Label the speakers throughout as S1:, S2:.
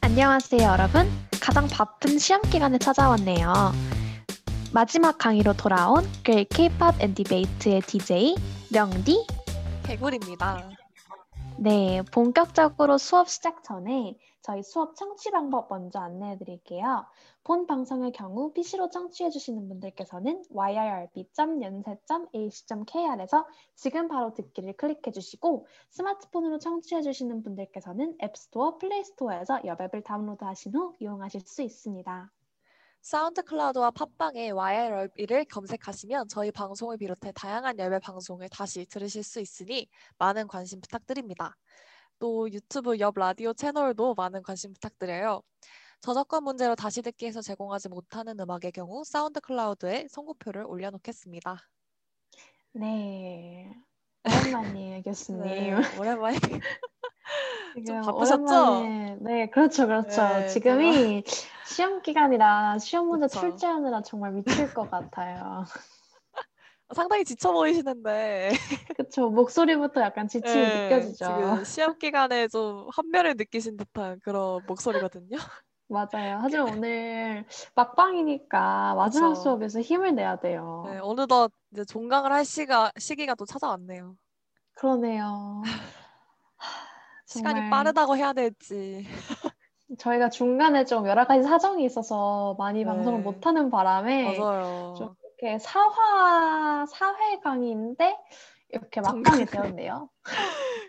S1: 안녕하세요, 여러분. 가장 바쁜 시험 기간에 찾아왔네요. 마지막 강의로 돌아온 Great K-pop and Debate의 DJ 명디.
S2: 개구리입니다.
S1: 네, 본격적으로 수업 시작 전에 저희 수업 청취 방법 먼저 안내해 드릴게요. 본 방송의 경우 PC로 청취해 주시는 분들께서는 y i r b y o a c k r 에서 지금 바로 듣기를 클릭해 주시고 스마트폰으로 청취해 주시는 분들께서는 앱스토어, 플레이스토어에서 여앱을 다운로드 하신 후 이용하실 수 있습니다.
S2: 사운드 클라우드와 팟빵에 YRLB를 검색하시면 저희 방송을 비롯해 다양한 열배 방송을 다시 들으실 수 있으니 많은 관심 부탁드립니다. 또 유튜브 옆 라디오 채널도 많은 관심 부탁드려요. 저작권 문제로 다시 듣기에서 제공하지 못하는 음악의 경우 사운드 클라우드에 선고표를 올려놓겠습니다.
S1: 네. 오랜만이에요, 교수님.
S2: 네. 오랜만에
S1: 지금
S2: 바쁘셨죠?
S1: 오랜만에- 네, 그렇죠, 그렇죠.
S2: 네,
S1: 지금이 시험 기간이라 시험 문제
S2: 그쵸.
S1: 출제하느라 정말 미칠 것 같아요.
S2: 상당히 지쳐 보이시는데
S1: 그렇죠. 목소리부터 약간 지침이
S2: 네,
S1: 느껴지죠.
S2: 지금 시험 기간에 좀 한별을 느끼신 듯한 그런 목소리거든요.
S1: 맞아요. 하지만 오늘 막방이니까 마지막
S2: 그쵸.
S1: 수업에서 힘을 내야 돼요.
S2: 네, 어느덧 이제 종강을 할 시가, 시기가 또 찾아왔네요.
S1: 그러네요.
S2: 시간이
S1: 정말.
S2: 빠르다고 해야 될지.
S1: 저희가 중간에 좀 여러 가지 사정이 있어서 많이
S2: 네.
S1: 방송을 못하는 바람에
S2: 맞아요.
S1: 좀 이렇게 사화 사회 강의인데 이렇게 막방이 되었네요.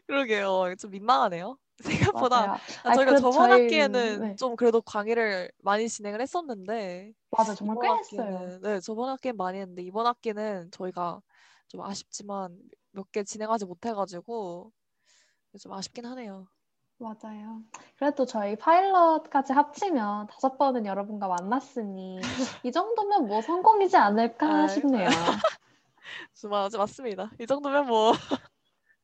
S2: 그러게요. 좀 민망하네요. 생각보다
S1: 맞아요.
S2: 아,
S1: 아니,
S2: 저희가
S1: 그래도
S2: 저번
S1: 저희는-
S2: 학기에는
S1: 네.
S2: 좀 그래도 강의를 많이 진행을 했었는데
S1: 맞아 정말 꽤
S2: 이번
S1: 했어요.
S2: 학기는 네, 저번 학기는 많이 했는데 이번 학기는 저희가 좀 아쉽지만 몇 개 진행하지 못해가지고 좀 아쉽긴 하네요.
S1: 맞아요. 그래도 저희 파일럿까지 합치면 다섯 번은 여러분과 만났으니 이 정도면 뭐 성공이지 않을까
S2: 아유.
S1: 싶네요.
S2: 좀 맞- 맞습니다. 이 정도면 뭐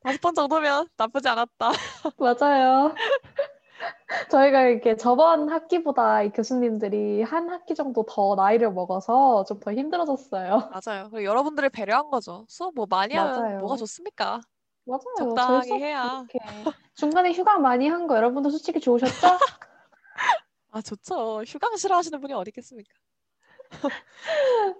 S2: 다섯 번 정도면 나쁘지 않았다.
S1: 맞아요. 저희가 이렇게 저번 학기보다 이 교수님들이 한 학기 정도 더 나이를 먹어서 좀 더 힘들어졌어요.
S2: 맞아요. 그리고 여러분들을 배려한 거죠. 수업 뭐 많이
S1: 맞아요.
S2: 하면 뭐가 좋습니까?
S1: 맞아요.
S2: 적당히
S1: 저희 수업
S2: 해야.
S1: 이렇게 중간에 휴가 많이 한 거 여러분도 솔직히 좋으셨죠?
S2: 아, 좋죠. 휴강 싫어하시는 분이 어디 있겠습니까?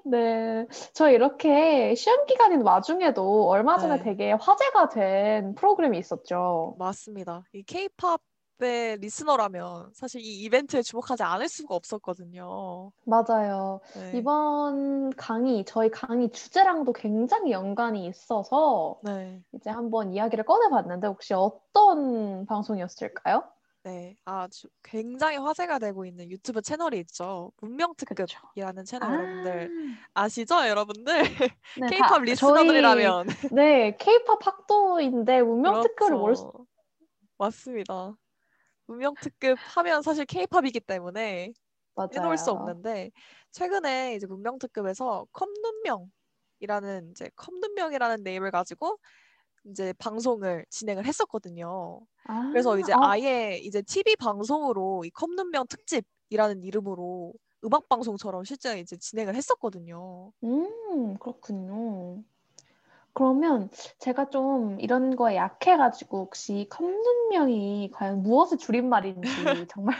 S1: 네, 저 이렇게 시험 기간인 와중에도 얼마 전에
S2: 네.
S1: 되게 화제가 된 프로그램이 있었죠.
S2: 맞습니다. 이 케이팝의 리스너라면 사실 이 이벤트에 주목하지 않을 수가 없었거든요.
S1: 맞아요.
S2: 네.
S1: 이번 강의, 저희 강의 주제랑도 굉장히 연관이 있어서
S2: 네.
S1: 이제 한번 이야기를 꺼내봤는데 혹시 어떤 방송이었을까요?
S2: 네. 아주 굉장히 화제가 되고 있는 유튜브 채널이 있죠. 문명특급이라는
S1: 그쵸.
S2: 채널 여러분들 아시죠? 여러분들?
S1: 아. 네, 다-
S2: 케이팝 네, 리스너들이라면
S1: 저희, 네, 케이팝 학도인데 운명 특급을 모를 수,
S2: 그렇죠. 맞습니다. 문명특급 하면 사실 케이팝이기 때문에 빼놓을 수
S1: 맞아요.
S2: 없는데 최근에 이제 문명특급에서 컵눈명이라는 이제 컵눈명이라는 네임을 가지고 이제 방송을 진행을 했었거든요.
S1: 아,
S2: 그래서 이제
S1: 아,
S2: 아예 이제 TV 방송으로 이 컵눈명 특집이라는 이름으로 음악 방송처럼 실제 이제 진행을 했었거든요.
S1: 음, 그렇군요. 그러면 제가 좀 이런 거에 약해가지고 혹시 컵눈명이 과연 무엇의 줄임말인지 정말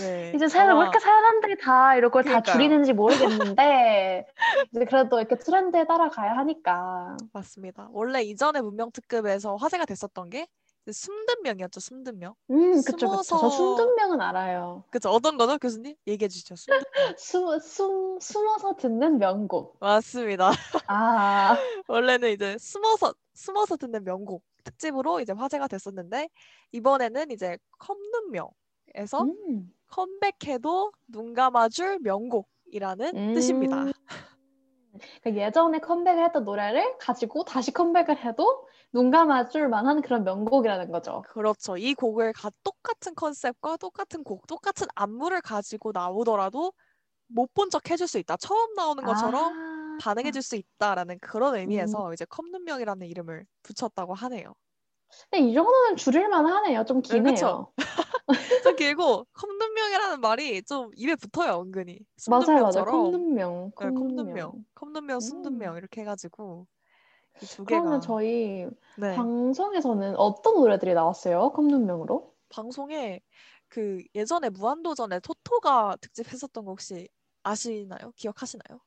S2: 네.
S1: 이제 사람 왜
S2: 아마
S1: 이렇게 사람들이 다 이런 걸 다
S2: 그러니까요.
S1: 줄이는지 모르겠는데 이제 그래도 이렇게 트렌드에 따라가야 하니까
S2: 맞습니다. 원래 이전에 문명특급에서 화제가 됐었던 게 이제 숨든 명이었죠. 숨든 명.
S1: 음 그쵸 그쵸 저
S2: 숨어서-
S1: 순둔명은 알아요
S2: 그쵸? 어떤 거죠, 교수님? 얘기해 주시죠. 숨든 명.
S1: 숨, 숨, 숨어서 듣는 명곡
S2: 맞습니다.
S1: 아
S2: 원래는 이제 숨어서 숨어서 듣는 명곡 특집으로 이제 화제가 됐었는데 이번에는 이제 컵눈명에서
S1: 음.
S2: 컴백해도 눈 감아줄 명곡이라는
S1: 음.
S2: 뜻입니다.
S1: 그러니까 예전에 컴백을 했던 노래를 가지고 다시 컴백을 해도 눈 감아줄 만한 그런 명곡이라는 거죠
S2: 그렇죠. 이 곡을 가- 똑같은 컨셉과 똑같은 곡, 똑같은 안무를 가지고 나오더라도 못 본 척 해줄 수 있다. 처음 나오는 것처럼
S1: 아, 음.
S2: 반응해줄 수 있다라는 그런 의미에서 이제 컵눈명이라는 이름을 붙였다고 하네요.
S1: 근데 이 정도는 줄일만 하네요 좀
S2: 네,
S1: 기네요
S2: 그쵸. 좀 길고 컵눈명이라는 말이 좀 입에 붙어요, 은근히.
S1: 맞아요 맞아요
S2: 순둔명처럼.
S1: 컵눈명
S2: 네,
S1: 컵눈명 음.
S2: 컵눈명, 컵눈명, 순눈명 이렇게 해가지고 이두 개가
S1: 그러면 저희
S2: 네.
S1: 방송에서는 어떤 노래들이 나왔어요? 컵눈명으로?
S2: 방송에 그 예전에 무한도전에 토토가 특집했었던 거 혹시 아시나요? 기억하시나요?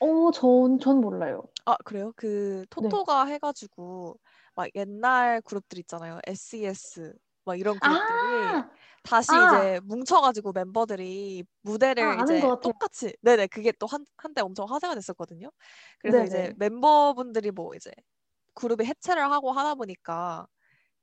S1: 어, 전, 전 몰라요.
S2: 아, 그래요?
S1: 네.
S2: 그 토토가 해가지고 막 옛날 그룹들 있잖아요. SES 막 이런 그룹들이
S1: 아,
S2: 다시
S1: 아.
S2: 이제 뭉쳐가지고 멤버들이 무대를
S1: 아, 아는
S2: 이제
S1: 것 같아요.
S2: 똑같이 네네 그게 또 한, 한때 엄청 화제가 됐었거든요. 그래서 이제
S1: 네네.
S2: 멤버분들이 뭐 이제 그룹이 해체를 하고 하다 보니까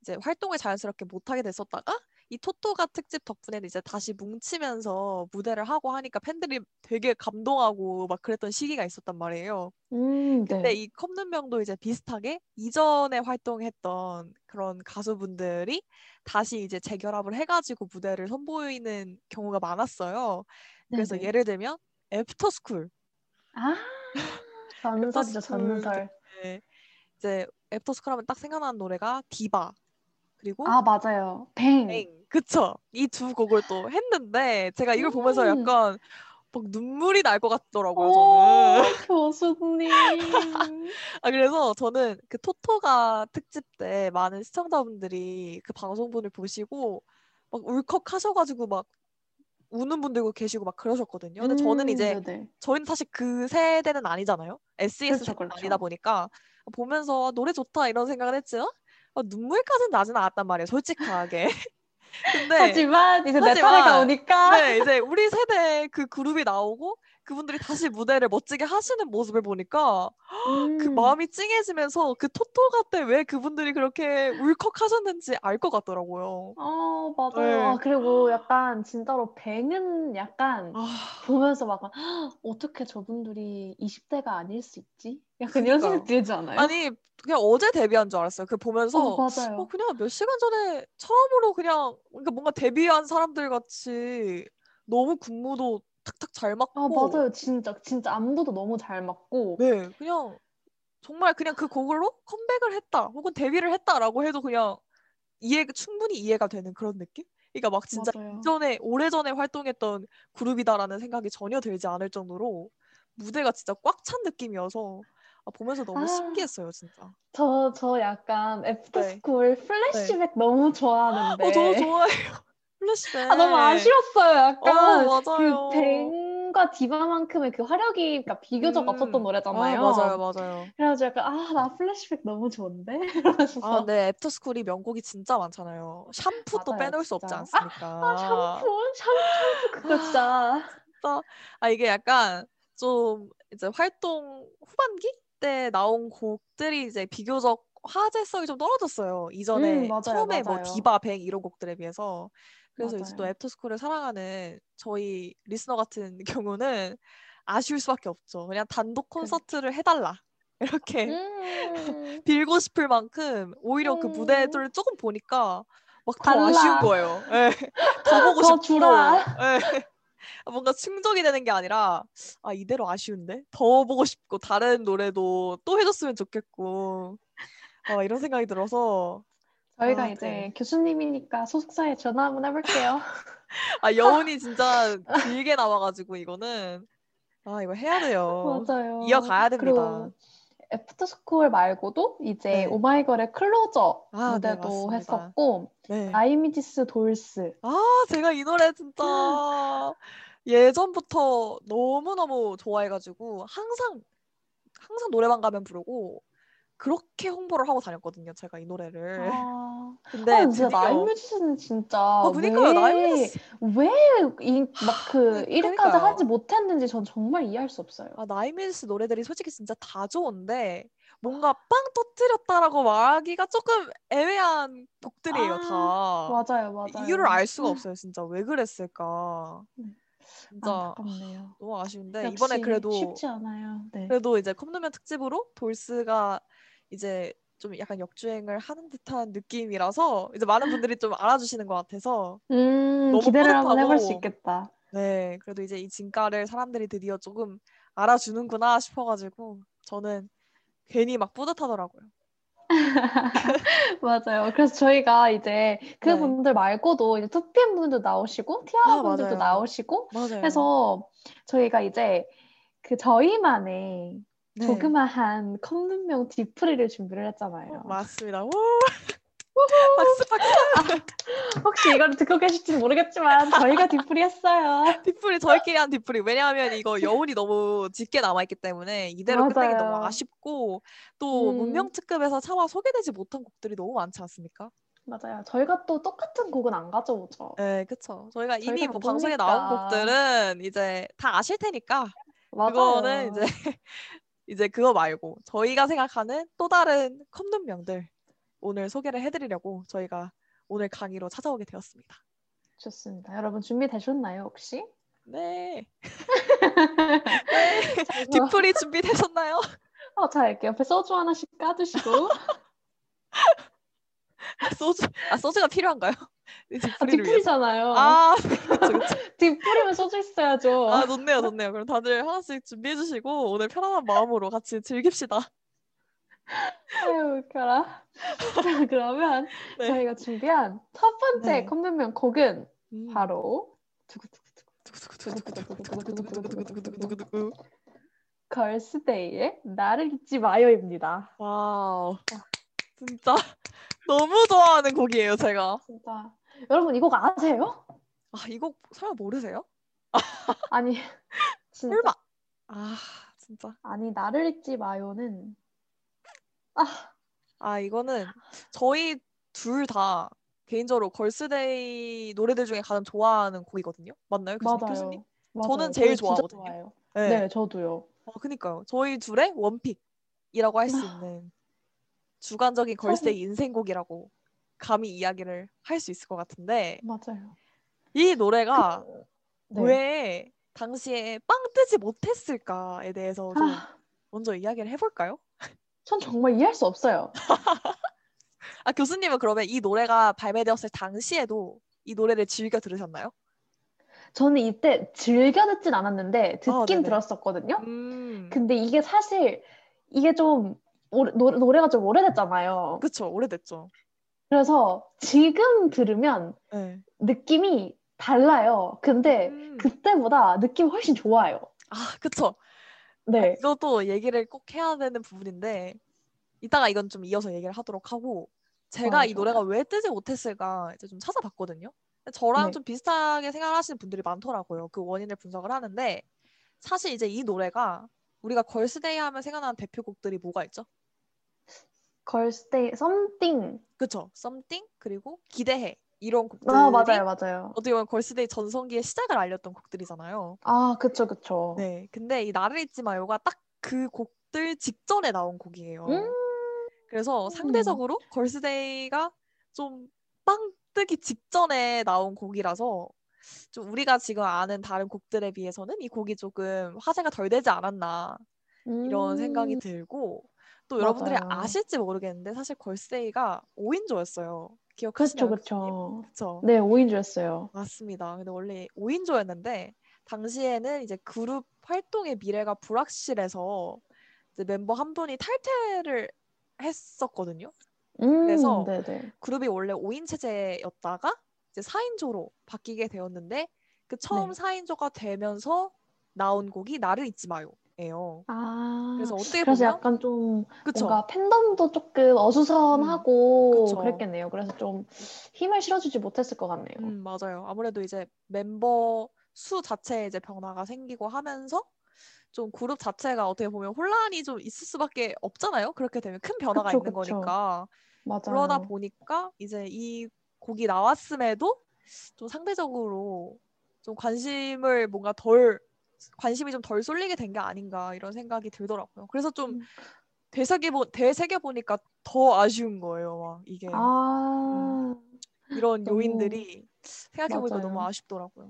S2: 이제 활동을 자연스럽게 못하게 됐었다가 이 토토가 특집 덕분에 이제 다시 뭉치면서 무대를 하고 하니까 팬들이 되게 감동하고 막 그랬던 시기가 있었단 말이에요.
S1: 음,
S2: 근데
S1: 네.
S2: 이 컵눈명도 이제 비슷하게 이전에 활동했던 그런 가수분들이 다시 이제 재결합을 해가지고 무대를 선보이는 경우가 많았어요. 그래서
S1: 네네.
S2: 예를 들면 애프터스쿨,
S1: 아,
S2: 그
S1: 전설이죠,
S2: 애프터스쿨
S1: 전설.
S2: 때 이제 애프터스쿨 하면 딱 생각나는 노래가 디바 그리고
S1: 아, 네. 맞아요. 뱅.
S2: 엥 그쵸? 이 두 곡을 또 했는데 제가 이걸 보면서
S1: 음.
S2: 약간 막 눈물이 날 것
S1: 어.
S2: 같더라고요, 아, 저는.
S1: 오, 교수님.
S2: 아, 그래서 저는 그 토토가 특집 때 많은 시청자분들이 그 방송분을 보시고 막 울컥하셔가지고 막 우는 분들도 계시고 막 그러셨거든요. 근데 저는
S1: 음,
S2: 이제
S1: 네네.
S2: 저희는 사실 그 세대는 아니잖아요.
S1: 그렇죠,
S2: SES 세대는 아니다
S1: 그렇죠.
S2: 보니까 보면서 아, 노래 좋다 이런 생각을 했지만 아, 눈물까지는 나진 않았단 말이에요. 솔직하게. 근데
S1: 하지만 이제 내 차례가
S2: 하지만
S1: 오니까
S2: 네 이제 우리 세대 그 그룹이 나오고 그분들이 다시 무대를 멋지게 하시는 모습을 보니까 그
S1: 음,
S2: 마음이 찡해지면서 그 토토가 때 왜 그분들이 그렇게 울컥하셨는지 알 것 같더라고요.
S1: 어, 맞아요.
S2: 네.
S1: 아, 그리고 약간 진짜로 뱅은 약간
S2: 아,
S1: 보면서 막 "헉, 어떻게 저분들이 20대가 아닐 수 있지? 약간 이런 생각
S2: 그니까요.
S1: 들지 않아요?
S2: 아니, 그냥 어제 데뷔한 줄 알았어요. 그
S1: 어,
S2: 보면서, 어,
S1: 맞아요.
S2: 그냥 몇 시간 전에 처음으로 그냥, 그러니까 뭔가 데뷔한 사람들 같이 너무 군무도 탁탁 잘
S1: 아,
S2: 맞고,
S1: 맞아요. 진짜, 진짜 안무도 너무 잘 맞고.
S2: 네, 그냥 정말 그냥 그 곡으로 컴백을 했다, 혹은 데뷔를 했다라고 해도 그냥 이해 충분히 이해가 되는 그런 느낌? 그러니까 막 진짜
S1: 맞아요.
S2: 이전에 오래전에 활동했던 그룹이다라는 생각이 전혀 들지 않을 정도로 무대가 진짜 꽉 찬 느낌이어서 아, 보면서 너무
S1: 아,
S2: 신기했어요, 진짜.
S1: 저, 저 약간
S2: 네.
S1: 애프터스쿨
S2: 네.
S1: 플래시백 너무
S2: 어, 저도
S1: 좋아하는데. 네.
S2: 좋아해요.
S1: 아, 너무
S2: 플래시백.
S1: 아쉬웠어요.
S2: 어,
S1: 약간 그
S2: 맞아요.
S1: 뱅과 디바만큼의 그 화력이 그러니까 비교적 없었던
S2: 음. 아, 맞아요,
S1: 노래잖아요.
S2: 맞아요.
S1: 그래가지고 약간 아, 나 플래시백 너무 좋은데?
S2: 아,
S1: 이러면서
S2: 근데 애프터스쿨이 명곡이 진짜 많잖아요. 샴푸도
S1: 맞아요,
S2: 빼놓을 수 없지
S1: 진짜. 아, 아
S2: 않습니까?
S1: 샴푸, 샴, 샴푸 그거
S2: 네. 아,
S1: 진짜.
S2: 진짜. 아, 이게 약간 좀 이제 활동 후반기 때 나온 곡들이 이제 비교적 화제성이 좀 떨어졌어요.
S1: 음,
S2: 이전에
S1: 맞아요,
S2: 처음에 뭐
S1: 맞아요,
S2: 디바, 뱅 이런 곡들에 비해서. 그래서 이제 또
S1: 맞아요.
S2: 애프터스쿨을 사랑하는 저희 리스너 같은 경우는 아쉬울 수밖에 없죠. 그냥 단독
S1: 그,
S2: 콘서트를 해달라. 이렇게
S1: 음,
S2: 빌고 싶을 만큼 오히려 그
S1: 음,
S2: 무대들을 조금 보니까 막 더 아쉬운
S1: 달라.
S2: 거예요. 예. 더 보고
S1: 더
S2: 싶고,
S1: 주라.
S2: 예. 뭔가 충족이 되는 게 아니라, 아, 이대로 아쉬운데? 더 보고 싶고, 다른 노래도 또 해줬으면 좋겠고, 아, 이런 생각이 들어서,
S1: 저희가
S2: 아, 네.
S1: 이제 교수님이니까 소속사에 전화 한번 해볼게요.
S2: 아, 여운이 진짜 길게 남아가지고, 이거는, 아, 이거 해야 돼요.
S1: 맞아요.
S2: 이어가야 됩니다.
S1: 그리고 애프터스쿨 말고도 이제
S2: 네.
S1: 오마이걸의 클로저
S2: 아, 네,
S1: 무대도
S2: 맞습니다.
S1: 했었고
S2: 네.
S1: 아이미지스 돌스
S2: 아, 제가 이 노래 진짜 예전부터 너무너무 좋아해가지고, 항상, 항상 노래방 가면 부르고, 그렇게 홍보를 하고 다녔거든요, 제가 이 노래를.
S1: 아, 아
S2: 근데
S1: 근데 진짜
S2: 네. 드디어
S1: 나인뮤지스는
S2: 아
S1: 진짜
S2: 그니까요
S1: 왜,
S2: 나인뮤지스
S1: 왜이막 그
S2: 그-
S1: 1위까지 하지
S2: 그니까요
S1: 못했는지 전 정말 이해할 수 없어요.
S2: 아 나인뮤지스 노래들이 솔직히 진짜 다 좋은데 뭔가 빵 터뜨렸다라고 말하기가 조금 애매한 곡들이에요
S1: 아,
S2: 다
S1: 맞아요, 음.
S2: 이유를
S1: 맞아요.
S2: 알 수가 없어요 진짜 왜 그랬을까
S1: 네,
S2: 진짜 아,
S1: 안타깝네요.
S2: 너무 아쉬운데 이번에
S1: 역시
S2: 그래도
S1: 쉽지 않아요. 네.
S2: 그래도 이제 컵누면 특집으로 돌스가 이제 좀 약간 역주행을 하는 듯한 느낌이라서 이제 많은 분들이 좀 알아주시는 것 같아서
S1: 음,
S2: 너무
S1: 기대를 한번 해볼 수
S2: 뿌듯하고
S1: 있겠다.
S2: 네, 그래도 이제 이 진가를 사람들이 드디어 조금 알아주는구나 싶어가지고 저는 괜히 막 뿌듯하더라고요.
S1: 맞아요. 그래서 저희가 이제
S2: 네.
S1: 그분들 말고도 이제 2PM 분들도 나오시고 티아라
S2: 아,
S1: 분들도
S2: 맞아요. 네.
S1: 나오시고
S2: 맞아요.
S1: 해서 저희가 이제 그 저희만의
S2: 네.
S1: 조그마한 컵눈명 뒤풀이를 준비를
S2: 어, 아,
S1: 했잖아요.
S2: 맞습니다. 우! 박수 박수.
S1: 혹시 이걸 듣고 계실지 모르겠지만 저희가 뒤풀이했어요.
S2: 뒷풀이 저희끼리 한 뒷풀이. 왜냐하면 이거 여운이 너무 짙게 남아있기 때문에 이대로 끝내기 너무
S1: 맞아요.
S2: 아쉽고 또
S1: 음.
S2: 문명 특급에서 차마 소개되지 못한 곡들이 너무 많지 않습니까?
S1: 맞아요. 저희가 또 똑같은 곡은 안 가져오죠.
S2: 네, 그쵸. 저희가 이미
S1: 저희가
S2: 뭐
S1: 모르니까.
S2: 방송에 나온 곡들은 이제 다 아실 테니까
S1: 맞아요.
S2: 그거는 이제 이제 그거 말고 저희가 생각하는 또 다른 컵눈명들 오늘 소개를 해드리려고 저희가 오늘 강의로 찾아오게 되었습니다.
S1: 좋습니다. 여러분 준비되셨나요 혹시?
S2: 네.
S1: 자, 그래서-
S2: 뒷풀이 준비되셨나요?
S1: 어, 자 이렇게 옆에 소주 하나씩 까주시고 아,
S2: 소주 아 소주가 필요한가요? 이
S1: 아,
S2: 뒷풀이를 위해서.
S1: 뒷풀이잖아요.
S2: 아, 그쵸, 그쵸.
S1: 뒷풀이면 소주 있어야죠.
S2: 아, 좋네요, 좋네요. 그럼 다들 하나씩 준비해 주시고 오늘 편안한 마음으로 같이 즐깁시다.
S1: 아유 웃겨라. 자 그러면
S2: 네.
S1: 저희가 준비한 첫 번째
S2: 네.
S1: 컵라면 곡은
S2: 음.
S1: 바로
S2: 두구두구두구두구두구두구두구두구두구두구두구두구.
S1: 걸스데이의 나를 잊지 마요입니다.
S2: 와우. 진짜 너무 좋아하는 곡이에요, 제가.
S1: 진짜 여러분 이 곡 아세요?
S2: 아, 이 곡 설마 모르세요?
S1: 아니 진짜
S2: 설마. 아, 진짜.
S1: 아니 나를 잊지 마요는 아
S2: 아, 이거는 저희 둘 다 개인적으로 걸스데이 노래들 중에 가장 좋아하는 곡이거든요. 맞나요, 교수님? 그렇죠, 교수님?
S1: 맞아요. 맞아요.
S2: 저는 제일
S1: 저는 진짜
S2: 좋아하거든요.
S1: 좋아해요.
S2: 네.
S1: 네 저도요.
S2: 어, 그니까요. 저희 둘의 원픽이라고 할 수 있는 주관적인 걸스데이 인생곡이라고 감히 이야기를 할 수 있을 것 같은데
S1: 맞아요.
S2: 이 노래가
S1: 네.
S2: 왜 당시에 빵 뜨지 못했을까에 대해서 좀
S1: 아,
S2: 먼저 이야기를 해볼까요?
S1: 전 정말 이해할 수 없어요.
S2: 아 교수님은 그러면 이 노래가 발매되었을 당시에도 이 노래를 즐겨 들으셨나요?
S1: 저는 이때 즐겨 듣진 않았는데 듣긴
S2: 아, 네네.
S1: 들었었거든요.
S2: 음,
S1: 근데 이게 사실 이게 좀 오래, 노래, 노래가 좀 오래됐잖아요.
S2: 그쵸 오래됐죠.
S1: 그래서 지금 들으면
S2: 네.
S1: 느낌이 달라요. 근데
S2: 음.
S1: 그때보다 느낌이 훨씬 좋아요.
S2: 아 그쵸.
S1: 네.
S2: 이것도 얘기를 꼭 해야 되는 부분인데 이따가 이건 좀 이어서 얘기를 하도록 하고 제가
S1: 아,
S2: 이
S1: 좋아요.
S2: 노래가 왜 뜨지 못했을까 이제 좀 찾아봤거든요. 근데 저랑
S1: 네.
S2: 좀 비슷하게 생각을 하시는 분들이 많더라고요. 그 원인을 분석을 하는데 사실 이제 이 노래가 우리가 걸스데이 하면 생각나는 대표곡들이 뭐가 있죠?
S1: 걸스데이 something.
S2: 그쵸? Something 그리고 기대해 이런 곡들이
S1: 아, 맞아요. 맞아요.
S2: 어떻게 보면 걸스데이 전성기의 시작을 알렸던 곡들이잖아요.
S1: 아, 그쵸, 그쵸.
S2: 네, 근데 이 나를 잊지 마요가 딱 그 곡들 직전에 나온 곡이에요.
S1: 음.
S2: 그래서
S1: 음.
S2: 상대적으로 걸스데이가 좀 빵 뜨기 직전에 나온 곡이라서 좀 우리가 지금 아는 다른 곡들에 비해서는 이 곡이 조금 화제가 덜 되지 않았나
S1: 음,
S2: 이런 생각이 들고 또 여러분들이
S1: 맞아요.
S2: 아실지 모르겠는데 사실 걸스데이가 5인조였어요.
S1: 그쵸,
S2: 기억하시나요?
S1: 그렇죠, 그쵸.
S2: 예, 그쵸.
S1: 네, 5인조였어요.
S2: 맞습니다. 근데 원래 5인조였는데 당시에는 이제 그룹 활동의 미래가 불확실해서 이제 멤버 한 분이 탈퇴를 했었거든요.
S1: 음,
S2: 그래서
S1: 네네.
S2: 그룹이 원래 5인 체제였다가 이제 4인조로 바뀌게 되었는데 그 처음
S1: 네.
S2: 사 4인조가 되면서 나온 곡이 나를 잊지 마요예요.
S1: 아,
S2: 그래서 어떻게
S1: 그래서
S2: 보면
S1: 약간 좀
S2: 그쵸? 음,
S1: 뭔가 팬덤도 조금 어수선하고
S2: 그쵸.
S1: 그랬겠네요. 그래서 좀 힘을 실어주지 못했을 것 같네요.
S2: 음, 맞아요. 아무래도 이제 멤버 수 자체에 이제 변화가 생기고 하면서 좀 그룹 자체가 어떻게 보면 혼란이 좀 있을 수밖에 없잖아요. 그렇게 되면 큰 변화가
S1: 그쵸,
S2: 있는
S1: 그쵸.
S2: 거니까.
S1: 맞아요.
S2: 그러다 보니까 이제 이 곡이 나왔음에도 좀 상대적으로 좀 관심을 뭔가 덜 관심이 좀 덜 쏠리게 된 게 아닌가 이런 생각이 들더라고요. 그래서 좀
S1: 음.
S2: 되새겨보, 되새겨보니까 더 아쉬운 거예요. 막 이게
S1: 아,
S2: 이런
S1: 너무-
S2: 요인들이 생각해보니까 너무
S1: 맞아요.
S2: 아쉽더라고요.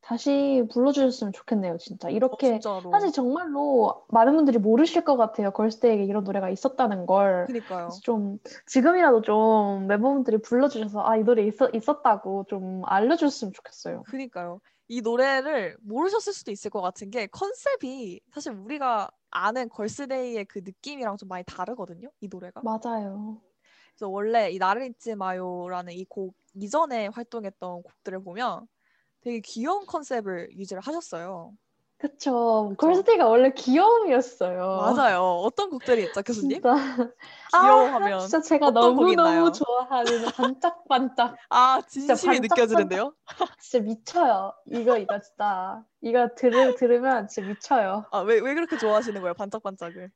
S1: 다시 불러주셨으면 좋겠네요, 진짜.
S2: 어,
S1: 이렇게
S2: 진짜로.
S1: 사실 정말로 많은 분들이 모르실 것 같아요. 걸스데이에게 이런 노래가 있었다는 걸.
S2: 그니까요.
S1: 그래서 좀 지금이라도 좀 멤버분들이 불러주셔서 아, 이 노래 있어, 있었다고 좀 알려주셨으면 좋겠어요.
S2: 그니까요. 이 노래를 모르셨을 수도 있을 것 같은 게 컨셉이 사실 우리가 아는 걸스데이의 그 느낌이랑 좀 많이 다르거든요. 이 노래가.
S1: 맞아요.
S2: 그래서 원래 이 나를 잊지 마요라는 이 곡 이전에 활동했던 곡들을 보면 되게 귀여운 컨셉을 유지를 하셨어요.
S1: 그쵸.
S2: 그쵸.
S1: 걸스데이가 원래 귀여움이었어요.
S2: 맞아요. 어떤 곡들이 있죠, 교수님?
S1: 진짜.
S2: 귀여워하면
S1: 아, 진짜 제가
S2: 어떤 곡이 있나요?
S1: 너무너무 좋아하는 반짝반짝.
S2: 아,
S1: 진짜
S2: 진심이
S1: 반짝반짝-
S2: 느껴지는데요.
S1: 진짜 미쳐요. 이거, 이거 진짜. 이거 들, 들으면 진짜 미쳐요.
S2: 아, 왜, 왜 그렇게 좋아하시는 거예요? 반짝반짝을.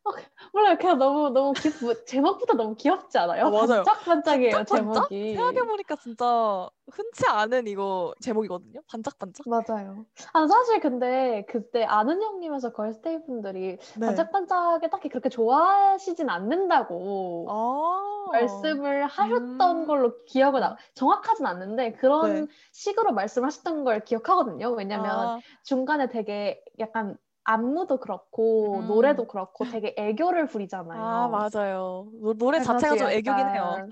S1: 몰라요. 그냥 너무, 너무 귀, 뭐, 제목부터 너무 귀엽지 않아요?
S2: 아, 맞아요.
S1: 어, 반짝반짝이에요,
S2: 반짝반짝?
S1: 제목이.
S2: 생각해보니까 진짜 흔치 않은 이거 제목이거든요. 반짝반짝.
S1: 맞아요. 아, 사실 근데 그때 아는 형님에서 걸스데이 분들이
S2: 네.
S1: 반짝반짝하게 딱히 그렇게 좋아하시진 않는다고
S2: 아.
S1: 말씀을 하셨던
S2: 음.
S1: 걸로 기억은 나, 정확하진 않는데 그런
S2: 네.
S1: 식으로 말씀하셨던 걸 기억하거든요. 왜냐면
S2: 아,
S1: 중간에 되게 약간 안무도 그렇고
S2: 음.
S1: 노래도 그렇고 되게 애교를 부리잖아요.
S2: 아, 맞아요. 노, 노래
S1: 그래서
S2: 자체가 좀
S1: 약간-
S2: 애교긴 해요.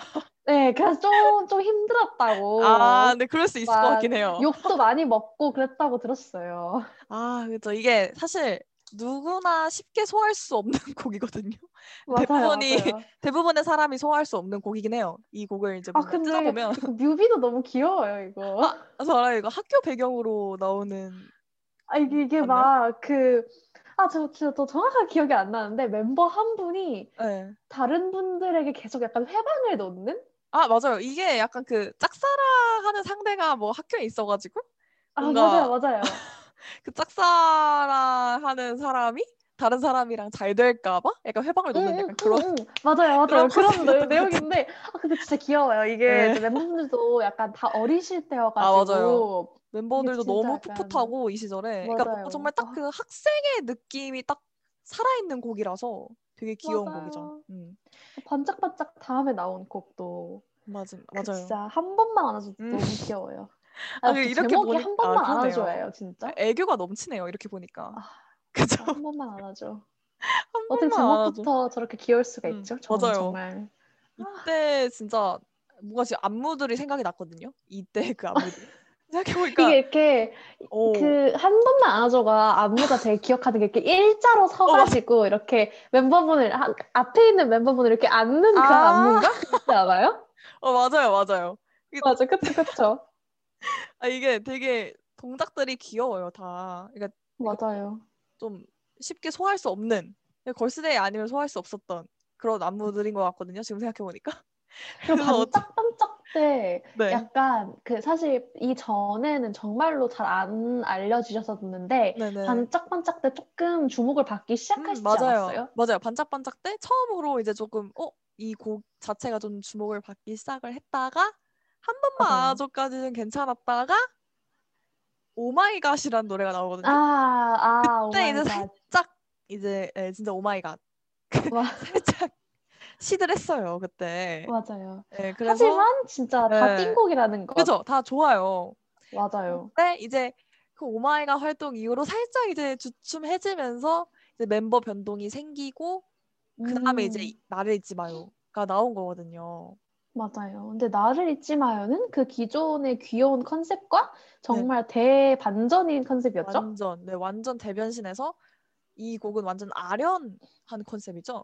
S1: 네, 그래서 좀, 좀 힘들었다고.
S2: 아, 네. 근데 그럴 수 있을 것
S1: 막
S2: 같긴 해요.
S1: 욕도 많이 먹고 그랬다고 들었어요.
S2: 아, 그렇죠. 이게 사실 누구나 쉽게 소화할 수 없는 곡이거든요.
S1: 맞아요,
S2: 대부분이
S1: 맞아요.
S2: 대부분의 사람이 소화할 수 없는 곡이긴 해요. 이 곡을 이제
S1: 아,
S2: 뭔가
S1: 근데
S2: 찾아보면
S1: 그 뮤비도 너무 귀여워요, 이거.
S2: 아, 저랑 이거 학교 배경으로 나오는
S1: 아, 이게, 이게 막 그, 아, 저 진짜 더 정확하게 기억이 안 나는데 멤버 한 분이
S2: 예.
S1: 다른 분들에게 계속 약간 회방을 놓는?
S2: 아, 맞아요. 이게 약간 그 짝사랑하는 상대가 뭐 학교에 있어가지고
S1: 아,
S2: 뭔가-
S1: 맞아요, 맞아요.
S2: 그 짝사랑하는 사람이 다른 사람이랑 잘 될까봐 약간 회방을
S1: 응,
S2: 놓는
S1: 응,
S2: 약간 그런
S1: 응, 응. 맞아요, 맞아요. 그런
S2: 그런
S1: 내-
S2: 컨셉이었던 것
S1: 내용인데, 아, 근데 진짜 귀여워요. 이게
S2: 네.
S1: 이제 멤버분들도 약간 다 어리실
S2: 아, 맞아요.
S1: 때여가지고.
S2: 멤버들도
S1: 진짜
S2: 너무
S1: 약간-
S2: 풋풋하고 이 시절에 그러니까 뭔가
S1: 맞아요.
S2: 정말 딱
S1: 아.
S2: 그 학생의 느낌이 딱 살아있는 곡이라서 되게 귀여운
S1: 맞아요.
S2: 곡이죠. 음.
S1: 반짝반짝 다음에 나온 곡도.
S2: 맞아,
S1: 그
S2: 맞아요.
S1: 진짜 한 번만 안아줘도
S2: 음.
S1: 너무 귀여워요.
S2: 아,
S1: 아,
S2: 그리고
S1: 그
S2: 이렇게
S1: 제목이
S2: 보니-
S1: 한
S2: 아,
S1: 번만
S2: 그러네요.
S1: 안아줘예요, 진짜.
S2: 애교가 넘치네요. 이렇게 보니까.
S1: 아.
S2: 그죠?
S1: 한 번만 안아줘.
S2: 한
S1: 어떻게
S2: 번만 안 하죠.
S1: 제목부터 저렇게 귀여울 수가
S2: 음,
S1: 있죠? 저는
S2: 맞아요.
S1: 정말.
S2: 이때 진짜 뭔가 지금 안무들이 생각이 났거든요. 이때 그 안무들. 생각해보니까
S1: 아. 이게 이렇게
S2: 오,
S1: 그 한 번만 안아줘가 안무가 되게 기억하는 게 이렇게 일자로 서가지고 이렇게 멤버분을 한- 앞에 있는 멤버분을 이렇게 안는 그
S2: 아.
S1: 안무인가? 그렇지 않아요?
S2: 어, 맞아요, 맞아요.
S1: 맞아, 그쵸, 그쵸.
S2: 아, 이게 되게 동작들이 귀여워요, 다. 그러니까
S1: 맞아요.
S2: 좀 쉽게 소화할 수 없는 걸스데이 아니면 소화할 수 없었던 그런 안무들인 것 같거든요. 지금 생각해보니까.
S1: 그리고
S2: 그래서 어째-
S1: 반짝반짝 때
S2: 네.
S1: 약간 그 사실 이 전에는 정말로 잘 안 알려주셨었는데
S2: 네네.
S1: 반짝반짝 때 조금 주목을 받기
S2: 음,
S1: 시작하시지
S2: 맞아요.
S1: 않았어요?
S2: 맞아요. 반짝반짝 때 처음으로 이제 조금 어, 이 곡 자체가 좀 주목을 받기 시작을 했다가 한 번만
S1: 맞아요.
S2: 안아줘까지는 괜찮았다가 오마이갓이라는 노래가 나오거든요.
S1: 아, 아,
S2: 네. 그때 이제
S1: 오마이갓.
S2: 살짝 이제 예, 진짜 오마이갓
S1: 와.
S2: 살짝 시들 했어요 그때.
S1: 맞아요.
S2: 예, 그래서
S1: 하지만 진짜 다
S2: 네.
S1: 띵곡이라는 거
S2: 그죠 다 좋아요.
S1: 맞아요.
S2: 근데 이제 그 오마이갓 활동 이후로 살짝 이제 주춤해지면서 이제 멤버 변동이 생기고 그 다음에
S1: 음,
S2: 이제 나를 잊지 마요가 나온 거거든요.
S1: 맞아요. 근데 나를 잊지 마요는 그 기존의 귀여운 컨셉과 정말 대반전인 컨셉이었죠.
S2: 네. 완전 네 완전 대변신해서 이 곡은 완전 아련한 컨셉이죠.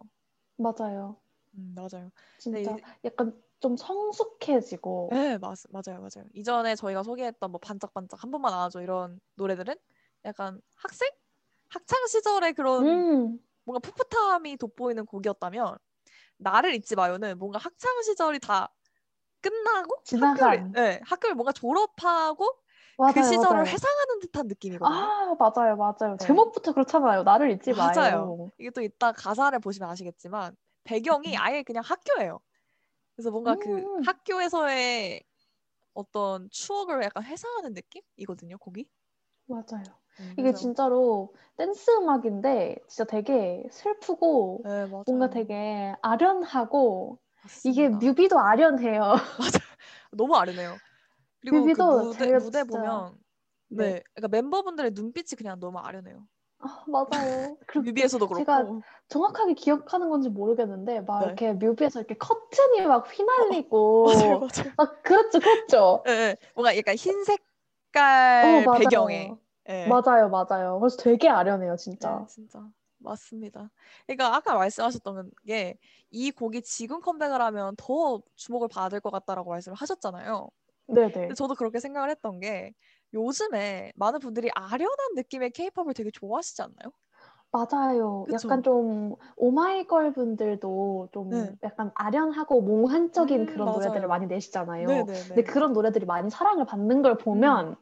S1: 맞아요.
S2: 음 맞아요.
S1: 진짜
S2: 이-
S1: 약간 좀 성숙해지고
S2: 네, 맞, 맞아요, 맞아요. 이전에 저희가 소개했던 뭐 반짝반짝 한 번만 안아줘 이런 노래들은 약간 학생? 학창 시절의 그런
S1: 음,
S2: 뭔가 풋풋함이 돋보이는 곡이었다면 나를 잊지 마요는 뭔가 학창 시절이 다 끝나고 학교를,
S1: 지나간.
S2: 네, 학교를 뭔가 졸업하고
S1: 맞아요,
S2: 그 시절을
S1: 맞아요.
S2: 회상하는 듯한 느낌이거든요.
S1: 아, 맞아요, 맞아요.
S2: 네.
S1: 제목부터 그렇잖아요. 나를 잊지
S2: 맞아요.
S1: 마요.
S2: 이게 또 이따 가사를 보시면 아시겠지만 배경이
S1: 음.
S2: 아예 그냥 학교예요. 그래서 뭔가 그
S1: 음.
S2: 학교에서의 어떤 추억을 약간 회상하는 느낌이거든요, 곡이.
S1: 맞아요.
S2: 음,
S1: 이게
S2: 그래서-
S1: 진짜로 댄스 음악인데 진짜 되게 슬프고
S2: 네, 맞아요.
S1: 뭔가 되게 아련하고 이게
S2: 맞습니다.
S1: 뮤비도 아련해요.
S2: 너무 아르네요. 그리고 그
S1: 뮤비도
S2: 무대
S1: 제가
S2: 무대
S1: 진짜-
S2: 보면 네,
S1: 네.
S2: 그러니까 멤버분들의 눈빛이 그냥 너무 아련해요.
S1: 아, 맞아요. 그리고
S2: 뮤비에서도 그렇고. 어.
S1: 제가 정확하게 기억하는 건지 모르겠는데 막
S2: 네. 어,
S1: 이렇게 뮤비에서 이렇게 커튼이 막 휘날리고
S2: 맞아요, 맞아요.
S1: 막 그렇죠, 그렇죠.
S2: 예, 예. 뭔가 약간 흰
S1: 어,
S2: 색깔
S1: 맞아요.
S2: 네, 배경에. 예.
S1: 맞아요, 맞아요. 그래서 되게 아련해요,
S2: 네,
S1: 진짜.
S2: 진짜 맞습니다. 그러니까 아까 말씀하셨던 게 이 곡이 지금 컴백을 하면 더 주목을 받을 것 같다라고 말씀을 하셨잖아요.
S1: 네, 네.
S2: 근데 저도 그렇게 생각을 했던 게 요즘에 많은 분들이 아련한 느낌의 케이팝을 되게 좋아하시지 않나요?
S1: 맞아요.
S2: 그쵸?
S1: 약간 좀 오마이걸 분들도 좀
S2: 네.
S1: 약간 아련하고 몽환적인
S2: 음,
S1: 그런 노래들을
S2: 맞아요.
S1: 많이 내시잖아요.
S2: 네네네. 음.
S1: 근데 그런 노래들이 많이 사랑을 받는 걸 보면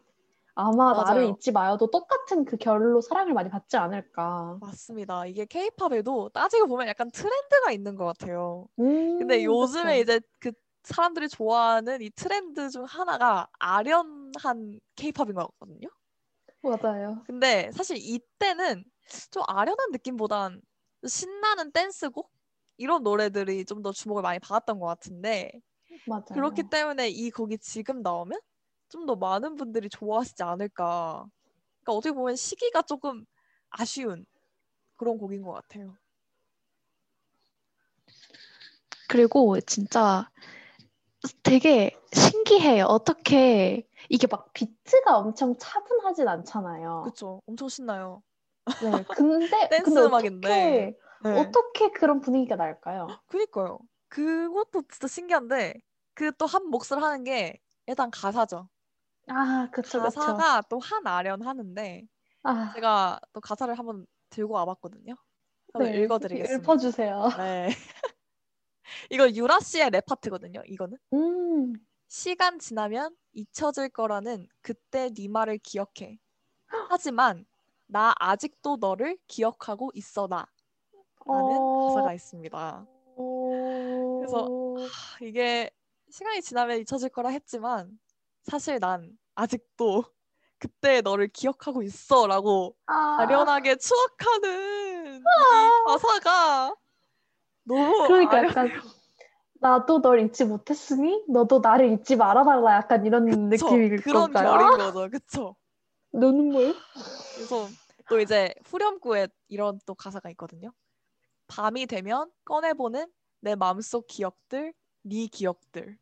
S1: 아마 나를
S2: 맞아요.
S1: 잊지 마요도 똑같은 그 결로 사랑을 많이 받지 않을까.
S2: 맞습니다. 이게 케이팝에도 따지고 보면 약간 트렌드가 있는 것 같아요.
S1: 음,
S2: 근데 요즘에
S1: 그쵸.
S2: 이제 그 사람들이 좋아하는 이 트렌드 중 하나가 아련한 케이팝인 것 같거든요.
S1: 맞아요.
S2: 근데 사실 이때는 좀 아련한 느낌보단 신나는 댄스곡 이런 노래들이 좀 더 주목을 많이 받았던 것 같은데
S1: 맞아요.
S2: 그렇기 때문에 이 곡이 지금 나오면 좀 더 많은 분들이 좋아하시지 않을까. 그러니까 어떻게 보면 시기가 조금 아쉬운 그런 곡인 것 같아요.
S1: 그리고 진짜 되게 신기해요. 어떻게 이게 막 비트가 엄청 차분하진 않잖아요.
S2: 그쵸? 엄청 신나요.
S1: 네, 근데
S2: 댄스
S1: 근데
S2: 음악인데.
S1: 어떻게
S2: 네.
S1: 어떻게 그런 분위기가 날까요?
S2: 그니까요. 그것도 진짜 신기한데 그 또 한 몫을 하는 게 일단 가사죠.
S1: 아, 그쵸, 그쵸.
S2: 가사가 또 한 아련하는데
S1: 아,
S2: 제가 또 가사를 한번 들고 와봤거든요. 한번
S1: 네,
S2: 읽어드리겠습니다.
S1: 읊어주세요.
S2: 네. 이거 유라 씨의 랩 파트거든요. 이거는
S1: 음,
S2: 시간 지나면 잊혀질 거라는 그때 네 말을 기억해. 하지만 나 아직도 너를 기억하고 있어 나라는
S1: 어.
S2: 가사가 있습니다.
S1: 그래서
S2: 하, 이게 시간이 지나면 잊혀질 거라 했지만 사실 난 아직도 그때 너를 기억하고 있어라고
S1: 아,
S2: 아련하게 추억하는 이 가사가 너무
S1: 그러니까
S2: 아련-
S1: 약간 나도 널 잊지 못했으니 너도 나를 잊지 말아달라 약간 이런
S2: 그쵸?
S1: 느낌일
S2: 그런
S1: 건가요?
S2: 결인 거죠, 그쵸?
S1: 너 눈물?
S2: 그래서 또 이제 후렴구에 이런 또 가사가 있거든요. 밤이 되면 꺼내보는 내 마음속 기억들, 네 기억들.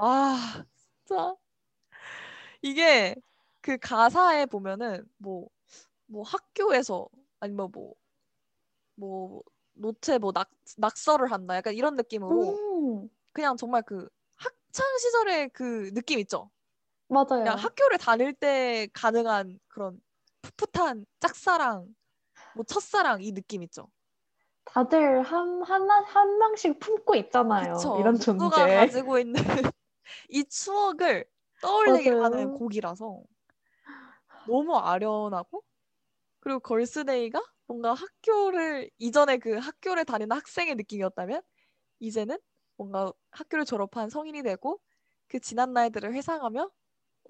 S2: 아, 진짜 이게 그 가사에 보면은 뭐 뭐 학교에서 아니면 뭐 뭐 노트에 뭐 낙, 낙서를 한다 약간 이런 느낌으로
S1: 음,
S2: 그냥 정말 그 학창 시절의 그 느낌 있죠?
S1: 맞아요.
S2: 그냥 그러니까 학교를 다닐 때 가능한 그런 풋풋한 짝사랑, 뭐 첫사랑 이 느낌 있죠.
S1: 다들 한, 한, 한 명씩 품고 있잖아요.
S2: 그쵸?
S1: 이런
S2: 모두가
S1: 존재.
S2: 가지고 있는 이 추억을 떠올리게
S1: 맞아요.
S2: 하는 곡이라서 너무 아련하고 그리고 걸스데이가 뭔가 학교를 이전에 그 학교를 다니는 학생의 느낌이었다면 이제는 뭔가 학교를 졸업한 성인이 되고 그 지난 날들을 회상하며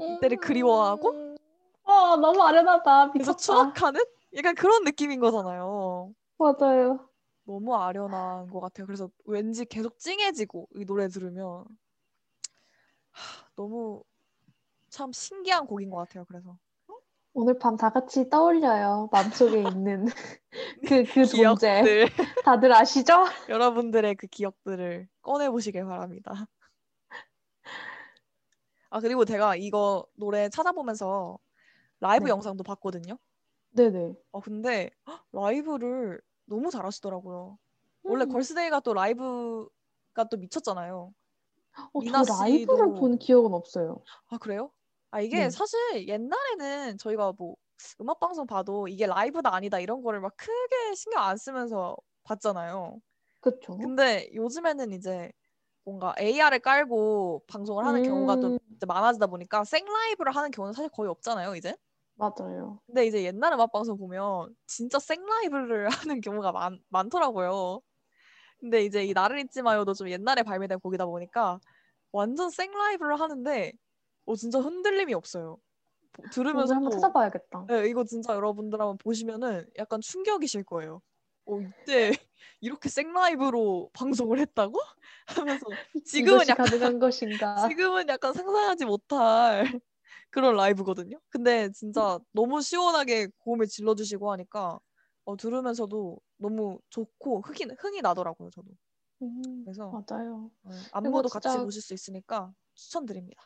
S2: 이때를 그리워하고
S1: 음. 와, 너무 아련하다.
S2: 그래서
S1: 미쳤다.
S2: 추억하는 약간 그런 느낌인 거잖아요.
S1: 맞아요.
S2: 너무 아련한 것 같아요. 그래서 왠지 계속 찡해지고 이 노래 들으면 하, 너무 참 신기한 곡인 것 같아요. 그래서
S1: 오늘 밤 다 같이 떠올려요. 마음속에 있는 그, 그 존재.
S2: 네. 기억들 네.
S1: 다들 아시죠?
S2: 여러분들의 그 기억들을 꺼내 보시길 바랍니다. 아 그리고 제가 이거 노래 찾아보면서 라이브
S1: 네.
S2: 영상도 봤거든요.
S1: 네네.
S2: 아 근데 헉, 라이브를 너무 잘하시더라고요. 원래
S1: 음.
S2: 걸스데이가 또 라이브가 또 미쳤잖아요.
S1: 어,
S2: 미나
S1: 저 라이브를
S2: 씨도-
S1: 본 기억은 없어요.
S2: 아, 그래요? 아, 이게
S1: 네.
S2: 사실 옛날에는 저희가 뭐 음악 방송 봐도 이게 라이브다 아니다 이런 거를 막 크게 신경 안 쓰면서 봤잖아요.
S1: 어? 그쵸?
S2: 근데 요즘에는 이제 뭔가 AR을 깔고 방송을 하는 경우가 또
S1: 음.
S2: 이제 많아지다 보니까 생라이브를 하는 경우는 사실 거의 없잖아요, 이제.
S1: 맞아요.
S2: 근데 이제 옛날 음악 방송 보면 진짜 생라이브를 하는 경우가 많, 많더라고요. 근데 이제 이 나를 잊지 마요도 좀 옛날에 발매된 곡이다 보니까 완전 생라이브를 하는데 어 진짜 흔들림이 없어요. 보-
S1: 오늘
S2: 들으면서
S1: 한번
S2: 또
S1: 찾아봐야겠다.
S2: 예, 이거 진짜 여러분들 한번 보시면은 약간 충격이실 거예요. 어 이때 이렇게 생라이브로 방송을 했다고? 하면서 지금은
S1: 이것이
S2: 약간
S1: 가능한 것인가?
S2: 지금은 약간 상상하지 못할 그런 라이브거든요. 근데 진짜 너무 시원하게 고음을 질러주시고 하니까 어, 들으면서도 너무 좋고 흥이, 흥이 나더라고요, 저도.
S1: 음,
S2: 그래서
S1: 맞아요.
S2: 어, 안무도 같이
S1: 진짜-
S2: 보실 수 있으니까 추천드립니다.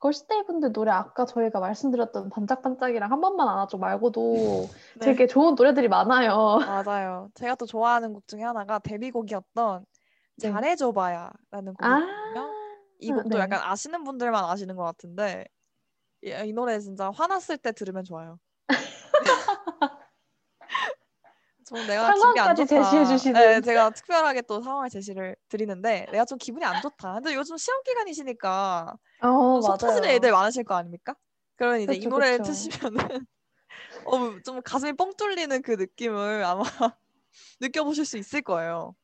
S1: 걸스데이 분들 노래 아까 저희가 말씀드렸던 반짝반짝이랑 한 번만 안아줘 말고도
S2: 음. 네.
S1: 되게 좋은 노래들이 많아요.
S2: 맞아요. 제가 또 좋아하는 곡 중에 하나가 데뷔곡이었던
S1: 네.
S2: 잘해줘봐야라는
S1: 아,
S2: 곡이거든요. 이
S1: 아,
S2: 곡도
S1: 네.
S2: 약간 아시는 분들만 아시는 것 같은데 야, 이 노래 진짜 화났을 때 들으면 좋아요. 좀 내가 기분이 안
S1: 상황까지
S2: 좋다.
S1: 제시해 주시는.
S2: 네, 제가 특별하게 또 상황을 제시를 드리는데 내가 좀 기분이 안 좋다. 근데 요즘 시험 기간이시니까
S1: 어,
S2: 속 터지는 뭐 애들 많으실 거 아닙니까? 그러면 이제 이
S1: 그쵸,
S2: 노래를
S1: 그쵸.
S2: 트시면은 어, 좀 가슴이 뻥 뚫리는 그 느낌을 아마 느껴보실 수 있을 거예요.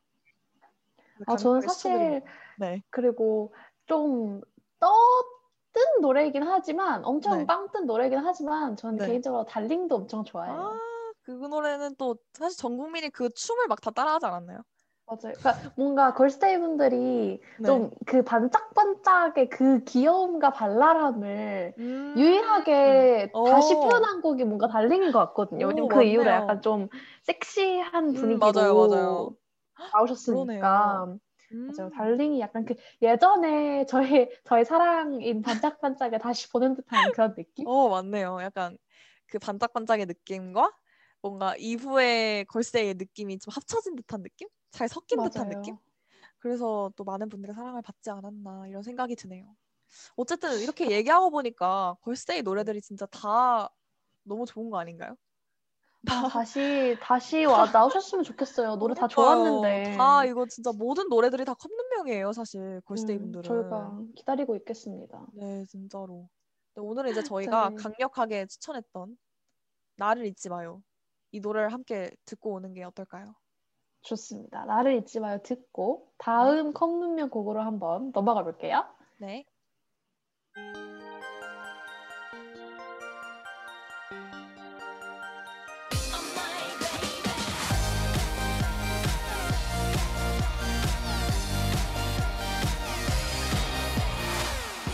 S1: 아, 저는
S2: 강력하게 추천드립니다.
S1: 사실
S2: 네.
S1: 그리고 좀 떠뜬 노래이긴 하지만 엄청
S2: 네.
S1: 빵뜬 노래이긴 하지만 저는
S2: 네.
S1: 개인적으로 달링도 엄청 좋아해요.
S2: 아, 그 노래는 또 사실 전 국민이 그 춤을 막 다 따라하지 않았나요?
S1: 맞아요. 그러니까 뭔가 걸스데이 분들이
S2: 네.
S1: 좀 그 반짝반짝의 그 귀여움과 발랄함을
S2: 음.
S1: 유일하게
S2: 음.
S1: 다시
S2: 오.
S1: 표현한 곡이 뭔가 달링인 것 같거든요.
S2: 오,
S1: 왜냐면 그 이후로
S2: 맞네요.
S1: 약간 좀 섹시한
S2: 음,
S1: 분위기로
S2: 맞아요, 맞아요.
S1: 나오셨으니까.
S2: 그러네요. 음.
S1: 맞아요. 달링이 약간 그 예전에 저희 저희 사랑인 반짝반짝에 다시 보는 듯한 그런 느낌?
S2: 어, 맞네요. 약간 그 반짝반짝의 느낌과 뭔가 이후의 걸스데이의 느낌이 좀 합쳐진 듯한 느낌? 잘 섞인 듯한
S1: 맞아요.
S2: 느낌? 그래서 또 많은 분들의 사랑을 받지 않았나 이런 생각이 드네요. 어쨌든 이렇게 얘기하고 보니까 걸스데이 노래들이 진짜 다 너무 좋은 거 아닌가요?
S1: 아, 다시 다시 와 나오셨으면 좋겠어요. 아, 노래 다
S2: 그러니까요.
S1: 좋았는데.
S2: 다 이거 진짜 모든 노래들이 다 컵눈명이에요, 사실 걸스데이
S1: 음,
S2: 분들은.
S1: 저희가 기다리고 있겠습니다.
S2: 네, 진짜로. 근데 오늘은 이제 저희가
S1: 네.
S2: 강력하게 추천했던 나를 잊지 마요. 이 노래를 함께 듣고 오는 게 어떨까요?
S1: 좋습니다. 나를 잊지 마요 듣고 다음 컵눈면 곡으로 한번 넘어가 볼게요.
S2: 네.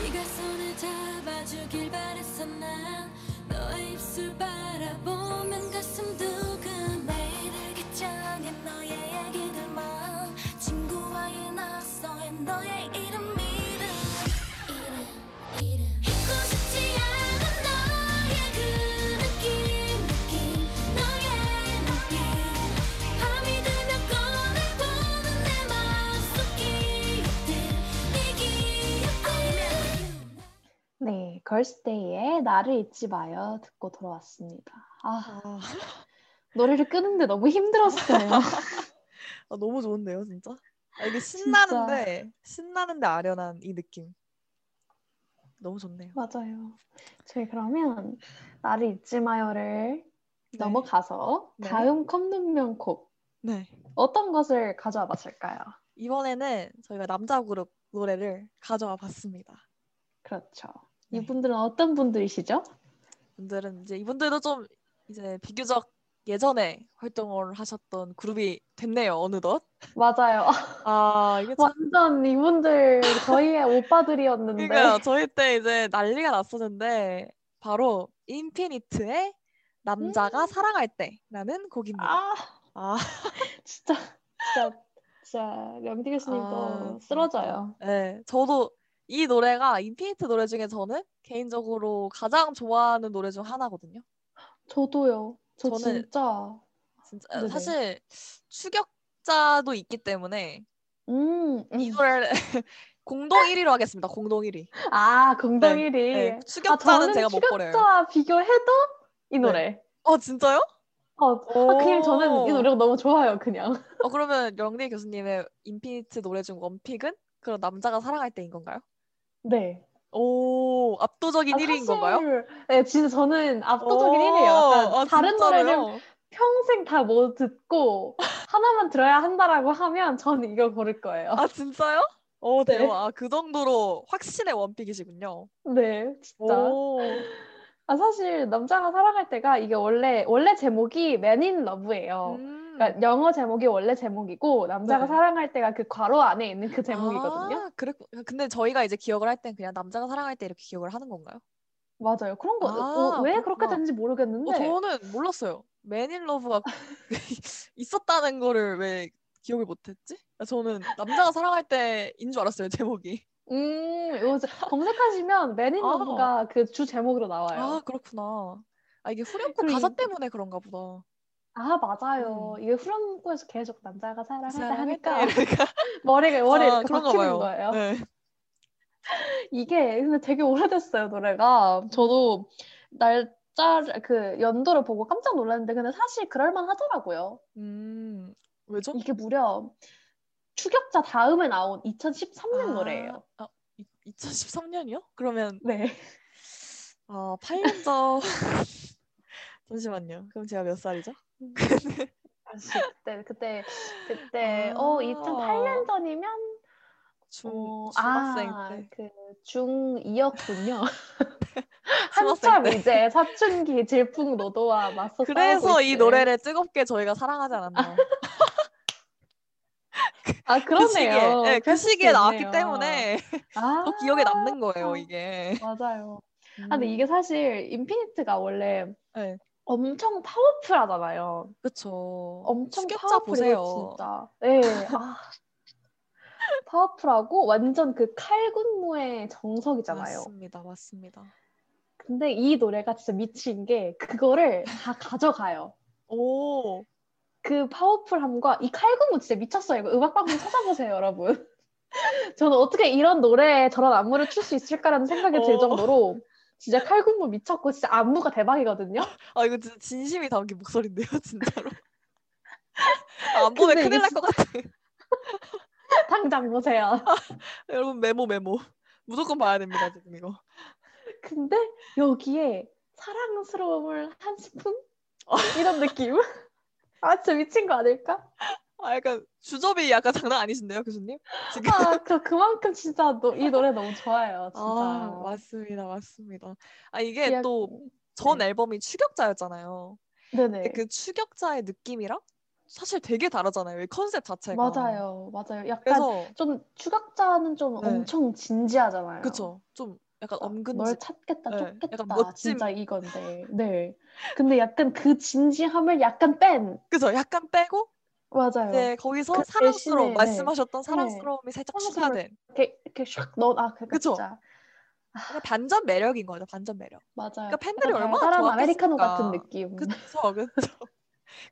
S3: 네가 손을 잡아주길 바랬어 난 너의 입술 바라보면 가슴 두근 매일 알기 전에 너의 얘기들만 친구와의 낯서의 너의 이름 이름 이름 이름 잊고 싶지 않은 너의 그 느낌 느낌 너의 느낌 밤이 들면 꺼내 보는 내 맘속 기억들 네 기억 I love you
S1: 네, 걸스데이의 나를 잊지 마요 듣고 돌아왔습니다. 아,
S2: 아,
S1: 노래를 끄는데 너무 힘들었어요.
S2: 네. 아, 너무 좋은데요, 진짜. 아, 이게 신나는데 신나는데 아련한 이 느낌. 너무 좋네요.
S1: 맞아요. 저희 그러면 나를 잊지 마요를
S2: 네.
S1: 넘어가서
S2: 네.
S1: 다음 컵눈면 곡
S2: 네.
S1: 어떤 것을 가져와 봤을까요?
S2: 이번에는 저희가 남자 그룹 노래를 가져와 봤습니다.
S1: 그렇죠.
S2: 네.
S1: 이분들은 어떤 분들이시죠?
S2: 분들은 이제 이분들도 좀 이제 비교적 예전에 활동을 하셨던 그룹이 됐네요, 어느덧.
S1: 맞아요.
S2: 아, 이게 참
S1: 완전 이분들 저희의 오빠들이었는데
S2: 그러니까 저희 때 이제 난리가 났었는데 바로 인피니트의 남자가 사랑할 때라는 곡입니다.
S1: 음. 아
S2: 아,
S1: 진짜 진짜 진짜 명디 교수님도
S2: 아,
S1: 쓰러져요.
S2: 네, 저도 이 노래가 인피니트 노래 중에 저는 개인적으로 가장 좋아하는 노래 중 하나거든요.
S1: 저도요. 저
S2: 저는-
S1: 진짜
S2: 진짜
S1: 네네.
S2: 사실 추격자도 있기 때문에
S1: 음,
S2: 이 노래를 공동 1위로 하겠습니다. 공동 1위.
S1: 아 공동
S2: 네,
S1: 1위.
S2: 네,
S1: 아
S2: 추격자는
S1: 저는
S2: 제가 못 버려요.
S1: 추격자와 비교해도 이 노래.
S2: 어 진짜요?
S1: 어, 아, 그냥 저는 이
S2: 오.
S1: 노래가 너무 좋아요, 그냥.
S2: 어 그러면 영리 교수님의 인피니트 노래 중 원픽은 그런 남자가 사랑할 때인 건가요?
S1: 네.
S2: 오 압도적인
S1: 아,
S2: 1위인
S1: 사실-
S2: 건가요?
S1: 네, 진짜 저는 압도적인
S2: 오,
S1: 1위예요. 약간
S2: 아,
S1: 다른 노래를
S2: 진짜로요?
S1: 평생 다 못 듣고 하나만 들어야 한다라고 하면 저는 이걸 고를 거예요.
S2: 아 진짜요? 오
S1: 네.
S2: 대박. 아, 그 정도로 확신의 원픽이시군요.
S1: 네, 진짜.
S2: 오.
S1: 아, 사실 남자가 사랑할 때가 이게 원래 원래 제목이 Man in Love예요.
S2: 음.
S1: 그러니까 영어 제목이 원래 제목이고 남자가
S2: 네.
S1: 사랑할 때가 그 괄호 안에 있는 그 제목이거든요.
S2: 아, 그래. 근데 저희가 이제 기억을 할 땐 그냥 남자가 사랑할 때 이렇게 기억을 하는 건가요?
S1: 맞아요. 그런 거
S2: 아,
S1: 어, 왜
S2: 그렇구나.
S1: 그렇게 됐는지 모르겠는데
S2: 어, 저는 몰랐어요. 맨인러브가 있었다는 거를 왜 기억을 못했지? 아, 저는 남자가 사랑할 때인 줄 알았어요 제목이.
S1: 음, 요새 검색하시면 Man in
S2: 아.
S1: Love가 그 주 제목으로 나와요.
S2: 아 그렇구나. 아 이게 후렴구
S1: 그리고
S2: 가사
S1: 이-
S2: 때문에 그런가 보다.
S1: 아, 맞아요. 이게 후렴구에서 계속 남자가 사랑할 때
S2: 음. 사랑할 때
S1: 하니까
S2: 이러니까.
S1: 머리가 머리
S2: 아,
S1: 이렇게
S2: 그런가
S1: 박히는
S2: 봐요.
S1: 거예요.
S2: 네.
S1: 이게 근데 되게 오래됐어요, 노래가. 저도 날짜를 그 연도를 보고 깜짝 놀랐는데 근데 사실 그럴 만 하더라고요.
S2: 음, 왜죠?
S1: 이게 무려 추격자 다음에 나온 2013년
S2: 아,
S1: 노래예요.
S2: 아, 2013년이요? 그러면
S1: 네.
S2: 아, 8년 전. 잠시만요. 그럼 제가 몇 살이죠?
S1: 10대 아, 그때 그때
S2: 아.
S1: 어 2008년 전이면
S2: 중
S1: 어,
S2: 중학생
S1: 아,
S2: 때.
S1: 그 중2였군요.
S2: 중학생
S1: 한참
S2: 때.
S1: 이제 사춘기 질풍노도와 맞서
S2: 그래서
S1: 싸우고
S2: 이
S1: 있을.
S2: 노래를 뜨겁게 저희가 사랑하지 않았나.
S1: 아
S2: 그 시기에,
S1: 그러네요.
S2: 네, 그
S1: 그럴 수도
S2: 시기에 나왔기
S1: 있네요.
S2: 때문에
S1: 아
S2: 더 기억에 남는 거예요, 이게.
S1: 맞아요. 아 근데 이게 사실 인피니트가 원래
S2: 네.
S1: 엄청 파워풀하잖아요.
S2: 그쵸.
S1: 엄청
S2: 추격자
S1: 파워풀이고
S2: 보세요.
S1: 진짜. 네. 아. 파워풀하고 완전 그 칼군무의 정석이잖아요.
S2: 맞습니다, 맞습니다.
S1: 근데 이 노래가 진짜 미친 게 그거를 다 가져가요.
S2: 오,
S1: 그 파워풀함과 이 칼군무 진짜 미쳤어요. 이거 음악 방송 찾아보세요, 여러분. 저는 어떻게 이런 노래에 저런 안무를 출 수 있을까라는 생각이
S2: 어.
S1: 들 정도로 진짜 칼군무 미쳤고 진짜 안무가 대박이거든요.
S2: 아 이거 진짜 진심이 담긴 목소리인데요, 진짜로. 아, 안 보면
S1: 근데
S2: 큰일
S1: 이게
S2: 날 것 같아.
S1: 당장 보세요.
S2: 여러분 메모 메모. 무조건 봐야 됩니다, 지금 이거.
S1: 근데 여기에 사랑스러움을 한 스푼?
S2: 어.
S1: 이런 느낌? 아, 진짜 미친 거 아닐까?
S2: 아 약간 주접이 약간 장난 아니신데요, 교수님? 지금.
S1: 아, 그, 그만큼 진짜 노- 이 노래 너무 좋아요, 진짜.
S2: 아, 맞습니다, 맞습니다. 아 이게
S1: 기약-
S2: 또 전
S1: 네.
S2: 앨범이 추격자였잖아요.
S1: 네네.
S2: 근데 그 추격자의 느낌이랑 사실 되게 다르잖아요. 이 컨셉 자체가.
S1: 맞아요, 맞아요. 약간
S2: 그래서
S1: 좀 추격자는 좀
S2: 네.
S1: 엄청 진지하잖아요.
S2: 그쵸. 좀 약간
S1: 어,
S2: 엄근지.
S1: 널 찾겠다,
S2: 네,
S1: 쫓겠다,
S2: 약간 멋짐.
S1: 진짜 이건데. 네. 근데 약간 그 진지함을 약간 뺀.
S2: 그죠. 약간 빼고
S1: 맞아요.
S2: 이제 거기서
S1: 그 대신에,
S2: 사랑스러움
S1: 네.
S2: 말씀하셨던 사랑스러움이 살짝
S1: 사랑스러움.
S2: 추가된.
S1: 이렇게 이렇게 샥 넣어. 아, 그러니까
S2: 그쵸?
S1: 진짜
S2: 그냥 아, 반전 매력인 거죠. 반전 매력.
S1: 맞아요.
S2: 그러니까 팬들이
S1: 약간
S2: 얼마나
S1: 달달한 아메리카노
S2: 좋아했을까.
S1: 같은 느낌.
S2: 그쵸, 그쵸.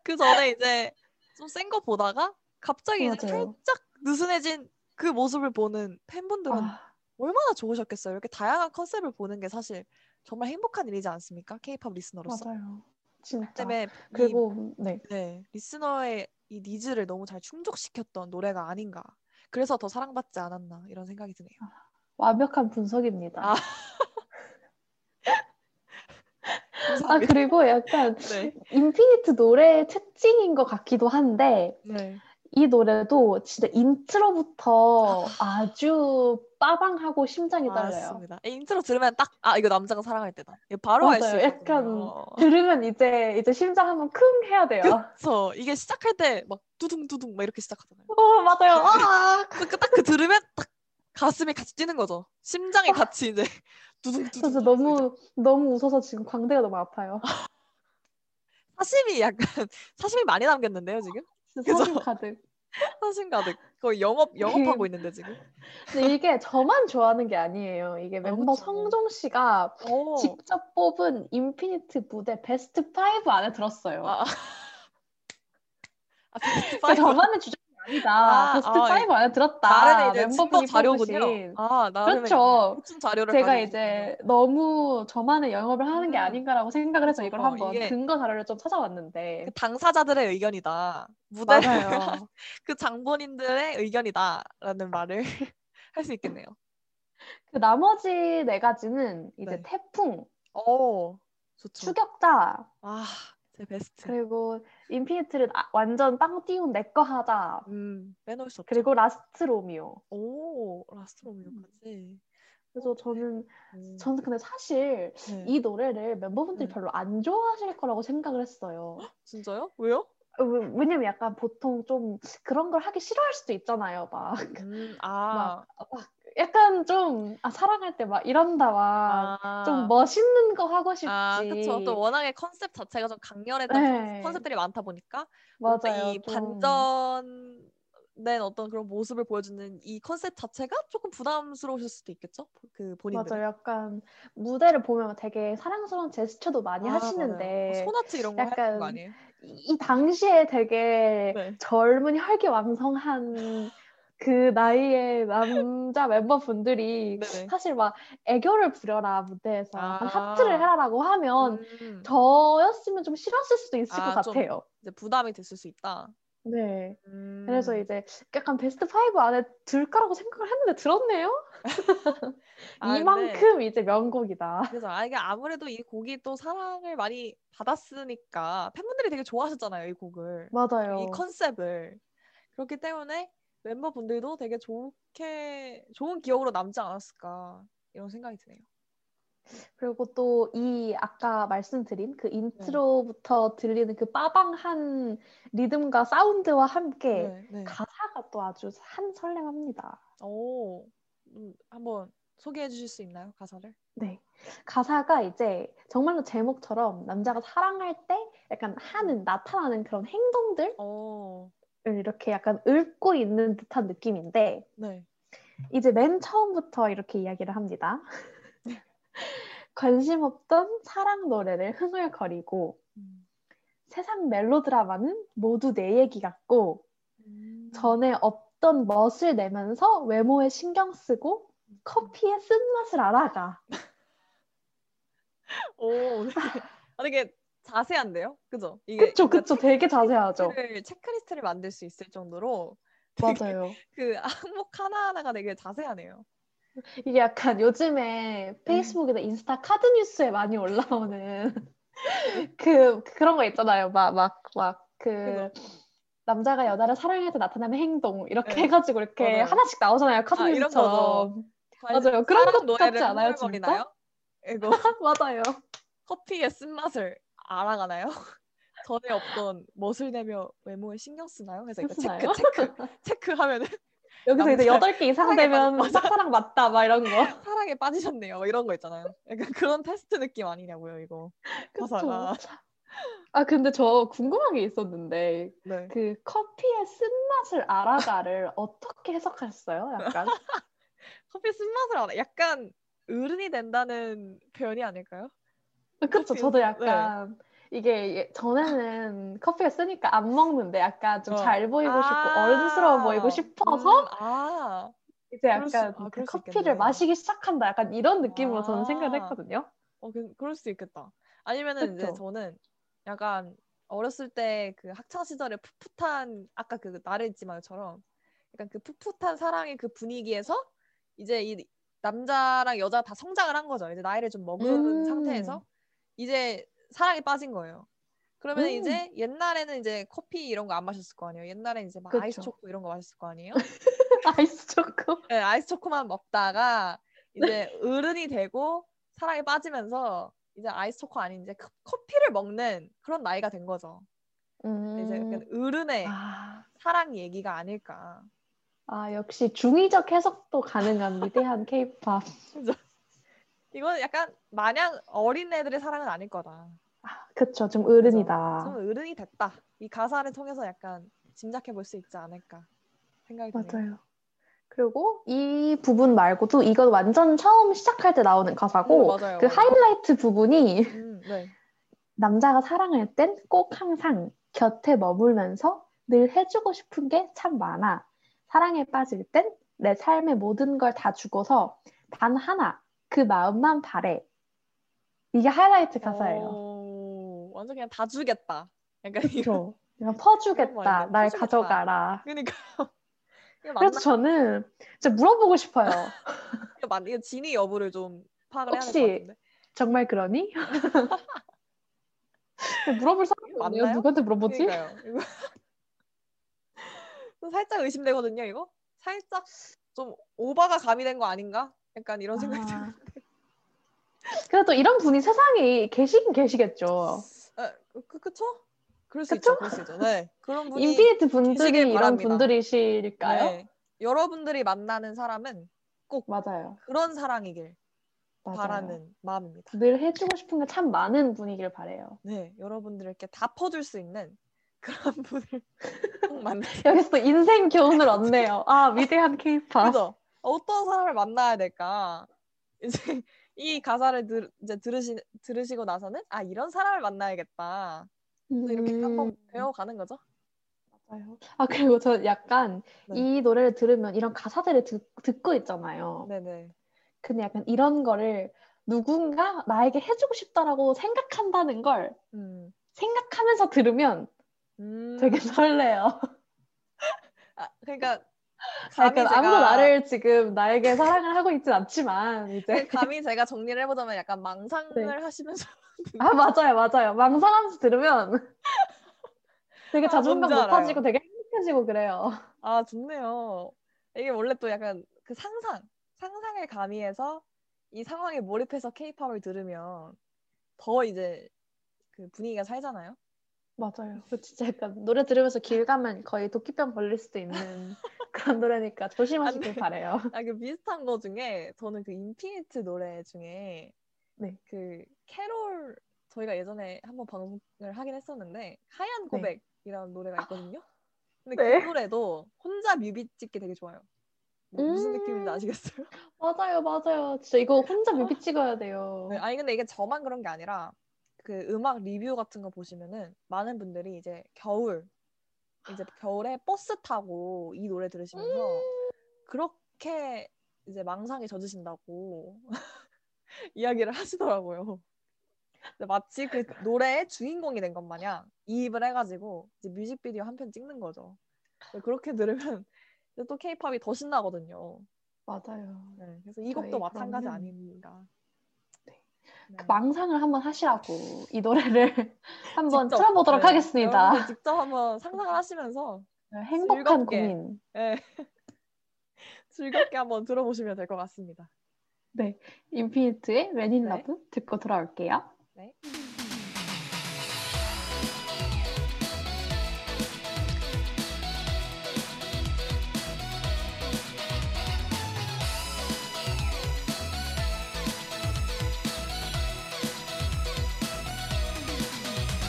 S2: 그 전에 이제 좀 센 거 보다가 갑자기 이제
S1: 맞아요.
S2: 살짝 느슨해진 그 모습을 보는 팬분들은
S1: 아,
S2: 얼마나 좋으셨겠어요. 이렇게 다양한 컨셉을 보는 게 사실 정말 행복한 일이지 않습니까? K-pop 리스너로서. 그
S1: 맞아요. 진짜.
S2: 때문에 이,
S1: 그리고 네.
S2: 네, 리스너의 이 니즈를 너무 잘 충족시켰던 노래가 아닌가. 그래서 더 사랑받지 않았나 이런 생각이 드네요.
S1: 아, 완벽한 분석입니다.
S2: 아,
S1: 아,
S2: 감사합니다.
S1: 아, 그리고 약간
S2: 네.
S1: 인피니트 노래의 특징인 것 같기도 한데
S2: 네.
S1: 이 노래도 진짜 인트로부터 아주 빠방하고 심장이 떨려요.
S2: 아. 맞습니다. 이 인트로 들으면 딱 아 이거 남자가 사랑할 때다. 이거 바로 알 수
S1: 맞아요.
S2: 있거든요.
S1: 약간 들으면 이제 이제 심장 한번 쿵 해야 돼요.
S2: 그쵸. 이게 시작할 때 막 두둥두둥 막 이렇게 시작하잖아요.
S1: 어, 맞아요.
S2: 그
S1: 아,
S2: 딱그 들으면 딱 가슴이 같이 뛰는 거죠. 심장이 같이 이제 두둥두둥.
S1: 그래서 너무 너무 웃어서 지금 광대가 너무 아파요.
S2: 사심이 약간 사심이 많이 남겼는데요 지금?
S1: 진짜
S2: 그죠?
S1: 사심 가득.
S2: 사심 가득. 거의 영업
S1: 음.
S2: 영업하고 있는데 지금.
S1: 근데 이게 저만 좋아하는 게 아니에요. 이게 멤버
S2: 어, 그쵸. 어.
S1: 성종 씨가
S2: 오.
S1: 직접 뽑은 인피니트 무대 베스트 5 안에 들었어요.
S2: 아, 아 베스트
S1: 그러니까
S2: 5.
S1: 저만의 주장이 아니다.
S2: 아,
S1: 베스트
S2: 아,
S1: 5 안에 들었다.
S2: 나름의 이제
S1: 아, 멤버분이
S2: 증거 자료군요.
S1: 뽑으신.
S2: 아 나름의
S1: 그렇죠.
S2: 보충 자료를
S1: 제가
S2: 가지고
S1: 이제 너무 저만의 영업을 하는 게
S2: 음.
S1: 아닌가라고 생각을 해서 이걸
S2: 어,
S1: 한번
S2: 이게-
S1: 근거 자료를 좀
S2: 그
S1: 찾아봤는데
S2: 당사자들의 의견이다. 무대
S1: 맞아요.
S2: 그 장본인들의 의견이다라는 말을 할 수 있겠네요.
S1: 그 나머지 네 가지는 이제
S2: 네.
S1: 태풍,
S2: 오 좋죠.
S1: 추격자,
S2: 아, 제 베스트.
S1: 그리고 인피니트를 아- 완전 빵 띄운 내 거 하다.
S2: 음, 빼놓을 수 없죠.
S1: 그리고 라스트 로미오.
S2: 오, 라스트
S1: 음,
S2: 로미오까지.
S1: 그래서 저는
S2: 음,
S1: 저는 근데 사실
S2: 네.
S1: 이 노래를 멤버분들이
S2: 네.
S1: 별로 안 좋아하실 거라고 생각을 했어요.
S2: 진짜요? 왜요?
S1: 어, 왜- 왜냐면 약간 보통 좀 그런 걸 하기 싫어할 수도 있잖아요. 막,
S2: 음, 아,
S1: 막 약간 좀 아, 사랑할 때 막 이런다 막.
S2: 아,
S1: 좀뭐 멋있는 거 하고 싶지.
S2: 아, 그쵸. 또 워낙에 컨셉 자체가 좀 강렬했던
S1: 네.
S2: 컨셉들이 많다 보니까 뭔가
S1: 맞아요.
S2: 이
S1: 좀.
S2: 반전된 어떤 그런 모습을 보여주는 이 컨셉 자체가 조금 부담스러우실 수도 있겠죠? 그 본인들.
S1: 맞아요. 약간 무대를 보면 되게 사랑스러운 제스처도 많이 하시는데
S2: 아, 뭐 소나트 이런 거 약간... 하는 거
S1: 약간
S2: 아니에요?
S1: 네. 이, 이 당시에 되게
S2: 네.
S1: 젊은 혈기왕성한 그 나이에 남자 멤버분들이
S2: 네네.
S1: 사실 막 애교를 부려라 무대에서 약간
S2: 아.
S1: 하트를 해라라고 하면
S2: 음,
S1: 저였으면 좀 싫었을 수도 있을
S2: 아,
S1: 것
S2: 좀.
S1: 같아요.
S2: 이제 부담이 됐을 수 있다.
S1: 네.
S2: 음.
S1: 그래서 이제 약간 베스트 5 안에 들 거라고 생각을 했는데 들었네요.
S2: 아, 근데
S1: 이만큼 이제 명곡이다.
S2: 그래서 아 이게 아무래도 이 곡이 또 사랑을 많이 받았으니까 팬분들이 되게 좋아하셨잖아요 이 곡을
S1: 맞아요.
S2: 이 컨셉을 그렇기 때문에 멤버분들도 되게 좋게 좋은 기억으로 남지 않았을까 이런 생각이 드네요.
S1: 그리고 또 이 아까 말씀드린
S2: 네.
S1: 그 인트로부터 들리는 그 빠방한 리듬과 사운드와 함께
S2: 네, 네.
S1: 가사가 또 아주 한설렘합니다.
S2: 오, 음, 한번 소개해 주실 수 있나요 가사를?
S1: 네. 가사가 이제 정말로 제목처럼 남자가 사랑할 때 약간 하는, 나타나는 그런 행동들을
S2: 오,
S1: 이렇게 약간 읊고 있는 듯한 느낌인데,
S2: 네.
S1: 이제 맨 처음부터 이렇게 이야기를 합니다. 관심 없던 사랑 노래를 흥얼거리고,
S2: 음.
S1: 세상 멜로드라마는 모두 내 얘기 같고, 음. 전에 없던 멋을 내면서 외모에 신경 쓰고, 커피의 쓴맛을 알아가.
S2: 오, 되게, 아, 되게 자세한데요? 그죠? 이게
S1: 그쵸,
S2: 뭔가
S1: 그쵸. 되게 네. 자세하죠.
S2: 체크리스트를, 체크리스트를 만들 수 있을 정도로
S1: 맞아요.
S2: 그 항목 하나하나가 되게 자세하네요.
S1: 이게 약간 요즘에 페이스북이나 인스타 카드 뉴스에 많이 올라오는 그 그런 거 있잖아요. 막 막 막 그 남자가 여자를 사랑해서 나타나는 행동 이렇게
S2: 네.
S1: 해가지고 이렇게
S2: 맞아요.
S1: 하나씩 나오잖아요. 카드
S2: 아, 이런
S1: 뉴스처럼
S2: 과연
S1: 맞아요. 그런
S2: 사랑
S1: 것
S2: 노예를
S1: 같지 않아요,
S2: 흥얼거리나요? 이거
S1: 맞아요.
S2: 커피의 쓴맛을 알아가나요? 전에 없던 멋을 내며 외모에 신경 쓰나요? 그래서 이거 체크
S1: 쓰나요?
S2: 체크 체크하면은
S1: 여기서 이제
S2: 남자-
S1: 여덟 개 이상 되면
S2: 맞아.
S1: 짝사랑 맞다 막 이런 거.
S2: 사랑에 빠지셨네요. 막 이런 거 있잖아요. 약간 그런 테스트 느낌 아니냐고요, 이거.
S1: 그쵸.
S2: 가사가.
S1: 아 근데 저 궁금한 게 있었는데
S2: 네.
S1: 그 커피의 쓴맛을 알아가를 어떻게 해석하셨어요? 약간
S2: 커피 쓴맛을 알아. 약간 어른이 된다는 표현이 아닐까요?
S1: 그렇죠.
S2: 커피.
S1: 저도 약간 이게 예- 전에는 커피를 쓰니까 안 먹는데 약간
S2: 어.
S1: 좀 잘 보이고 싶고 어른스러워 보이고 싶어서
S2: 음, 아,
S1: 이제
S2: 그럴
S1: 약간
S2: 수- 아,
S1: 그
S2: 그럴 수
S1: 커피를
S2: 있겠네.
S1: 마시기 시작한다. 약간 이런 느낌으로 저는 생각을
S2: 아.
S1: 했거든요.
S2: 어, 그, 그럴 수 있겠다. 아니면은 이제
S1: 그쵸?
S2: 저는 약간 어렸을 때 그 학창 시절에 풋풋한 아까 그 나르지마처럼 약간 그 풋풋한 사랑의 그 분위기에서 이제 이 남자랑 여자 다 성장을 한 거죠. 이제 나이를 좀 먹은
S1: 음.
S2: 상태에서 이제 사랑에 빠진 거예요. 그러면
S1: 음.
S2: 이제 옛날에는 이제 커피 이런 거 안 마셨을 거 아니에요. 옛날에 이제 막
S1: 그쵸.
S2: 아이스 초코 이런 거 마셨을 거 아니에요.
S1: 아이스 초코.
S2: 네, 아이스 초코만 먹다가
S1: 네.
S2: 이제 어른이 되고 사랑에 빠지면서 이제 아이스 초코 아닌 이제 컵- 커피를 먹는 그런 나이가 된 거죠. 네, 이제 약간 네. 어른의
S1: 음. 아,
S2: 사랑 얘기가 아닐까.
S1: 아, 역시 중의적 해석도 가능한 위대한 케이팝.
S2: 이건 약간 마냥 어린 애들의 사랑은 아닐 거다.
S1: 그쵸. 좀 어른이다.
S2: 저는 어른이 됐다. 이 가사를 통해서 약간 짐작해 볼 수 있지 않을까 생각이 드네요.
S1: 맞아요. 그리고 이 부분 말고도 이건 완전 처음 시작할 때 나오는 가사고
S2: 음, 맞아요.
S1: 그
S2: 맞아요.
S1: 하이라이트 부분이
S2: 음, 네.
S1: 남자가 사랑할 땐 꼭 항상 곁에 머물면서 늘 해주고 싶은 게 참 많아. 사랑에 빠질 땐 내 삶의 모든 걸 다 주고서 단 하나, 그 마음만 바래. 이게 하이라이트 가사예요.
S2: 어. 오, 완전 그냥 다 주겠다. 약간 이거.
S1: 그렇죠. 그냥 퍼주겠다,
S2: 말이네.
S1: 날
S2: 퍼주겠다.
S1: 가져가라.
S2: 그러니까 이거 맞나?
S1: 그래서 저는 진짜 물어보고 싶어요.
S2: 이거 맞 이거 진위 여부를 좀 파악을 해야 될 것
S1: 혹시
S2: 같은데.
S1: 정말 그러니? 물어볼 사람이
S2: 이거
S1: 없네요.
S2: 맞나요?
S1: 누구한테 물어보지?
S2: 그러니까요. 이거 좀 살짝 의심되거든요. 이거 살짝 좀 오바가 가미된 거 아닌가? 약간 이런 생각이
S1: 아.
S2: 들어요.
S1: 그래도 이런 분이 세상에 계시긴 계시겠죠.
S2: 아, 그 그쵸? 그럴 수
S1: 그쵸?
S2: 있죠. 그럴 수 있죠. 네. 그런 분이
S1: 인피니트 분들이
S2: 계시길
S1: 이런
S2: 바랍니다.
S1: 분들이실까요?
S2: 네. 여러분들이 만나는 사람은
S1: 맞아요.
S2: 그런 사랑이길
S1: 맞아요.
S2: 바라는 마음입니다.
S1: 늘 해주고 싶은 게 참 많은 분이길 바래요.
S2: 네, 여러분들께 다 퍼줄 수 있는 그런 분을 꼭 만나서
S1: 여기서 또 인생 교훈을 얻네요. 아 위대한 케이팝.
S2: 그죠? 어떤 사람을 만나야 될까? 이제 이 가사를 들, 이제 들으시, 들으시고
S1: 음.
S2: 나서는 아 이런 사람을 만나야겠다. 또 이렇게 한번 배워가는 거죠. 맞아요.
S1: 아, 그리고 저 약간
S2: 네.
S1: 이 노래를 들으면 이런 가사들을 듣, 듣고 있잖아요.
S2: 네네.
S1: 근데 약간 이런 거를 누군가 나에게 해주고 싶다라고 생각한다는 걸
S2: 음.
S1: 생각하면서 들으면
S2: 음.
S1: 되게 설레요.
S2: 아, 그러니까 감히
S1: 약간 그러니까 아무도
S2: 제가-
S1: 나를 지금 나에게 사랑을 하고 있진 않지만 이제
S2: 감히 제가 정리를 해보자면 약간 망상을
S1: 네.
S2: 하시면서
S1: 아 맞아요 맞아요 망상하면서 들으면 되게
S2: 아,
S1: 자존감
S2: 뭔지 알아요.
S1: 높아지고 되게 행복해지고 그래요.
S2: 아 좋네요. 이게 원래 또 약간 그 상상 상상을 가미해서 이 상황에 몰입해서 케이팝을 들으면 더 이제 그 분위기가 살잖아요.
S1: 맞아요. 그 진짜 약간 노래 들으면서 길 가면 거의 도끼병 걸릴 수도 있는 그런 노래니까 조심하시길
S2: 안 돼.
S1: 바래요.
S2: 아, 그 비슷한 거 중에 저는 그 인피니트 노래 중에
S1: 네.
S2: 그 캐롤 저희가 예전에 한번 방송을 하긴 했었는데 하얀 고백이라는 노래가 있거든요. 근데
S1: 네.
S2: 그 노래도 혼자 뮤비 찍기 되게 좋아요. 뭐 무슨
S1: 음.
S2: 느낌인지 아시겠어요?
S1: 맞아요 맞아요. 진짜 이거 혼자 뮤비 찍어야 돼요.
S2: 네, 아니 근데 이게 저만 그런 게 아니라 그 음악 리뷰 같은 거 보시면은 많은 분들이 이제 겨울 이제 겨울에 버스 타고 이 노래 들으시면서
S1: 음.
S2: 그렇게 이제 망상에 젖으신다고 이야기를 하시더라고요. 근데 마치 그 노래의 주인공이 된 것 마냥 이입을 해가지고 이제 뮤직비디오 한 편 찍는 거죠. 근데 그렇게 들으면 이제 또 케이팝이 더 신나거든요.
S1: 맞아요.
S2: 네, 그래서 이
S1: 저희
S2: 곡도 마찬가지
S1: 그러면-
S2: 아닌가.
S1: 네.
S2: 네.
S1: 그 망상을 한번 하시라고 이 노래를 한번
S2: 직접,
S1: 틀어보도록
S2: 네,
S1: 하겠습니다.
S2: 여러분들 직접 한번 상상을 하시면서
S1: 행복한
S2: 즐겁게.
S1: 고민.
S2: 예. 즐겁게 한번 들어보시면 될 것 같습니다.
S1: 인피니트의 When in
S2: 네.
S1: Love 듣고 돌아올게요.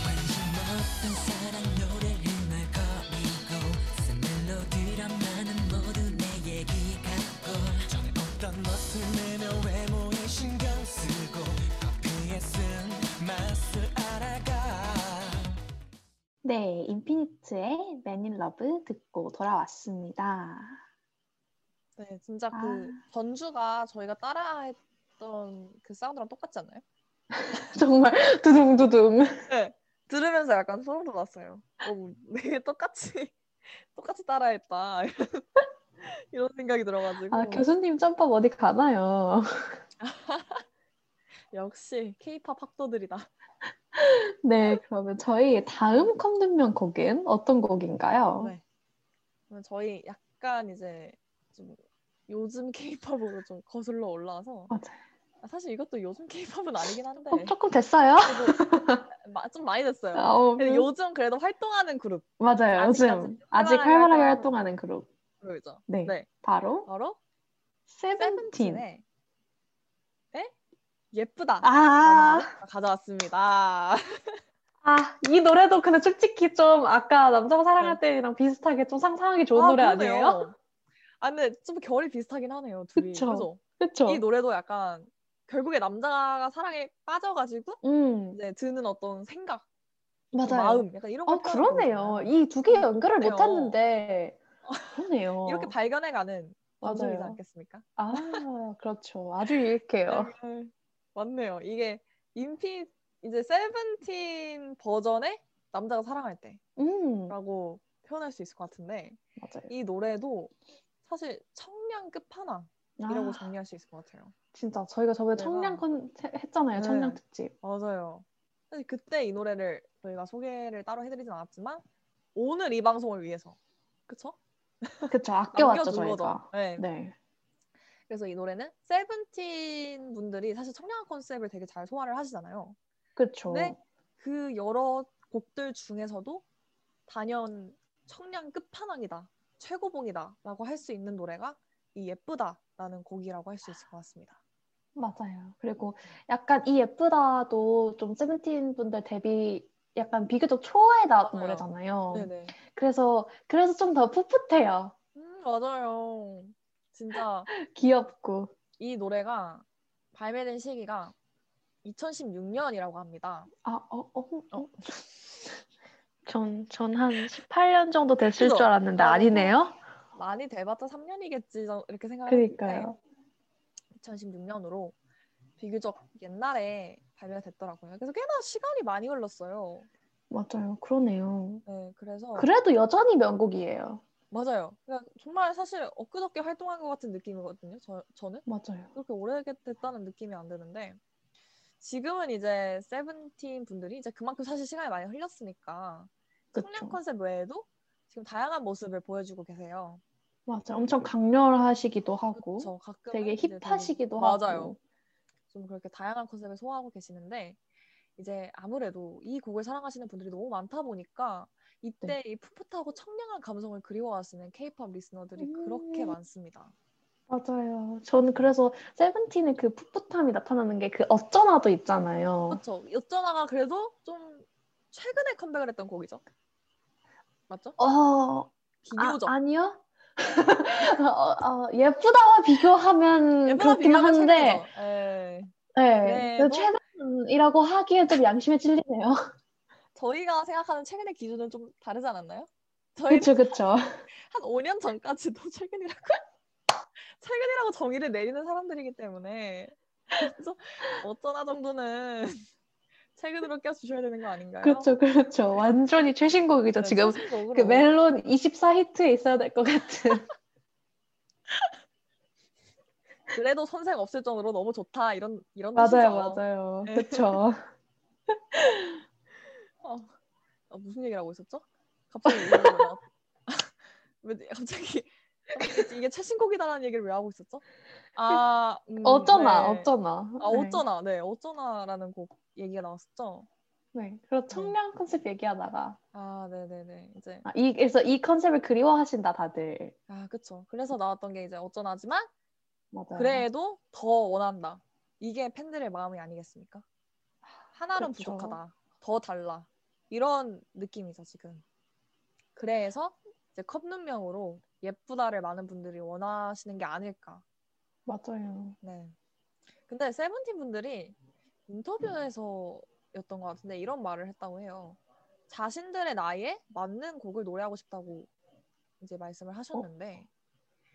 S3: 관심 없던 사랑 노래를 말 거리고 쓴 멜로디란 나는 모두 내 얘기 같고
S4: 전에 없던 멋을 내며 외모에 신경 쓰고 커피에 쓴 맛을 알아가
S1: 네, 인피니트의 Man in Love 듣고 돌아왔습니다.
S2: 네, 진짜 그
S1: 아.
S2: 전주가 저희가 따라했던 그 사운드랑 똑같지 않나요?
S1: 정말 두둥두둥.
S2: 들으면서 약간 소름 돋았어요. 너무 되게 똑같이 똑같이 따라했다 이런 생각이 들어가지고
S1: 아, 교수님 짬밥 어디 가나요?
S2: 역시 K-팝 학도들이다.
S1: 네, 그러면 저희 다음 컴등면 곡은 어떤 곡인가요?
S2: 네. 그러면 저희 약간 이제 좀 요즘 케이팝으로 좀 거슬러 올라와서
S1: 맞아요.
S2: 아, 사실 이것도 요즘 케이팝은 아니긴 한데
S1: 어, 조금 됐어요?
S2: 그래도 마- 좀 많이 됐어요.
S1: 어,
S2: 근데 네, 요즘 그래도 활동하는 그룹
S1: 맞아요. 요즘
S2: 아직까지
S1: 아직
S2: 활발하게
S1: 활발하게
S2: 활동하는-
S1: 활동하는 그룹.
S2: 그룹이죠.
S1: 네.
S2: 네.
S1: 바로
S2: 바로
S1: 세븐틴.
S2: 세븐틴의 네? 예쁘다.
S1: 아,
S2: 라는 노래 가져왔습니다.
S1: 아, 이 노래도 근데 솔직히 좀 아까 남자가 사랑할 때랑 비슷하게 좀 상상하기 좋은
S2: 네. 아,
S1: 노래
S2: 그러네요.
S1: 아니에요?
S2: 아 근데 좀 결이 비슷하긴 하네요. 둘이.
S1: 그쵸.
S2: 그죠?
S1: 그쵸?
S2: 이 노래도 약간 결국에 남자가 사랑에 빠져가지고
S1: 음,
S2: 이제 드는 어떤 생각
S1: 맞아요.
S2: 마음 약간 이런 거
S1: 아, 그러네요. 이 두 개 연결을 못
S2: 그러네요.
S1: 했는데. 그러네요.
S2: 이렇게 발견해가는 원숭이지
S1: 어. 맞아요.
S2: 않겠습니까?
S1: 아, 그렇죠. 아주 유익해요.
S2: 네, 맞네요. 이게 인피 이제 세븐틴 버전의 남자가 사랑할
S1: 음,
S2: 때라고 표현할 수 있을 것 같은데
S1: 맞아요.
S2: 이 노래도 사실 청량 끝판왕이라고
S1: 아,
S2: 정리할 수 있을 것 같아요.
S1: 진짜 저희가 저번에
S2: 내가-
S1: 청량 컨 했잖아요.
S2: 네.
S1: 청량 특집.
S2: 맞아요. 사실 그때 이 노래를 저희가 소개를 따로 해드리진 않았지만 오늘 이 방송을 위해서 그쵸?
S1: 그쵸. 아껴왔죠,
S2: 남겨둔 거죠.
S1: 저희가.
S2: 네,
S1: 네.
S2: 그래서 이 노래는 세븐틴 분들이 사실 청량 컨셉을 되게 잘 소화를 하시잖아요.
S1: 그쵸.
S2: 네. 그 여러 곡들 중에서도 단연 청량 끝판왕이다, 최고봉이다라고 할 수 있는 노래가 이 예쁘다라는 곡이라고 할 수 있을 것 같습니다.
S1: 맞아요. 그리고 약간 이 예쁘다도 좀 세븐틴 분들 데뷔 약간 비교적 초에 나왔던
S2: 맞아요.
S1: 노래잖아요.
S2: 네네.
S1: 그래서, 그래서 좀 더 풋풋해요.
S2: 음 맞아요. 진짜
S1: 귀엽고.
S2: 이 노래가 발매된 시기가 2016년이라고 합니다.
S1: 아, 어, 어, 어.
S2: 어.
S1: 전, 전 한 18년 정도 됐을
S2: 그죠?
S1: 줄 알았는데
S2: 어. 어.
S1: 아니네요.
S2: 많이 돼봤자 3년이겠지 이렇게 생각했는데
S1: 그러니까요.
S2: 2016년으로 비교적 옛날에 발매가 됐더라고요. 그래서 꽤나 시간이 많이 걸렸어요.
S1: 맞아요. 그러네요.
S2: 네, 그래서
S1: 그래도 여전히 명곡이에요.
S2: 맞아요. 그러니까 정말 사실 엊그저께 활동한 것 같은 느낌이거든요. 저, 저는
S1: 맞아요.
S2: 그렇게 오래됐다는 느낌이 안 드는데 지금은 이제 세븐틴 분들이 이제 그만큼 사실 시간이 많이 흘렸으니까
S1: 그쵸.
S2: 청량 컨셉 외에도 지금 다양한 모습을 보여주고 계세요.
S1: 맞아요. 엄청 강렬하시기도 하고
S2: 음. 그렇죠. 가끔
S1: 되게 힙하시기도
S2: 맞아요.
S1: 하고.
S2: 좀 그렇게 다양한 컨셉을 소화하고 계시는데 이제 아무래도 이 곡을 사랑하시는 분들이 너무 많다 보니까 이때
S1: 네.
S2: 이 풋풋하고 청량한 감성을 그리워하시는 케이팝 리스너들이
S1: 음.
S2: 그렇게 많습니다.
S1: 맞아요. 저는 그래서 세븐틴의 그 풋풋함이 나타나는 게 그 어쩌나도 있잖아요.
S2: 그렇죠. 어쩌나가 그래도 좀 최근에 컴백을 했던 곡이죠. 맞죠?
S1: 어,
S2: 비교적.
S1: 아, 아니요. 어, 어, 예쁘다와 비교하면
S2: 예쁘다
S1: 그렇긴
S2: 비교하면
S1: 한데,
S2: 최근이죠. 예. 네,
S1: 네,
S2: 뭐-
S1: 최근이라고 하기에 좀 양심에 찔리네요.
S2: 저희가 생각하는 최근의 기준은 좀 다르지 않았나요? 저희는
S1: 그렇죠, 그렇죠.
S2: 한 5년 전까지도 최근이라고 최근이라고 정의를 내리는 사람들이기 때문에 그래서 어쩌나 정도는 최근으로 껴주셔야 되는 거 아닌가요?
S1: 그렇죠, 그렇죠. 완전히 최신곡이죠.
S2: 네,
S1: 지금
S2: 최신곡으로.
S1: 그 멜론 24히트에 있어야 될 것 같은.
S2: 그래도 선생 없을 정도로 너무 좋다 이런 이런 뜻이죠.
S1: 맞아요, 맞아요.
S2: 네.
S1: 그렇죠.
S2: 아, 무슨 얘기를 하고 있었죠? 갑자기 이거 나- 왜 갑자기 갑자기 이게 최신곡이다라는 얘기를 왜 하고 있었죠? 아 음,
S1: 어쩌나,
S2: 네.
S1: 어쩌나.
S2: 아 어쩌나 네 어쩌나라는 곡 얘기가 나왔었죠.
S1: 네, 네. 그리고 청량 컨셉 얘기하다가
S2: 아 네네네 이제
S1: 아, 이 그래서 이 컨셉을 그리워하신다 다들.
S2: 아, 그쵸. 그래서 나왔던 게 이제 어쩌나지만,
S1: 맞아요.
S2: 그래도 더 원한다. 이게 팬들의 마음이 아니겠습니까? 하나는
S1: 그쵸.
S2: 부족하다. 더 달라. 이런 느낌이죠, 지금. 그래서 이제 컵눈명으로 예쁘다를 많은 분들이 원하시는 게 아닐까.
S1: 맞아요.
S2: 네. 근데 세븐틴 분들이 인터뷰에서였던 것 같은데 이런 말을 했다고 해요. 자신들의 나이에 맞는 곡을 노래하고 싶다고 이제 말씀을
S1: 어?
S2: 하셨는데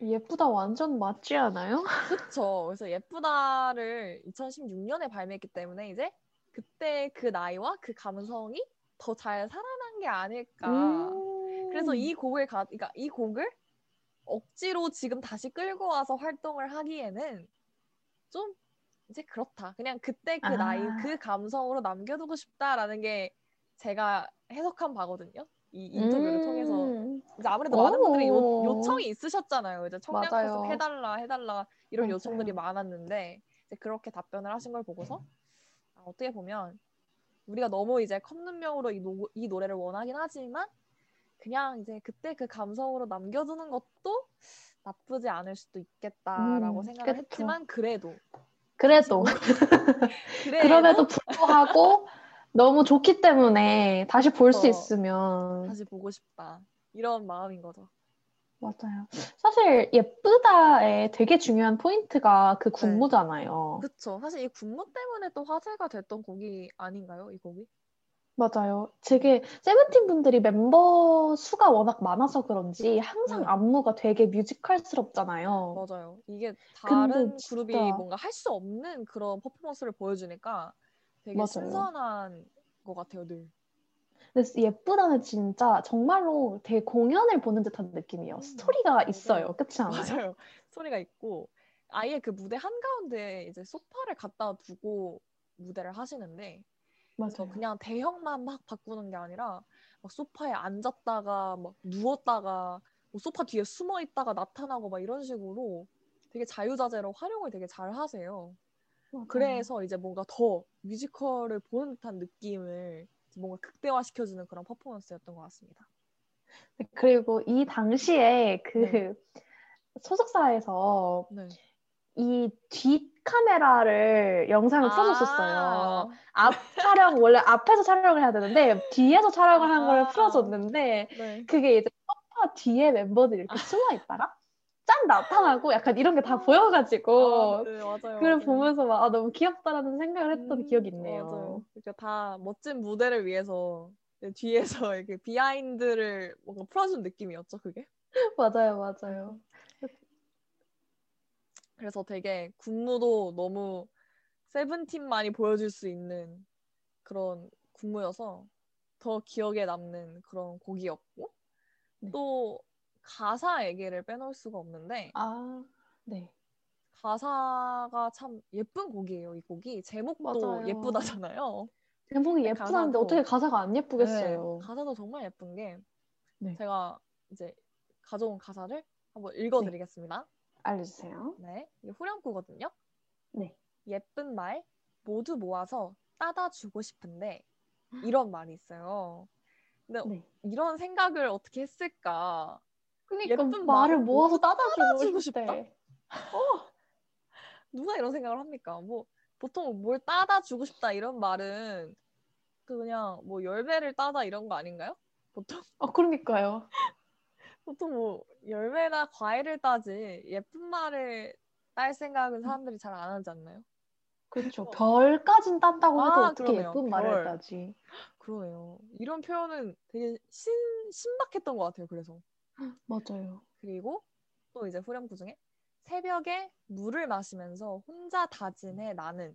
S1: 예쁘다 완전 맞지 않아요?
S2: 그쵸. 그래서 예쁘다를 2016년에 발매했기 때문에 이제 그때 그 나이와 그 감성이 더 잘 살아난 게 아닐까.
S1: 음.
S2: 그러니까. 그래서 이 곡을 가, 그러니까 이 곡을 억지로 지금 다시 끌고 와서 활동을 하기에는 좀 이제 그렇다. 그냥 그때 그
S1: 아.
S2: 나이, 그 감성으로 남겨두고 싶다라는 게 제가 해석한 바거든요. 이 인터뷰를
S1: 음.
S2: 통해서 이제 아무래도 많은
S1: 오.
S2: 분들이 요, 요청이 있으셨잖아요. 이제 청량
S1: 맞아요.
S2: 컨셉 해달라 해달라 이런
S1: 맞아요.
S2: 요청들이 많았는데 이제 그렇게 답변을 하신 걸 보고서 아, 어떻게 보면 우리가 너무 이제 컵눈명으로 이, 노, 이 노래를 원하긴 하지만 그냥 이제 그때 그 감성으로 남겨두는 것도 나쁘지 않을 수도 있겠다라고
S1: 음,
S2: 생각을
S1: 그쵸.
S2: 했지만 그래도
S1: 그래도
S2: 그래도
S1: 그럼에도 불구하고 너무 좋기 때문에 다시 볼 수
S2: 어.
S1: 있으면
S2: 다시 보고 싶다 이런 마음인 거죠.
S1: 맞아요. 사실 예쁘다의 되게 중요한 포인트가 그 군무잖아요.
S2: 네. 그쵸. 사실 이 군무 때문에 또 화제가 됐던 곡이 아닌가요? 이 곡이?
S1: 맞아요. 되게 세븐틴 분들이 멤버 수가 워낙 많아서 그런지 항상
S2: 네.
S1: 안무가 되게 뮤지컬스럽잖아요.
S2: 맞아요. 이게
S1: 근데
S2: 다른
S1: 진짜-
S2: 그룹이 뭔가 할 수 없는 그런 퍼포먼스를 보여주니까 되게
S1: 맞아요.
S2: 신선한 것 같아요, 늘.
S1: 근데 예쁘다는 진짜 정말로 되게 공연을 보는 듯한 느낌이에요.
S2: 음,
S1: 스토리가
S2: 맞아요.
S1: 있어요. 그렇지 않아요?
S2: 맞아요. 소리가 있고 아예 그 무대 한가운데 이제 소파를 갖다 두고 무대를 하시는데 그래서
S1: 맞아요.
S2: 그냥 대형만 막 바꾸는 게 아니라 막 소파에 앉았다가 막 누웠다가 뭐 소파 뒤에 숨어 있다가 나타나고 막 이런 식으로 되게 자유자재로 활용을 되게 잘 하세요.
S1: 맞아요. 음.
S2: 그래서 이제 뭔가 더 뮤지컬을 보는 듯한 느낌을 뭔가 극대화시켜주는 그런 퍼포먼스였던 것 같습니다.
S1: 그리고 이 당시에 그
S2: 네.
S1: 소속사에서
S2: 네.
S1: 이 뒷 카메라를
S2: 아.
S1: 영상을 풀어줬었어요. 앞 촬영 원래 앞에서 촬영을 해야 되는데 뒤에서 촬영을 한 걸
S2: 아.
S1: 풀어줬는데
S2: 네.
S1: 그게 이제 소파 뒤에 멤버들이
S2: 아.
S1: 이렇게 숨어 있다가 짠 나타나고 약간 이런 게 다 보여가지고
S2: 아, 네, 맞아요.
S1: 그걸
S2: 맞아요.
S1: 보면서 막 아, 너무 귀엽다라는 생각을 했던
S2: 음,
S1: 기억이 있네요.
S2: 맞아요. 그러니까 다 멋진 무대를 위해서 네, 뒤에서 이렇게 비하인드를 뭔가 풀어준 느낌이었죠, 그게.
S1: 맞아요, 맞아요.
S2: 그래서 되게 군무도 너무 세븐틴만이 보여줄 수 있는 그런 군무여서 더 기억에 남는 그런 곡이었고
S1: 네.
S2: 또 가사 얘기를 빼놓을 수가 없는데
S1: 아, 네.
S2: 가사가 참 예쁜 곡이에요 이 곡이 제목도
S1: 맞아요.
S2: 예쁘다잖아요
S1: 제목이
S2: 네,
S1: 예쁘다는데
S2: 가사도.
S1: 어떻게 가사가 안 예쁘겠어요.
S2: 네, 가사도 정말 예쁜 게
S1: 네.
S2: 제가 이제 가져온 가사를 한번 읽어드리겠습니다
S1: 알려주세요.
S2: 네, 이게 후렴구거든요.
S1: 네.
S2: 예쁜 말 모두 모아서 따다 주고 싶은데 이런 말이 있어요. 근데
S1: 네.
S2: 이런 생각을 어떻게 했을까?
S1: 그러니까
S2: 예쁜
S1: 말을
S2: 말을
S1: 모아서
S2: 모두
S1: 따다주고
S2: 따다주고
S1: 싶대.
S2: 싶다? 누가 이런 생각을 합니까? 뭐 보통 뭘 따다 주고 싶다 이런 말은 그냥 뭐 열매를 따다 이런 거 아닌가요? 보통
S1: 아, 그러니까요.
S2: 보통 뭐 열매나 과일을 따지 예쁜 말을 딸 생각은 사람들이 잘 안 하지 않나요?
S1: 그렇죠. 별까진 딴다고 해도
S2: 어. 아,
S1: 어떻게
S2: 그러네요.
S1: 예쁜
S2: 별.
S1: 말을 따지.
S2: 그러네요. 이런 표현은 되게 신, 신박했던 것 같아요. 그래서
S1: 맞아요.
S2: 그리고 또 이제 후렴구 중에 새벽에 물을 마시면서 혼자 다짐해 나는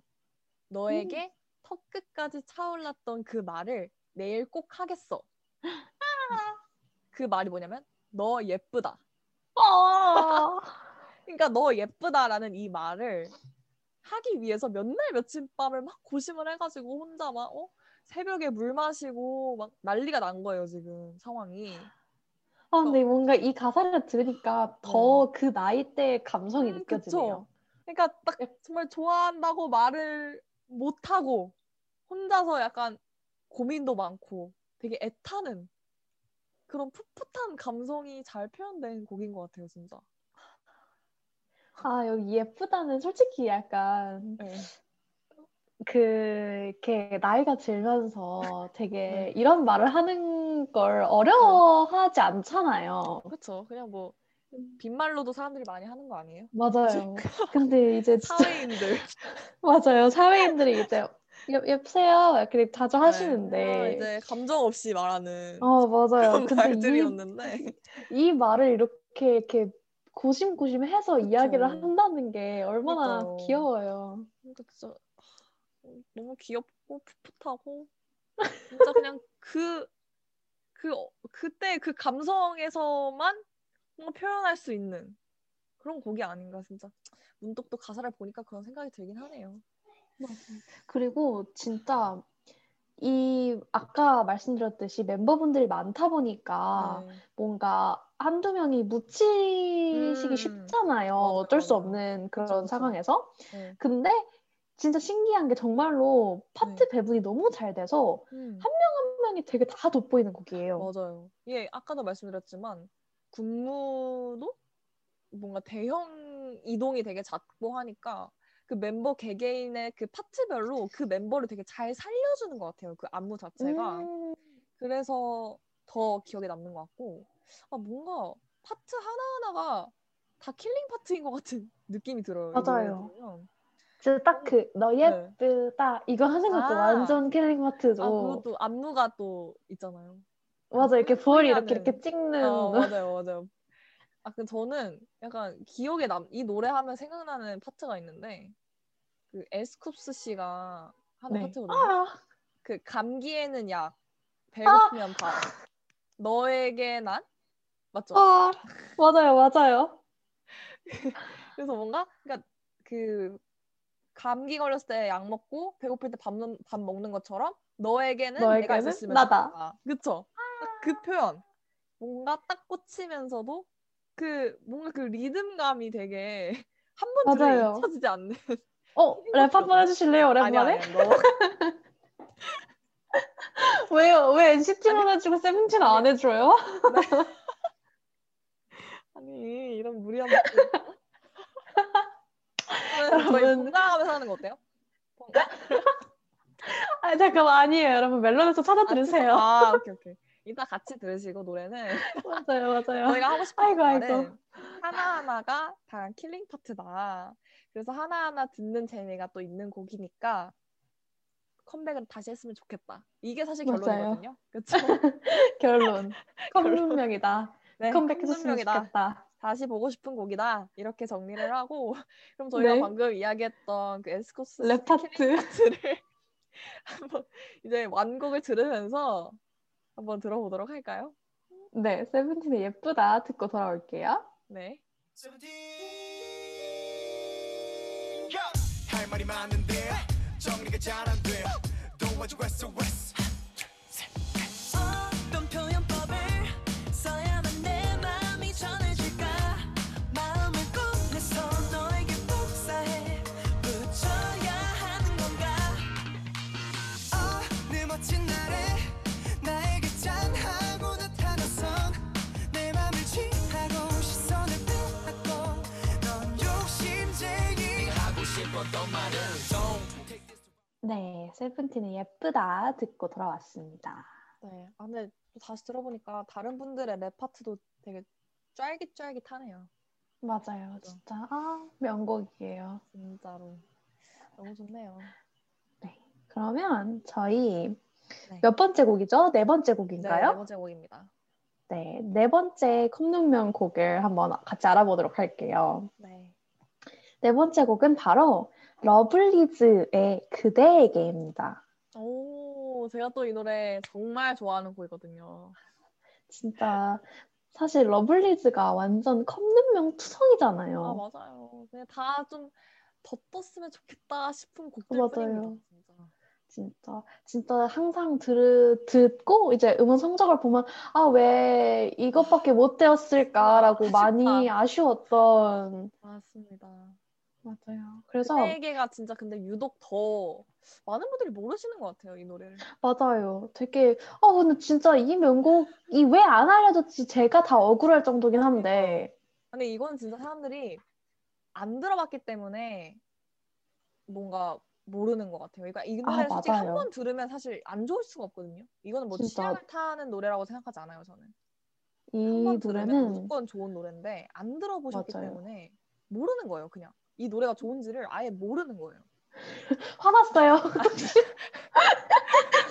S2: 너에게 턱 끝까지 차올랐던 그 말을 내일 꼭 하겠어. 아! 그 말이 뭐냐면 너 예쁘다.
S1: 아,
S2: 그러니까 너 예쁘다라는 이 말을 하기 위해서 몇 날 며칠 밤을 막 고심을 해가지고 혼자 막 어? 새벽에 물 마시고 막 난리가 난 거예요 지금 상황이.
S1: 아
S2: 어.
S1: 근데 뭔가 이 가사를 들으니까 더 그 나이 때의 감성이
S2: 음, 그쵸.
S1: 느껴지네요.
S2: 그러니까 딱 정말 좋아한다고 말을 못 하고 혼자서 약간 고민도 많고 되게 애타는 그런 풋풋한 감성이 잘 표현된 곡인 것 같아요 진짜.
S1: 아 여기 예쁘다는 솔직히 약간
S2: 네.
S1: 그 이렇게 나이가 들면서 되게
S2: 네.
S1: 이런 말을 하는 걸 어려워하지 않잖아요.
S2: 그렇죠. 그냥 뭐 빈말로도 사람들이 많이 하는 거 아니에요? 뭐
S1: 맞아요. 근데 이제
S2: 아,
S1: 진짜
S2: 사회인들.
S1: 맞아요. 사회인들이 이제 예, 예쁘세요. 그렇게 자주
S2: 아,
S1: 하시는데.
S2: 이제 감정 없이 말하는
S1: 어, 맞아요.
S2: 그런
S1: 근데 이,
S2: 네. 말들이었는데
S1: 이 말을 이렇게 이렇게 고심고심해서 이야기를
S2: 그쵸.
S1: 한다는 게 얼마나
S2: 그러니까요.
S1: 귀여워요.
S2: 근데 진짜 어, 너무 귀엽고 풋풋하고 진짜 그냥 그, 그 어, 그때 그 감성에서만 뭔가 표현할 수 있는 그런 곡이 아닌가 진짜 문득 또 가사를 보니까 그런 생각이 들긴 하네요.
S1: 그리고 진짜 이 아까 말씀드렸듯이 멤버분들이 많다 보니까
S2: 네.
S1: 뭔가 한두 명이 묻히시기
S2: 음.
S1: 쉽잖아요.
S2: 맞아요,
S1: 어쩔 수
S2: 맞아요.
S1: 없는 그런
S2: 그쵸, 그쵸.
S1: 상황에서.
S2: 네.
S1: 근데 진짜 신기한 게 정말로 파트 배분이 너무 잘 돼서
S2: 음.
S1: 한 명이 되게 다 돋보이는 곡이에요.
S2: 맞아요. 예, 아까도 말씀드렸지만 군무도 뭔가 대형 이동이 되게 작고 하니까 그 멤버 개개인의 그 파트별로 그 멤버를 되게 잘 살려주는 것 같아요. 그 안무 자체가.
S1: 음,
S2: 그래서 더 기억에 남는 것 같고 아, 뭔가 파트 하나하나가 다 킬링 파트인 것 같은 느낌이 들어요. 이 노래를
S1: 맞아요.
S2: 들으면.
S1: 진짜 딱 그 너
S2: 네.
S1: 예쁘다 이거 하는 것도
S2: 아.
S1: 완전 킬링
S2: 아,
S1: 파트죠.
S2: 그것도 안무가 또 있잖아요.
S1: 맞아 이렇게 볼이 이렇게
S2: 하는.
S1: 이렇게 찍는
S2: 아, 맞아요, 맞아요. 아, 그 저는 약간 기억에 남, 이 노래 하면 생각나는 파트가 있는데, 그 에스쿱스 씨가 하는
S1: 네.
S2: 파트거든요.
S1: 아,
S2: 그 감기에는 약, 배고프면 밥, 너에게 난? 맞죠?
S1: 아, 맞아요, 맞아요.
S2: 그래서 뭔가, 그러니까 그 감기 걸렸을 때 약 먹고, 배고플 때 밥 먹는 것처럼, 너에게는, 내가
S1: 너에게는
S2: 있었으면
S1: 나다.
S2: 좋겠다. 그쵸? 딱그 표현. 뭔가 딱 꽂히면서도 그 뭔가 그 리듬감이 되게 한 번
S1: 맞아요.
S2: 들으면 잊혀지지 않는
S1: 어, 랩 한번 해주실래요,
S2: 아니,
S1: 오랜만에?
S2: 아니, 아니, 너무-
S1: 왜요? 왜 NCT만 해주고 세븐틴 안 해줘요?
S2: 아니 이런 무리한 말씀. 그러면 저희
S1: 여러분.
S2: 본가하면서 하는 거 어때요?
S1: 아, 잠깐만, 아니에요. 여러분, 멜론에서 찾아
S2: 아,
S1: 들으세요.
S2: 아 오케이 오케이 이따 같이 들으시고 노래는
S1: 맞아요, 맞아요.
S2: 저희가 하고 싶은
S1: 아이고, 아이고.
S2: 말은 하나하나가 다 킬링 파트다. 그래서 하나하나 듣는 재미가 또 있는 곡이니까 컴백을 다시 했으면 좋겠다. 이게 사실
S1: 맞아요.
S2: 결론이거든요. 그렇죠?
S1: 결론.
S2: 결론.
S1: 컴문명이다.
S2: 네,
S1: 컴백했으면
S2: 컴백명이다.
S1: 좋겠다.
S2: 다시 보고 싶은 곡이다. 이렇게 정리를 하고 그럼 저희가
S1: 네.
S2: 방금 이야기했던 그 에스코스
S1: 랩 파트.
S2: 스트를 한번 이제 완곡을 들으면서 한번 들어보도록 할까요?
S1: 네, 세븐틴의 예쁘다 듣고 돌아올게요.
S2: 네.
S4: 세븐틴 할 말이 많은데 정리가 잘 안 돼. 도와주고 SOS.
S3: 어떤 표현법을 써야만 내 마음이 전해질까 마음을 꺼내서 너에게 복사해 붙여야 하는 건가
S4: 어느 멋진 날에 나에게 짠하고 나타나선 내 맘을 취하고 시선을 빼앗고 넌 욕심쟁이 하고 싶었던 말은 Don't take this
S1: 네, 세븐틴의 예쁘다 듣고 돌아왔습니다.
S2: 네. 아, 근데 또 다시 들어보니까 다른 분들의 랩 파트도 되게 쫄깃쫄깃하네요.
S1: 맞아요, 진짜 아, 명곡이에요.
S2: 진짜로. 너무 좋네요.
S1: 그러면 저희
S2: 네.
S1: 몇 번째 곡이죠? 네 번째
S2: 네, 네
S1: 곡인가요?
S2: 번째 곡입니다.
S1: 네, 네 번째 컵눈명 곡을 한번 같이 알아보도록 할게요.
S2: 네.
S1: 네 번째 곡은 바로 러블리즈의 그대에게입니다.
S2: 오, 제가 또 이 노래 정말 좋아하는 곡이거든요.
S1: 진짜 사실 러블리즈가 완전 컵눈명 투성이잖아요.
S2: 아, 맞아요. 그냥 다좀 덧떴으면 좋겠다 싶은 곡들
S1: 어, 맞아요.
S2: 뿐입니다. 진짜.
S1: 진짜 진짜 항상 들 듣고 이제 음원 성적을 보면 아 왜 이것밖에 못 되었을까라고
S2: 아쉽다.
S1: 많이 아쉬웠던
S2: 맞습니다.
S1: 맞아요. 그래서
S2: 세계가 진짜 근데 유독 더 많은 분들이 모르시는 것 같아요, 이 노래를.
S1: 맞아요. 되게 어 근데 진짜 이 명곡이 왜 안 알려졌지 제가 다 억울할 정도긴 한데
S2: 근데 이건 진짜 사람들이 안 들어봤기 때문에 뭔가 모르는 것 같아요. 그러니까 이 노래 솔직히 한
S1: 맞아요.
S2: 번 들으면 사실 안 좋을 수가 없거든요. 이거는 뭐
S1: 진짜.
S2: 취향을 타는 노래라고 생각하지 않아요, 저는. 한
S1: 이
S2: 번 들으면
S1: 노래는
S2: 무조건 좋은 노래인데 안 들어보셨기
S1: 맞아요.
S2: 때문에 모르는 거예요, 그냥. 이 노래가 좋은지를 아예 모르는 거예요.
S1: 화났어요. 네.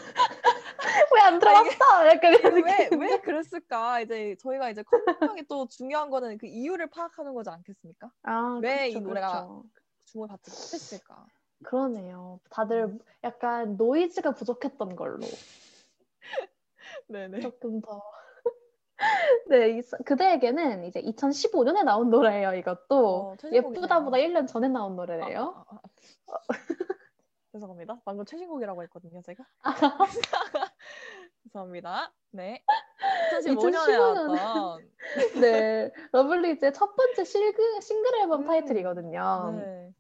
S1: 왜 안 들어갔어? 약간 아, 이런
S2: 왜,
S1: 느낌.
S2: 왜 그랬을까? 이제 저희가 이제 컴백이 또 중요한 거는 그 이유를 파악하는 거지 않겠습니까?
S1: 아,
S2: 왜이
S1: 그쵸,
S2: 노래가
S1: 그쵸.
S2: 주목을 받지 못했을까?
S1: 그러네요. 다들 약간 노이즈가 부족했던 걸로
S2: 네네.
S1: 조금 더. 네, 이 서- 그대에게는 이제 2015년에 나온 노래예요. 이것도
S2: 어, 최신곡이네요.
S1: 예쁘다보다 1년 전에 나온 노래래요.
S2: 아, 아, 아. 죄송합니다. 방금 최신곡이라고 했거든요, 제가.
S1: 아,
S2: 죄송합니다. 네. 2015년에
S1: 2015년에
S2: 나왔던
S1: 네, 러블리즈의 첫 번째 싱글, 싱글 앨범
S2: 음.
S1: 타이틀이거든요.
S2: 네,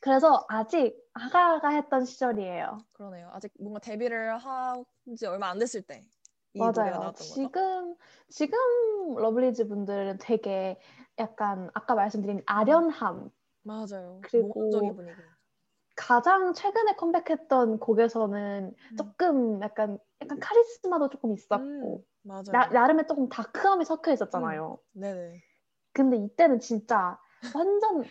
S1: 그래서 아직 아가가 했던 시절이에요.
S2: 그러네요. 아직 뭔가 데뷔를 한지 얼마 안 됐을 때. 이 노래가
S1: 맞아요.
S2: 나왔던 거죠.
S1: 지금 지금 러블리즈 분들은 되게 약간 아까 말씀드린 아련함
S2: 맞아요.
S1: 그리고
S2: 모험적인 분위기.
S1: 가장 최근에 컴백했던 곡에서는
S2: 음.
S1: 조금 약간 약간 카리스마도 조금 있었고
S2: 맞아요.
S1: 어. 나, 나름의 조금 다크함이 섞여 있었잖아요.
S2: 음. 네네.
S1: 근데 이때는 진짜 완전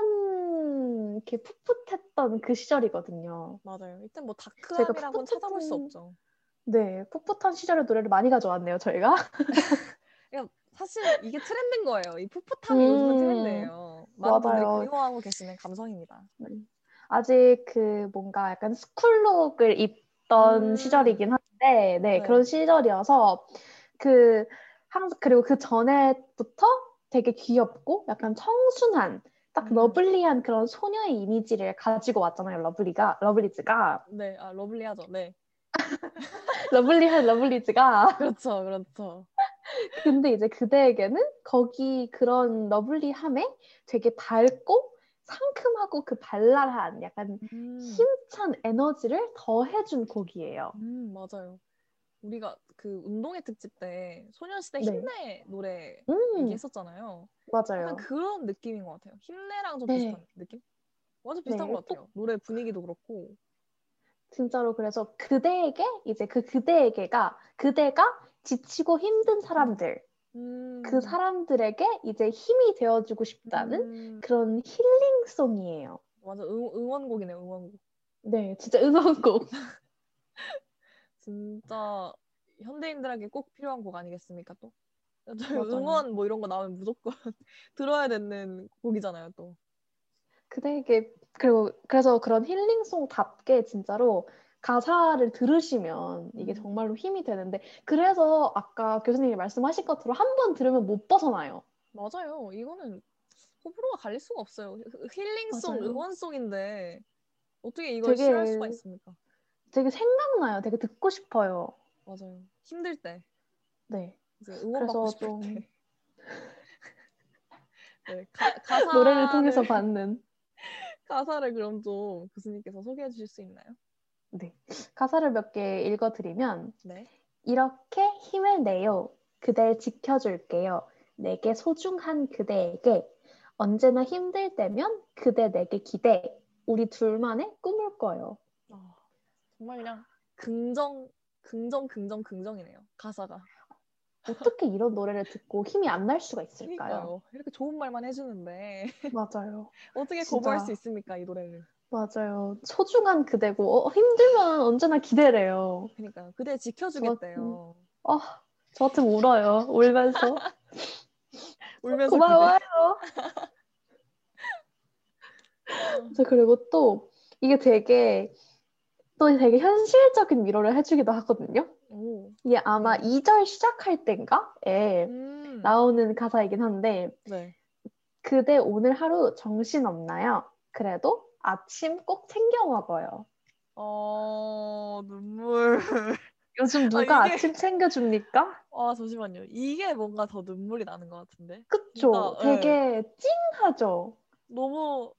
S1: 완전 이렇게 풋풋했던 그 시절이거든요.
S2: 맞아요. 일단 뭐 다크함이라고는 찾아볼 수
S1: 풋풋한-
S2: 없죠.
S1: 네, 풋풋한 시절의 노래를 많이 가져왔네요, 저희가.
S2: 그러니까 사실 이게 트렌드인 거예요. 이 풋풋함이 요즘은
S1: 음,
S2: 트렌드예요. 많은 분들이
S1: 맞아요.
S2: 그리워하고 계시는 감성입니다.
S1: 아직 그 뭔가 약간 스쿨룩을 입던
S2: 음.
S1: 시절이긴 한데, 네,
S2: 네.
S1: 그런 시절이어서 그 항상 그리고 그 전에부터 되게 귀엽고 약간 청순한 딱
S2: 음.
S1: 러블리한 그런 소녀의 이미지를 가지고 왔잖아요, 러블리가 러블리즈가
S2: 네, 아 러블리하죠. 네,
S1: 러블리한 러블리즈가
S2: 그렇죠, 그렇죠.
S1: 근데 이제 그대에게는 거기 그런 러블리함에 되게 밝고 상큼하고 그 발랄한 약간
S2: 음,
S1: 힘찬 에너지를 더해준 곡이에요.
S2: 음, 맞아요. 우리가 그 운동회 특집 때 소녀시대
S1: 네.
S2: 힘내 노래
S1: 음,
S2: 얘기했었잖아요.
S1: 맞아요.
S2: 약간 그런 느낌인 것 같아요. 힘내랑 좀
S1: 네.
S2: 비슷한 느낌? 완전 비슷한
S1: 네,
S2: 것 같아요. 노래 분위기도 그렇고.
S1: 진짜로 그래서 그대에게 이제 그 그대에게가 그대가 지치고 힘든 사람들
S2: 음,
S1: 그 사람들에게 이제 힘이 되어주고 싶다는
S2: 음,
S1: 그런 힐링송이에요.
S2: 완전 응, 원곡이네요 응원곡.
S1: 네, 진짜 의성곡.
S2: 진짜 현대인들에게 꼭 필요한 곡 아니겠습니까 또? 저희
S1: 맞아요.
S2: 응원 뭐 이런 거 나오면 무조건 들어야 되는 곡이잖아요 또.
S1: 그게 그리고 그래서 그런 힐링송답게 진짜로 가사를 들으시면 이게
S2: 음.
S1: 정말로 힘이 되는데 그래서 아까 교수님이 말씀하신 것처럼 한 번 들으면 못 벗어나요.
S2: 맞아요. 이거는 호불호가 갈릴 수가 없어요. 그, 힐링송,
S1: 맞아요.
S2: 응원송인데 어떻게 이걸
S1: 되게-
S2: 싫어할 수가 있습니까?
S1: 되게 생각나요. 되게 듣고 싶어요.
S2: 맞아요. 힘들 때
S1: 네.
S2: 이제 응원 받고
S1: 그래서
S2: 뭐 싶을
S1: 좀-
S2: 때. 네, 가, 가사를
S1: 노래를
S2: 네.
S1: 통해서 받는
S2: 가사를 그럼 좀 교수님께서 소개해 주실 수 있나요?
S1: 가사를 몇 개 읽어드리면
S2: 네.
S1: 이렇게 힘을 내요. 그댈 지켜줄게요. 내게 소중한 그대에게 언제나 힘들 때면 그대 내게 기대. 우리 둘만의 꿈을 꿔요.
S2: 아, 정말 그냥 긍정, 긍정, 긍정, 긍정이네요. 가사가.
S1: 어떻게 이런 노래를 듣고 힘이 안 날 수가 있을까요?
S2: 그러니까요. 이렇게 좋은 말만 해주는데
S1: 맞아요.
S2: 어떻게
S1: 진짜.
S2: 거부할 수 있습니까 이 노래를?
S1: 맞아요. 소중한 그대고 어, 힘들면 언제나 기대래요.
S2: 그러니까 그대 지켜주겠대요.
S1: 음. 저 같으면 울어요. 울면서
S2: 울면서
S1: 고마워요.
S2: 기대.
S1: 그래서 그리고 또 이게 되게 또 되게 현실적인 위로를 해주기도 하거든요.
S2: 오.
S1: 이게 아마 2절 시작할 땐가에
S2: 음.
S1: 나오는 가사이긴 한데
S2: 네.
S1: 그대 오늘 하루 정신 없나요? 그래도 아침 꼭 챙겨 먹어요.
S2: 어 눈물.
S1: 요즘
S2: 아,
S1: 누가
S2: 이게-
S1: 아침 챙겨줍니까?
S2: 아 잠시만요. 이게 뭔가 더 눈물이 나는 것 같은데.
S1: 그쵸.
S2: 뭔가, 예.
S1: 되게 찡하죠.
S2: 너무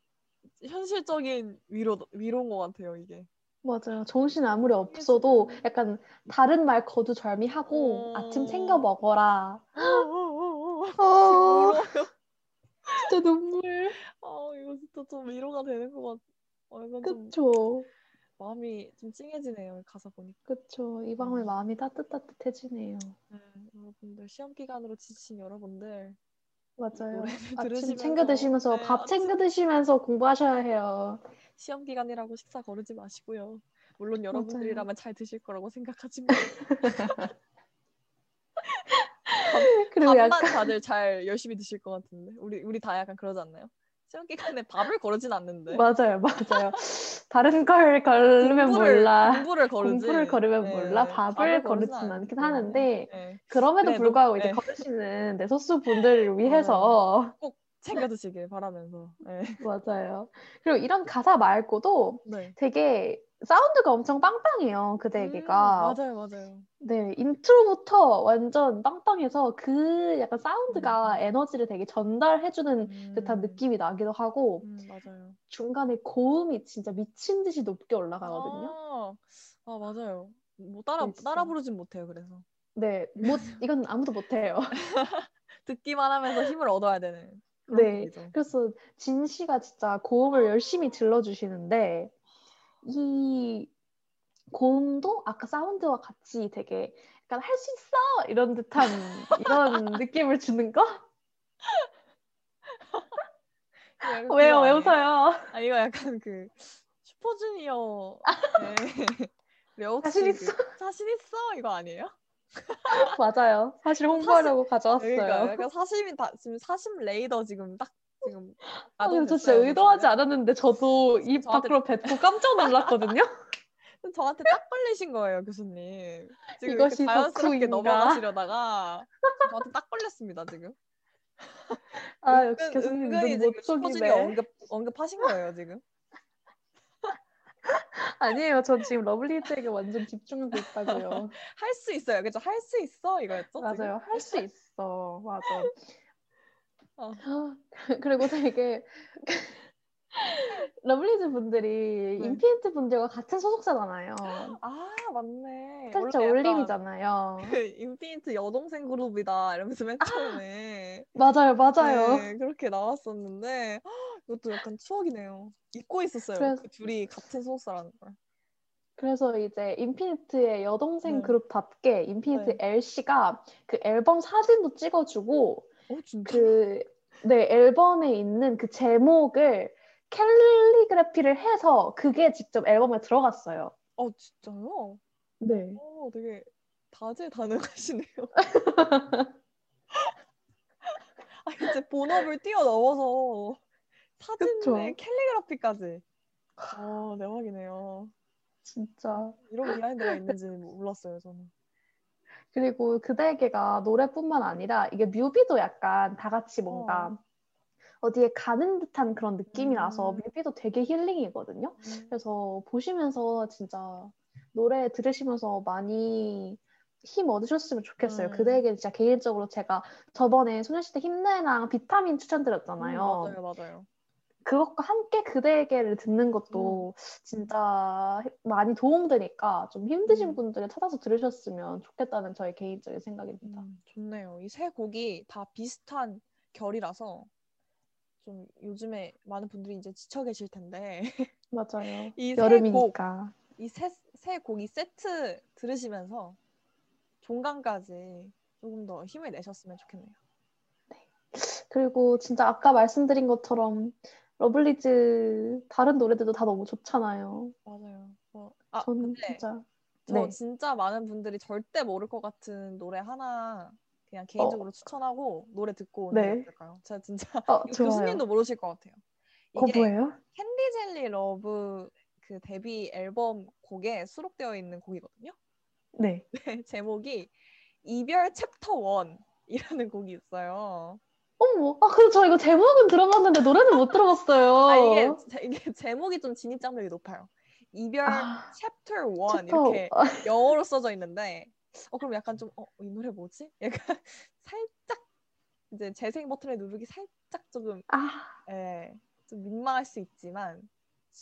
S2: 현실적인 위로 위로인 것 같아요 이게.
S1: 맞아요. 정신 아무리 없어도 약간 다른 말 거두절미하고
S2: 음.
S1: 아침 챙겨 먹어라.
S2: 아
S1: 어, 진짜 눈물.
S2: 아, 이거 진짜 좀 위로가 되는 것 같. 어, 약간 좀
S1: 그쵸.
S2: 마음이 좀 찡해지네요 가사 보니까.
S1: 그쵸. 이 밤에 마음이 따뜻따뜻해지네요.
S2: 네, 여러분들 시험 기간으로 지친 여러분들
S1: 맞아요.
S2: 노래를
S1: 아침
S2: 들으시면서
S1: 챙겨 드시면서
S2: 네,
S1: 밥 챙겨 드시면서 공부하셔야 해요.
S2: 시험 기간이라고 식사 거르지 마시고요. 물론 여러분들이라면 잘 드실 거라고 생각하지만
S1: 그리고
S2: 밥만
S1: 약간
S2: 다들 잘 열심히 드실 것 같은데 우리 우리 다 약간 그러지 않나요? 시험 기간에 밥을 거르진 않는데
S1: 맞아요. 맞아요. 다른 걸 걸르면
S2: 공부를-
S1: 몰라.
S2: 공부를 거르지
S1: 공부를 걸으면
S2: 네,
S1: 몰라. 밥을,
S2: 거르진
S1: 거르진 않긴
S2: 않기
S1: 하는데
S2: 때문에, 네,
S1: 그럼에도
S2: 네, 뭐,
S1: 불구하고 이제
S2: 네.
S1: 걸으시는 내 소수 분들을 위해서
S2: 챙겨 드시길 바라면서 네.
S1: 맞아요. 그리고 이런 가사 말고도
S2: 네.
S1: 되게 사운드가 엄청 빵빵해요. 그대에게가
S2: 음, 맞아요 맞아요
S1: 네 인트로부터 완전 빵빵해서 그 약간 사운드가 에너지를 되게 전달해주는 듯한
S2: 음,
S1: 느낌이 나기도 하고
S2: 음, 맞아요
S1: 중간에 고음이 진짜 미친 듯이 높게 올라가거든요.
S2: 아, 아 맞아요 뭐 따라
S1: 네, 진짜.
S2: 따라 부르진 못해요 그래서
S1: 네, 못 이건 아무도 못해요.
S2: 듣기만 하면서 힘을 얻어야 되는 그런
S1: 네.
S2: 곡이죠.
S1: 그래서 진 씨가 진짜 고음을 열심히 질러주시는데 이 고음도 아까 사운드와 같이 되게 약간 할 수 있어 이런 듯한 이런 느낌을 주는 거?
S2: 이거 약간
S1: 왜요
S2: 그거
S1: 왜
S2: 아니에요?
S1: 웃어요?
S2: 아 이거 약간 그 슈퍼주니어 네.
S1: 아. 자신 있어.
S2: 자신 있어 이거 아니에요?
S1: 맞아요. 사실 홍보하려고 가져왔어요.
S2: 그러니까 약간 사심이 다 지금 사심 레이더 지금 딱 지금
S1: 아, 근데 저
S2: 가동됐어요,
S1: 진짜 의도하지
S2: 지금.
S1: 않았는데 저도 입
S2: 저한테-
S1: 밖으로 뱉고 깜짝 놀랐거든요.
S2: 저한테 딱 걸리신 거예요 교수님 지금 이것이
S1: 이것이 덕후인가?
S2: 자연스럽게 넘어가시려다가 저한테 딱 걸렸습니다 지금
S1: 아
S2: 은근-
S1: 역시 교수님
S2: 은근히
S1: 눈
S2: 지금
S1: 못
S2: 슈퍼주니어
S1: 속이네.
S2: 언급 언급하신 거예요 지금
S1: 아니에요. 전 지금 러블리즈에게 완전 집중하고 있다고요.
S2: 할 수 있어요 그죠 할 수 있어 이거였죠 지금?
S1: 맞아요. 할 수 있어. 맞아. 아,
S2: 어.
S1: 그리고 되게 러블리즈 분들이
S2: 네.
S1: 인피니트 분들과 같은 소속사잖아요.
S2: 아 맞네
S1: 진짜
S2: 원래 약간
S1: 올림이잖아요.
S2: 그 인피니트 여동생 그룹이다 이러면서 맨 처음에
S1: 아, 맞아요, 맞아요.
S2: 네, 그렇게 나왔었는데 헉, 이것도 약간 추억이네요. 잊고 있었어요.
S1: 그래서-
S2: 그 둘이 같은 소속사라는 걸.
S1: 그래서 이제 인피니트의 여동생
S2: 네.
S1: 그룹답게 인피니트 L 씨가 그 앨범 사진도 찍어주고
S2: 어 진짜?
S1: 그 네 앨범에 있는 그 제목을 캘리그래피를 해서 그게 직접 앨범에 들어갔어요.
S2: 어 진짜요?
S1: 네.
S2: 어 되게 다재다능하시네요. 아 이제 본업을 뛰어넘어서 사진에
S1: 그쵸.
S2: 캘리그라피까지. 어 대박이네요.
S1: 진짜.
S2: 이런 비하인드가 있는지 몰랐어요 저는.
S1: 그리고 그대에게가 노래뿐만 아니라 이게 뮤비도 약간 다 같이 뭔가 어디에 가는 듯한 그런 느낌이 나서
S2: 어. 음.
S1: 뮤비도 되게 힐링이거든요. 그래서 보시면서 진짜 노래 들으시면서 많이 힘 얻으셨으면 좋겠어요.
S2: 음.
S1: 그대에게 진짜 개인적으로 제가 저번에 소녀시대 힘내랑 비타민
S2: 음,
S1: 추천드렸잖아요.
S2: 맞아요 맞아요.
S1: 그것과 함께 그대에게를 듣는 것도
S2: 음.
S1: 진짜 많이 도움되니까 좀 힘드신
S2: 음.
S1: 분들에 찾아서 들으셨으면 좋겠다는 저의 개인적인 생각입니다.
S2: 음, 좋네요. 이 세 곡이 다 비슷한 결이라서 좀 요즘에 많은 분들이 이제 지쳐 계실 텐데
S1: 맞아요.
S2: 이세
S1: 여름이니까.
S2: 이세세 곡이 세트 들으시면서 종강까지 조금 더 힘을 내셨으면 좋겠네요.
S1: 그리고 진짜 아까 말씀드린 것처럼 러블리즈 다른 노래들도 다 너무 좋잖아요. 뭐,
S2: 맞아요. 어, 아
S1: 저는
S2: 근데
S1: 진짜
S2: 저
S1: 네.
S2: 진짜 많은 분들이 절대 모를 것 같은 노래 하나 그냥 개인적으로 추천하고 노래 듣고 오는
S1: 어. 네.
S2: 게 어떨까요? 제가 진짜
S1: 어,
S2: 이거
S1: 좋아요.
S2: 교수님도 모르실 것 같아요.
S1: 그거
S2: 이게
S1: 뭐예요?
S2: 캔디 젤리 러브 그 데뷔 앨범 곡에 수록되어 있는 곡이거든요.
S1: 네.
S2: 제목이 이별 챕터 1이라는 곡이 있어요.
S1: 어머, 아 근데 저 이거 제목은 들어봤는데 노래는 못 들어봤어요.
S2: 아 이게, 제- 이게 제목이 좀 진입장벽이 높아요. 이별
S1: 아,
S2: 챕터 1
S1: 챕터-
S2: 뭐
S1: 아.
S2: 이렇게 영어로 써져 있는데 어 그럼 약간 좀 어 이 노래 뭐지? 약간 살짝 이제 재생 버튼을 누르기 살짝 조금
S1: 아,
S2: 예, 좀 민망할 수 있지만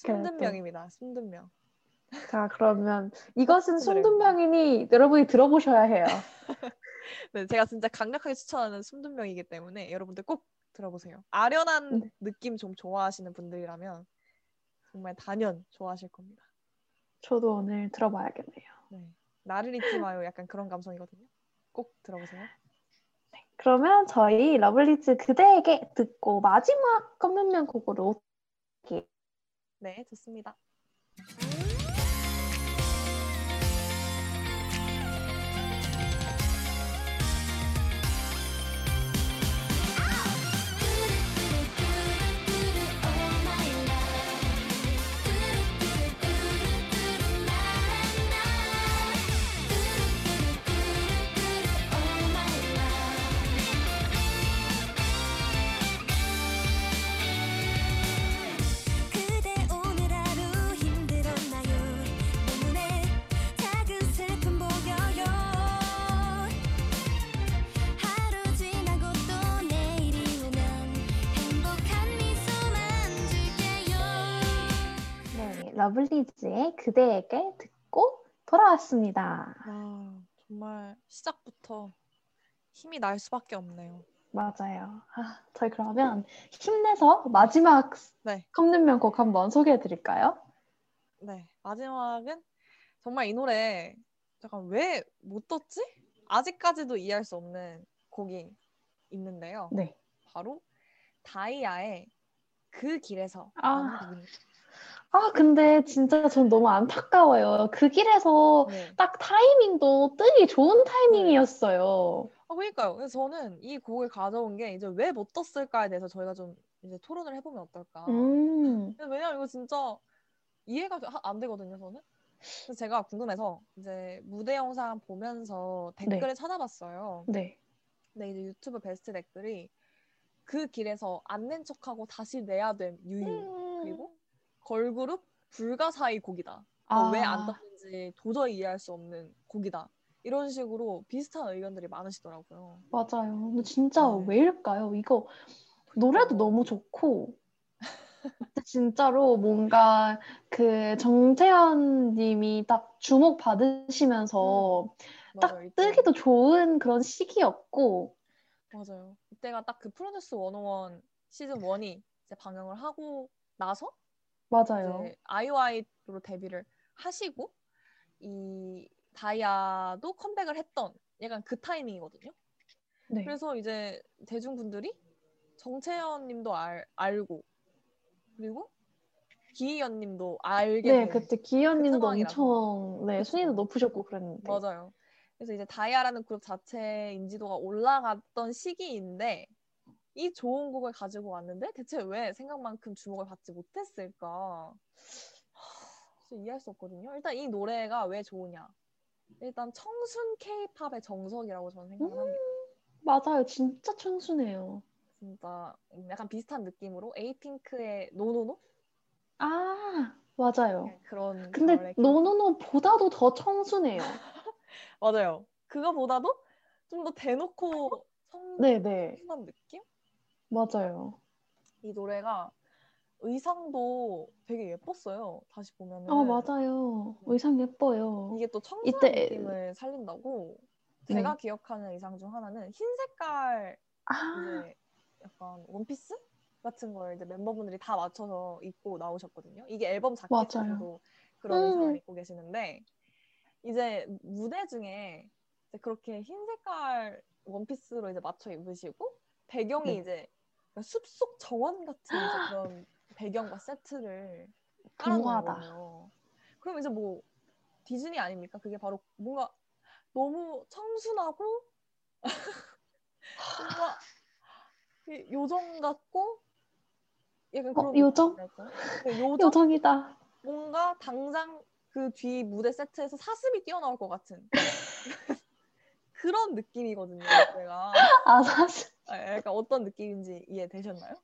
S1: 그래도.
S2: 숨든 명입니다. 숨든 명.
S1: 자 아, 그러면 이것은
S2: 노래입니다.
S1: 순둔명이니 여러분이 들어보셔야 해요.
S2: 네, 제가 진짜 강력하게 추천하는 숨든 명이기 때문에 여러분들 꼭 들어보세요. 아련한
S1: 네.
S2: 느낌 좀 좋아하시는 분들이라면 정말 단연 좋아하실 겁니다.
S1: 저도 오늘 들어봐야겠네요.
S2: 네. 나를 잊지 마요. 약간 그런 감성이거든요. 꼭 들어보세요.
S1: 그러면 저희 러블리즈 그대에게 듣고 마지막 검은면 곡으로
S2: 네, 좋습니다.
S3: 그대 오늘 하루 힘들었나요 때문에 작은 슬픔 보여요 하루 지나고 또 내일이 오면 행복한 미소만 줄게요
S1: 네, 러블리즈의 그대에게 듣고 돌아왔습니다.
S2: 와, 정말 시작부터 힘이 날 수밖에 없네요.
S1: 맞아요. 아, 저희 그러면 힘내서 마지막
S2: 네.
S1: 컵눈면 곡 한번 소개해 드릴까요?
S2: 네, 마지막은 정말 이 노래 잠깐 왜 못 떴지? 아직까지도 이해할 수 없는 곡이 있는데요.
S1: 네.
S2: 바로 다이아의 그 길에서
S1: 아.
S2: 라는
S1: 아, 근데 진짜 전 너무 안타까워요. 그 길에서
S2: 곡입니다. 네.
S1: 딱 타이밍도 뜨기 좋은 타이밍이었어요.
S2: 아, 그러니까요. 그래서 저는 이 곡을 가져온 게 이제 왜 못 떴을까에 대해서 저희가 좀 이제 토론을 해보면 어떨까.
S1: 음,
S2: 근데 왜냐면 이거 진짜 이해가 좀 하- 안 되거든요, 저는. 그래서 제가 궁금해서 이제 무대 영상 보면서 댓글을 찾아봤어요.
S1: 네.
S2: 근데 이제 유튜브 베스트 댓글이 그 길에서 안 낸 척하고 다시 내야 됨 유유 음, 그리고 걸그룹 불가사의 곡이다.
S1: 아,
S2: 어, 왜 안 떴는지 도저히 이해할 수 없는 곡이다. 이런 식으로 비슷한 의견들이 많으시더라고요.
S1: 맞아요. 근데 진짜
S2: 네.
S1: 왜일까요? 이거 노래도 너무 좋고 진짜로 뭔가 그 정태현 님이 딱 주목 받으시면서 딱
S2: 음, 맞아요, 이때.
S1: 뜨기도 좋은 그런 시기였고
S2: 맞아요. 이때가 딱 그 프로듀스 101 시즌 1이 이제 방영을 하고 나서
S1: 맞아요.
S2: 이제 아이오아이로 데뷔를 하시고 이 다이아도 컴백을 했던 약간 그 타이밍이거든요.
S1: 네.
S2: 그래서 이제 대중분들이 정채연 님도 알, 알고 그리고 기희연님도 알게
S1: 네,
S2: 된
S1: 그때 기현님도
S2: 상황이라서.
S1: 엄청 네
S2: 그쵸.
S1: 순위도 높으셨고 그랬는데.
S2: 맞아요. 그래서 이제 다이아라는 그룹 자체의 인지도가 올라갔던 시기인데 이 좋은 곡을 가지고 왔는데 대체 왜 생각만큼 주목을 받지 못했을까? 하, 진짜 이해할 수 없거든요. 일단 이 노래가 왜 좋으냐? 일단 청순 케이팝의 정석이라고 저는 생각합니다. 을
S1: 음. 맞아요, 진짜 청순해요.
S2: 진짜 약간 비슷한 느낌으로 에이핑크의 노노노
S1: 아, 맞아요.
S2: 약간 그런
S1: 근데
S2: 결의
S1: 노노노보다도 더 청순해요.
S2: 맞아요. 그거보다도 좀 더 대놓고 청순한
S1: 네, 네,
S2: 느낌?
S1: 맞아요.
S2: 이 노래가 의상도 되게 예뻤어요. 다시 보면은
S1: 아, 맞아요. 의상 예뻐요.
S2: 이게 또 청순한
S1: 이때-
S2: 느낌을 살린다고
S1: 네.
S2: 제가 기억하는 의상 중 하나는 흰 색깔
S1: 아,
S2: 이제 약간 원피스 같은 걸 이제 멤버분들이 다 맞춰서 입고 나오셨거든요. 이게 앨범 자켓에서도 그런
S1: 음.
S2: 의상을 입고 계시는데 이제 무대 중에 이제 그렇게 흰 색깔 원피스로 이제 맞춰 입으시고 배경이
S1: 네. 아.
S2: 이제 약간 숲속 정원 같은 이제 그런 배경과 세트를
S1: 어,
S2: 깔아놓은
S1: 동화다.
S2: 거예요. 그럼 이제 뭐 디즈니 아닙니까? 그게 바로 뭔가 너무 청순하고 뭔가 이 요정 같고 약간
S1: 어,
S2: 그런
S1: 요정?
S2: 뭐랄까요? 네, 요정
S1: 요정이다.
S2: 뭔가 당장 그 뒤 무대 세트에서 사슴이 뛰어나올 것 같은 그런 느낌이거든요. 제가
S1: 아, 사실
S2: 약간 어떤 느낌인지 이해되셨나요?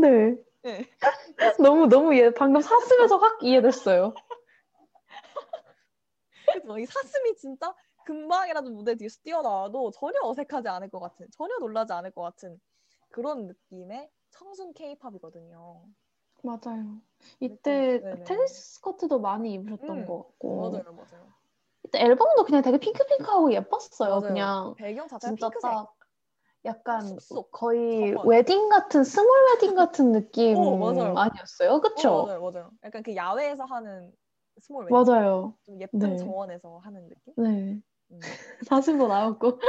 S1: 네.
S2: 네.
S1: 너무 너무 얘 방금 사슴에서 확 이해됐어요.
S2: 그래서 이 사슴이 진짜 금방이라도 무대 뒤에서 뛰어나와도 전혀 어색하지 않을 것 같은, 전혀 놀라지 않을 것 같은 그런 느낌의 청순 케이팝이거든요.
S1: 맞아요. 이때
S2: 네네.
S1: 테니스 스커트도 많이 입으셨던
S2: 음,
S1: 것 같고
S2: 맞아요, 맞아요.
S1: 이때 앨범도 그냥 되게 핑크핑크하고 예뻤어요.
S2: 맞아요.
S1: 그냥
S2: 배경 자체가
S1: 진짜
S2: 핑크색.
S1: 딱 약간
S2: 쑥쑥
S1: 거의
S2: 저건.
S1: 웨딩 같은 스몰 웨딩 같은 느낌
S2: 어, 맞아요.
S1: 아니었어요?
S2: 어,
S1: 그쵸?
S2: 맞아요, 맞아요. 약간 그 야외에서 하는 스몰 웨딩.
S1: 맞아요.
S2: 좀 예쁜
S1: 네.
S2: 정원에서 하는 느낌?
S1: 네.
S2: 음.
S1: 사슴도 나왔고.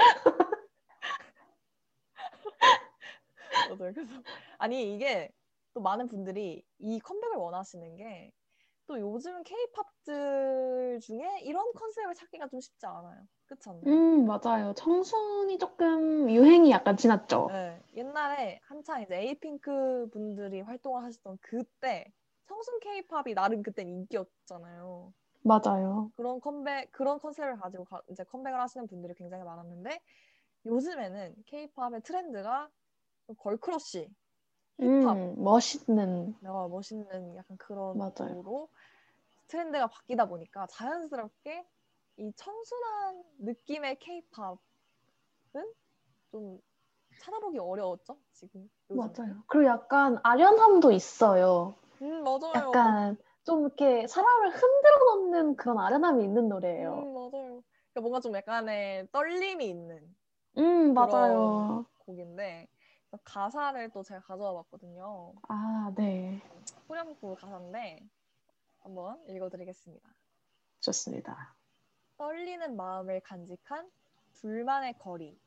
S2: 맞아요. 그래서 아니 이게 또 많은 분들이 이 컴백을 원하시는 게 또 요즘 케이팝들 중에 이런 컨셉을 찾기가 좀 쉽지 않아요. 그렇지 않나요?
S1: 음, 맞아요. 청순이 조금 유행이 약간 지났죠.
S2: 네, 옛날에 한창 이제 에이핑크 분들이 활동을 하시던 그때 청순 케이팝이 나름 그땐 인기였잖아요.
S1: 맞아요.
S2: 그런 컴백 그런 컨셉을 가지고 가- 이제 컴백을 하시는 분들이 굉장히 많았는데 요즘에는 케이팝의 트렌드가 좀 걸크러쉬 힙합
S1: 음, 멋있는.
S2: 내가 어, 멋있는 약간 그런
S1: 맞아요.
S2: 쪽으로 트렌드가 바뀌다 보니까 자연스럽게 이 청순한 느낌의 케이팝은 좀 찾아보기 어려웠죠 지금 요즘.
S1: 맞아요. 그리고 약간 아련함도 있어요.
S2: 음 맞아요
S1: 약간 좀 이렇게 사람을 흔들어 놓는 그런 아련함이 있는 노래예요.
S2: 음 맞아요 그러니까 뭔가 좀 약간의 떨림이 있는
S1: 음,
S2: 맞아요.
S1: 맞아요.
S2: 곡인데 가사를 또 제가 가져와 봤거든요
S1: 아, 네.
S2: 후렴구 가사인데 한번 읽어드리겠습니다
S1: 좋습니다.
S2: 떨리는 마음을 간직한 둘만의 거리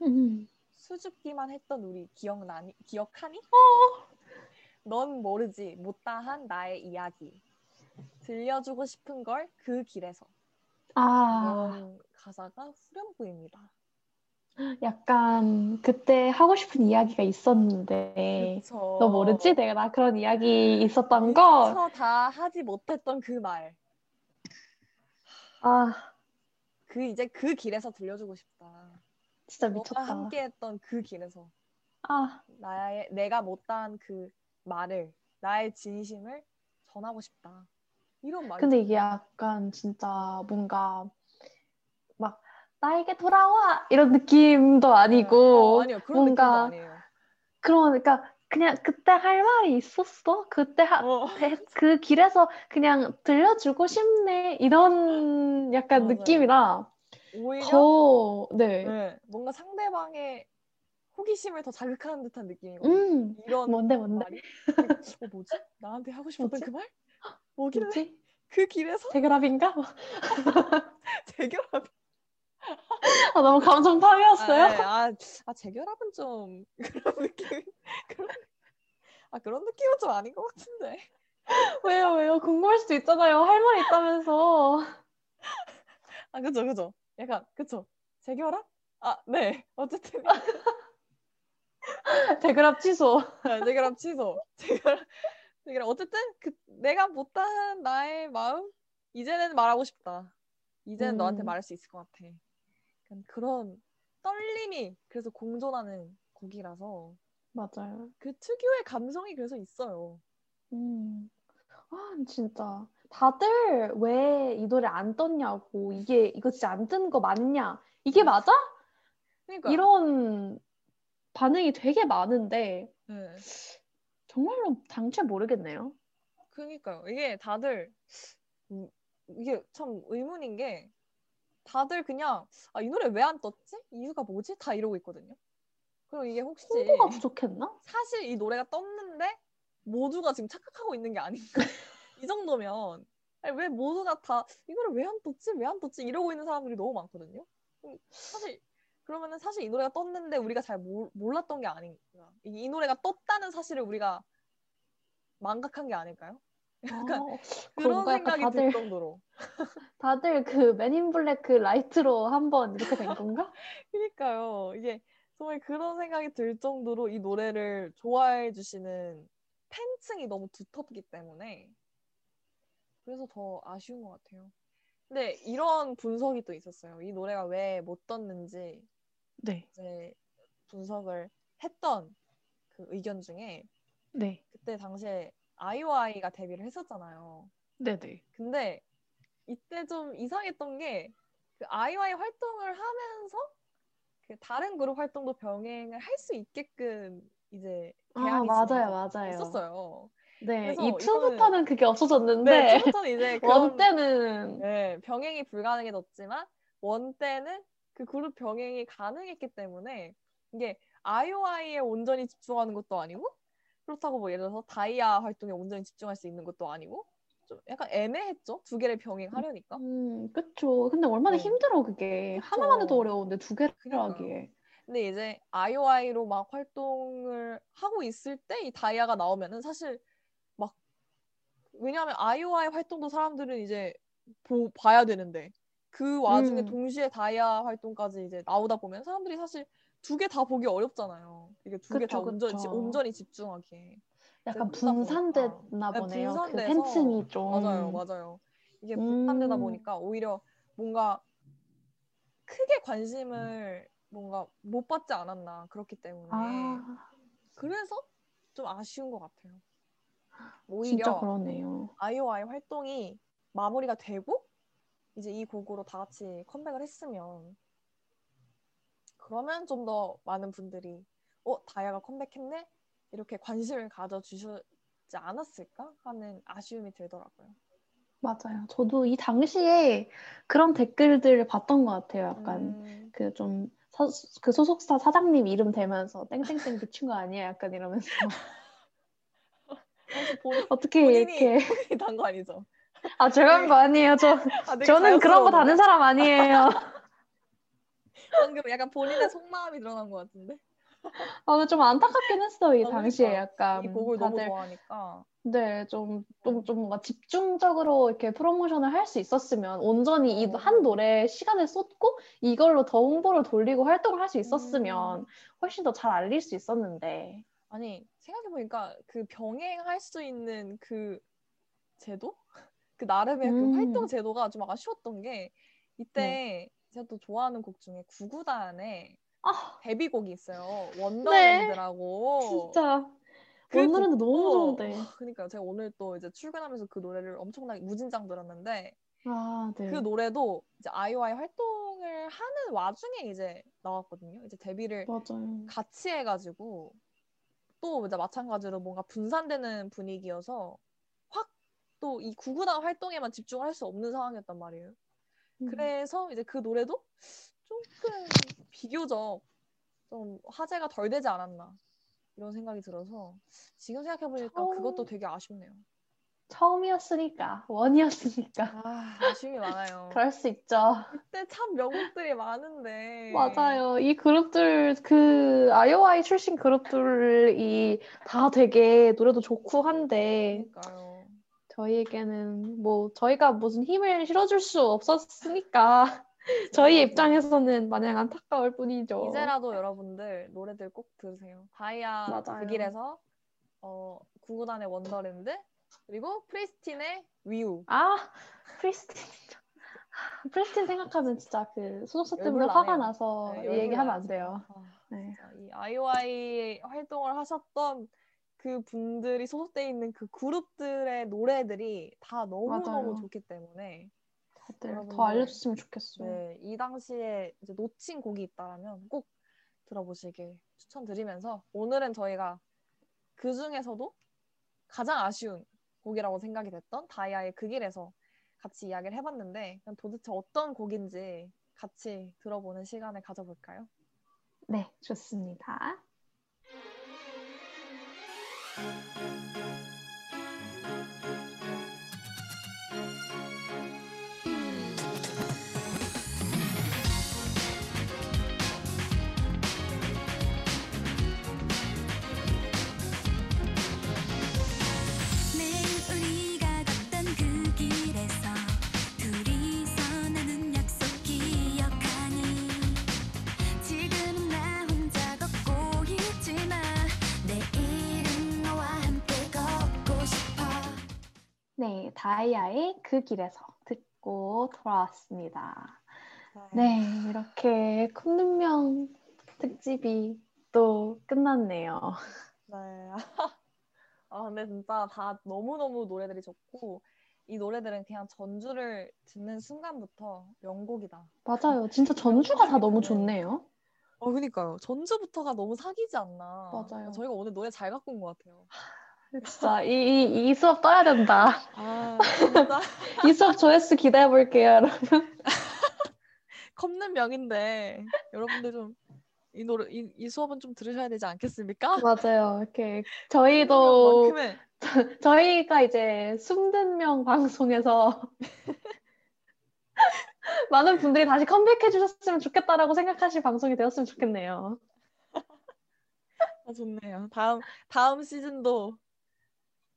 S1: 음.
S2: 수줍기만 했던 우리 기억나니 기억하니?
S1: 어.
S2: 넌 모르지 못다한 나의 이야기 들려주고 싶은 걸 그 길에서
S1: 아,
S2: 이런 가사가 후렴구입니다.
S1: 약간 그때 하고 싶은 이야기가 있었는데
S2: 그쵸.
S1: 네.
S2: 음,
S1: 너 모르지? 내가 나 그런 이야기 있었던 거.
S2: 미처 다 하지 못했던 그 말.
S1: 아,
S2: 그 이제 그 길에서 들려주고 싶다.
S1: 진짜
S2: 너와
S1: 미쳤다.
S2: 함께했던 그 길에서
S1: 아,
S2: 나의 내가 못다한 그 말을 나의 진심을 전하고 싶다. 이런 말이
S1: 근데 이게 약간 진짜 뭔가 막 나에게 돌아와 이런 느낌도 아니고
S2: 아니고 음, 어, 아니요 그런
S1: 뭔가-
S2: 느낌도 아니에요.
S1: 그런 그러니까 그냥 그때 할 말이 있었어. 그때 하,
S2: 어.
S1: 대- 그 길에서 그냥 들려주고 싶네 이런 약간
S2: 맞아요.
S1: 느낌이라
S2: 오히려
S1: 더 네.
S2: 네, 뭔가 상대방의 호기심을 더 자극하는 듯한 느낌이고
S1: 음
S2: 이런
S1: 뭔데 뭔데
S2: 말이 어, 뭐지? 나한테 하고 싶었던
S1: 뭐지?
S2: 그 말? 뭐길래
S1: 뭐지
S2: 그 길에서
S1: 대결합인가? 뭐,
S2: 재결합
S1: 아, 예. 너무 감정 파괴였어요.
S2: 아, 네, 아, 아 재결합은 좀 그런 느낌 그런 아 그런 느낌은 좀 아닌 것 같은데
S1: 왜요, 왜요? 궁금할 수도 있잖아요. 할 말이 있다면서.
S2: 아 그죠 그죠. 약간 그죠. 재결합? 아 네. 어쨌든
S1: 대그랍 취소.
S2: 네, 재결합 취소. 재결합. 재결합. 어쨌든 그 내가 못한 나의 마음 이제는 말하고 싶다. 이제는 너한테
S1: 음.
S2: 말할 수 있을 것 같아. 약간 그런 떨림이 그래서 공존하는 곡이라서
S1: 맞아요.
S2: 그 특유의 감성이 그래서 있어요.
S1: 음. 아, 진짜. 다들 왜 이 노래 안 떴냐고. 이게, 이거 진짜 안 뜬 거 맞냐? 이게 맞아?
S2: 그러니까
S1: 이런 반응이 되게 많은데,
S2: 네.
S1: 정말로 당최 모르겠네요.
S2: 그러니까요. 이게 다들 음, 이게 참 의문인 게 다들 그냥 아, 이 노래 왜 안 떴지? 이유가 뭐지? 다 이러고 있거든요. 그럼 이게 혹시
S1: 홍보가 부족했나?
S2: 사실 이 노래가 떴는데 모두가 지금 착각하고 있는 게 아닌가? 이 정도면 아니, 왜 모두가 다 이거를 왜 안 떴지? 왜 안 떴지? 이러고 있는 사람들이 너무 많거든요. 음, 사실 그러면은 사실 이 노래가 떴는데 우리가 잘 몰, 몰랐던 게 아닌가? 이, 이 노래가 떴다는 사실을 우리가 망각한 게 아닐까요? 약간
S1: 아,
S2: 그런
S1: 그런가? 약간
S2: 생각이
S1: 다들-
S2: 들 정도로.
S1: 다들 그 맨인 블랙 그 라이트로 한번 이렇게 된 건가?
S2: 그러니까요. 이게 정말 그런 생각이 들 정도로 이 노래를 좋아해 주시는 팬층이 너무 두텁기 때문에 그래서 더 아쉬운 것 같아요. 근데 이런 분석이 또 있었어요. 이 노래가 왜 못 떴는지
S1: 네,
S2: 이제 분석을 했던 그 의견 중에
S1: 네,
S2: 그때 당시에 아이오아이가 데뷔를 했었잖아요.
S1: 네, 네.
S2: 근데 이때 좀 이상했던 게 그 아이와의 활동을 하면서 그 다른 그룹 활동도 병행을 할 수 있게끔 이제
S1: 아,
S2: 계약이
S1: 맞아요, 맞아요.
S2: 있었어요.
S1: 네,
S2: 그래서
S1: 이
S2: 이거는-
S1: 2부터는 그게
S2: 네,
S1: 없어졌는데
S2: 처음부터는 이제
S1: 원
S2: 그런
S1: 때는
S2: 네, 병행이 불가능해졌지만 원 때는 그 그룹 병행이 가능했기 때문에 이게 아이오아이에 온전히 집중하는 것도 아니고 그렇다고 뭐 예를 들어서 다이아 활동에 온전히 집중할 수 있는 것도 아니고 좀 약간 애매했죠. 두 개를 병행하려니까.
S1: 음, 그쵸. 근데 얼마나
S2: 어.
S1: 힘들어 그게.
S2: 그쵸.
S1: 하나만 해도 어려운데 두 개를
S2: 그러니까요.
S1: 하기에.
S2: 근데 이제 아이오아이로 막 활동을 하고 있을 때 이 다이아가 나오면은 사실 막 왜냐하면 아이오아이 활동도 사람들은 이제 보, 봐야 되는데 그 와중에
S1: 음.
S2: 동시에 다이아 활동까지 이제 나오다 보면 사람들이 사실 두 개 다 보기 어렵잖아요. 이게 두 개 다
S1: 그쵸,
S2: 온전히
S1: 그쵸.
S2: 온전히 집중하기에
S1: 약간
S2: 그러다 보니까.
S1: 분산됐나
S2: 네,
S1: 보네요. 그
S2: 분산돼서-
S1: 팬층이 좀.
S2: 맞아요, 네. 맞아요. 이게
S1: 음.
S2: 분산되다 보니까 오히려 뭔가 크게 관심을 뭔가 못 받지 않았나 그렇기 때문에
S1: 아,
S2: 그래서 좀 아쉬운 것 같아요.
S1: 진짜
S2: 오히려
S1: 그러네요.
S2: 아이오아이 활동이 마무리가 되고 이제 이 곡으로 다 같이 컴백을 했으면 그러면 좀 더 많은 분들이 어 다이아가 컴백했네 이렇게 관심을 가져 주셨지 않았을까 하는 아쉬움이 들더라고요.
S1: 맞아요. 저도 이 당시에 그런 댓글들을 봤던 것 같아요. 약간
S2: 음,
S1: 그 좀 그 소속사 사장님 이름 대면서 땡땡땡 그 비친 거 아니야? 약간 이러면서
S2: 혹시 본-
S1: 어떻게
S2: 본인이-
S1: 이렇게
S2: 단 거 아니죠?
S1: 아 제가 한 거 아니에요. 저
S2: 아, 되게
S1: 저는 그런 거
S2: 자연스러운데?
S1: 다는 사람 아니에요.
S2: 방금 약간 본인의 속마음이 드러난 것 같은데
S1: 아, 근데 좀 안타깝긴 했어요. 이
S2: 아,
S1: 당시에
S2: 그러니까.
S1: 약간
S2: 이 곡을 너무
S1: 음, 다들
S2: 좋아하니까
S1: 네, 좀, 좀, 좀 뭔가 집중적으로 이렇게 프로모션을 할 수 있었으면, 온전히
S2: 어.
S1: 이 한 노래에 시간을 쏟고, 이걸로 더 홍보를 돌리고 활동을 할 수
S2: 음.
S1: 있었으면, 훨씬 더 잘 알릴 수 있었는데.
S2: 아니 생각해 보니까 그 병행할 수 있는 그 제도 그 나름의 그
S1: 음.
S2: 활동 제도가 좀 아쉬웠던 게 이때 제가 또 좋아하는 곡 중에 구구단의
S1: 네. 아, 네.
S2: 데뷔곡이 있어요 원더랜드라고
S1: 진짜.
S2: 어. 그
S1: 오늘은
S2: 곡도-
S1: 너무 좋은데.
S2: 그러니까 제가 오늘 또 이제 출근하면서 그 노래를 엄청나게 무진장 들었는데
S1: 아, 네.
S2: 그 노래도 이제 아이오아이 활동을 하는 와중에 이제 나왔거든요. 이제 데뷔를
S1: 맞아요.
S2: 같이 해가지고 또 이제 마찬가지로 뭔가 분산되는 분위기여서 확 또 이 구구단 활동에만 집중을 할 수 없는 상황이었단 말이에요.
S1: 음.
S2: 그래서 이제 그 노래도 조금 비교적 좀 화제가 덜 되지 않았나 이런 생각이 들어서 지금 생각해보니까
S1: 처음-
S2: 그것도 되게 아쉽네요.
S1: 처음이었으니까, 원이었으니까.
S2: 아, 아쉬움이 많아요.
S1: 그럴 수 있죠.
S2: 그때 참 명곡들이 많은데
S1: 맞아요. 이 그룹들, 그, 아이오아이 출신 그룹들이 다 되게 노래도 좋고 한데,
S2: 그러니까요.
S1: 저희에게는 뭐 저희가 무슨 힘을 실어줄 수 없었으니까 저희 입장에서는 마냥 안타까울 뿐이죠.
S5: 이제라도 여러분들 노래들 꼭 들으세요. 다이아
S1: 맞아요.
S5: 그 길에서 어, 구구단의 원더랜드 그리고 프리스틴의 위우
S1: 아 프리스틴 프리스틴 생각하면 진짜 그 소속사 때문에
S5: 열불
S1: 화가
S5: 나네요.
S1: 나서
S5: 네,
S1: 어, 이
S5: 열불
S1: 얘기하면
S5: 나요,
S1: 안 돼요.
S5: 진짜. 아,
S1: 네.
S5: 진짜 이 아이오아이 활동을 하셨던 그 분들이 소속돼 있는 그 그룹들의 노래들이 다 너무
S1: 맞아요.
S5: 너무 좋기 때문에
S1: 다들 더
S5: 여러분들.
S1: 알려줬으면 좋겠어요.
S5: 네, 이 당시에 이제 놓친 곡이 있다라면 꼭 들어보시길 추천드리면서 오늘은 저희가 그 중에서도 가장 아쉬운 곡이라고 생각이 됐던 다이아의 그 길에서 같이 이야기를 해봤는데 그럼 도대체 어떤 곡인지 같이 들어보는 시간을 가져볼까요?
S1: 네, 좋습니다.
S3: 매일 우리가 갔던 그 길에서 둘이서 나눈 약속 기억하니 지금은 나 혼자 걷고 있지만 내일은 너와 함께 걷고 싶어
S1: 네, 다이아의 그 길에서 듣고 돌아왔습니다.
S5: 네.
S1: 네, 이렇게 콧눈명 특집이 또 끝났네요.
S5: 아 근데 진짜 다 너무너무 노래들이 좋고 이 노래들은 그냥 전주를 듣는 순간부터 명곡이다.
S1: 맞아요. 진짜 전주가 다 너무 좋네요.
S2: 어, 그니까요.
S5: 전주부터가 너무 사기지 않나.
S2: 그러니까
S1: 맞아요.
S5: 저희가 오늘 노래 잘 갖고 온 것 같아요.
S1: 진짜 이, 이, 이 수업 떠야 된다.
S2: 아,
S5: 진짜
S1: 이 수업 조회수 기대해 볼게요, 여러분.
S2: 겁는 명인데 여러분들 좀 이 노래 이, 이 수업은 좀 들으셔야 되지 않겠습니까?
S1: 맞아요. 이렇게 저희도
S2: 만큼은
S1: 저희가 이제 숨든 명 방송에서 많은 분들이 다시 컴백해 주셨으면 좋겠다라고 생각하실 방송이 되었으면 좋겠네요.
S2: 아, 좋네요. 다음 다음 시즌도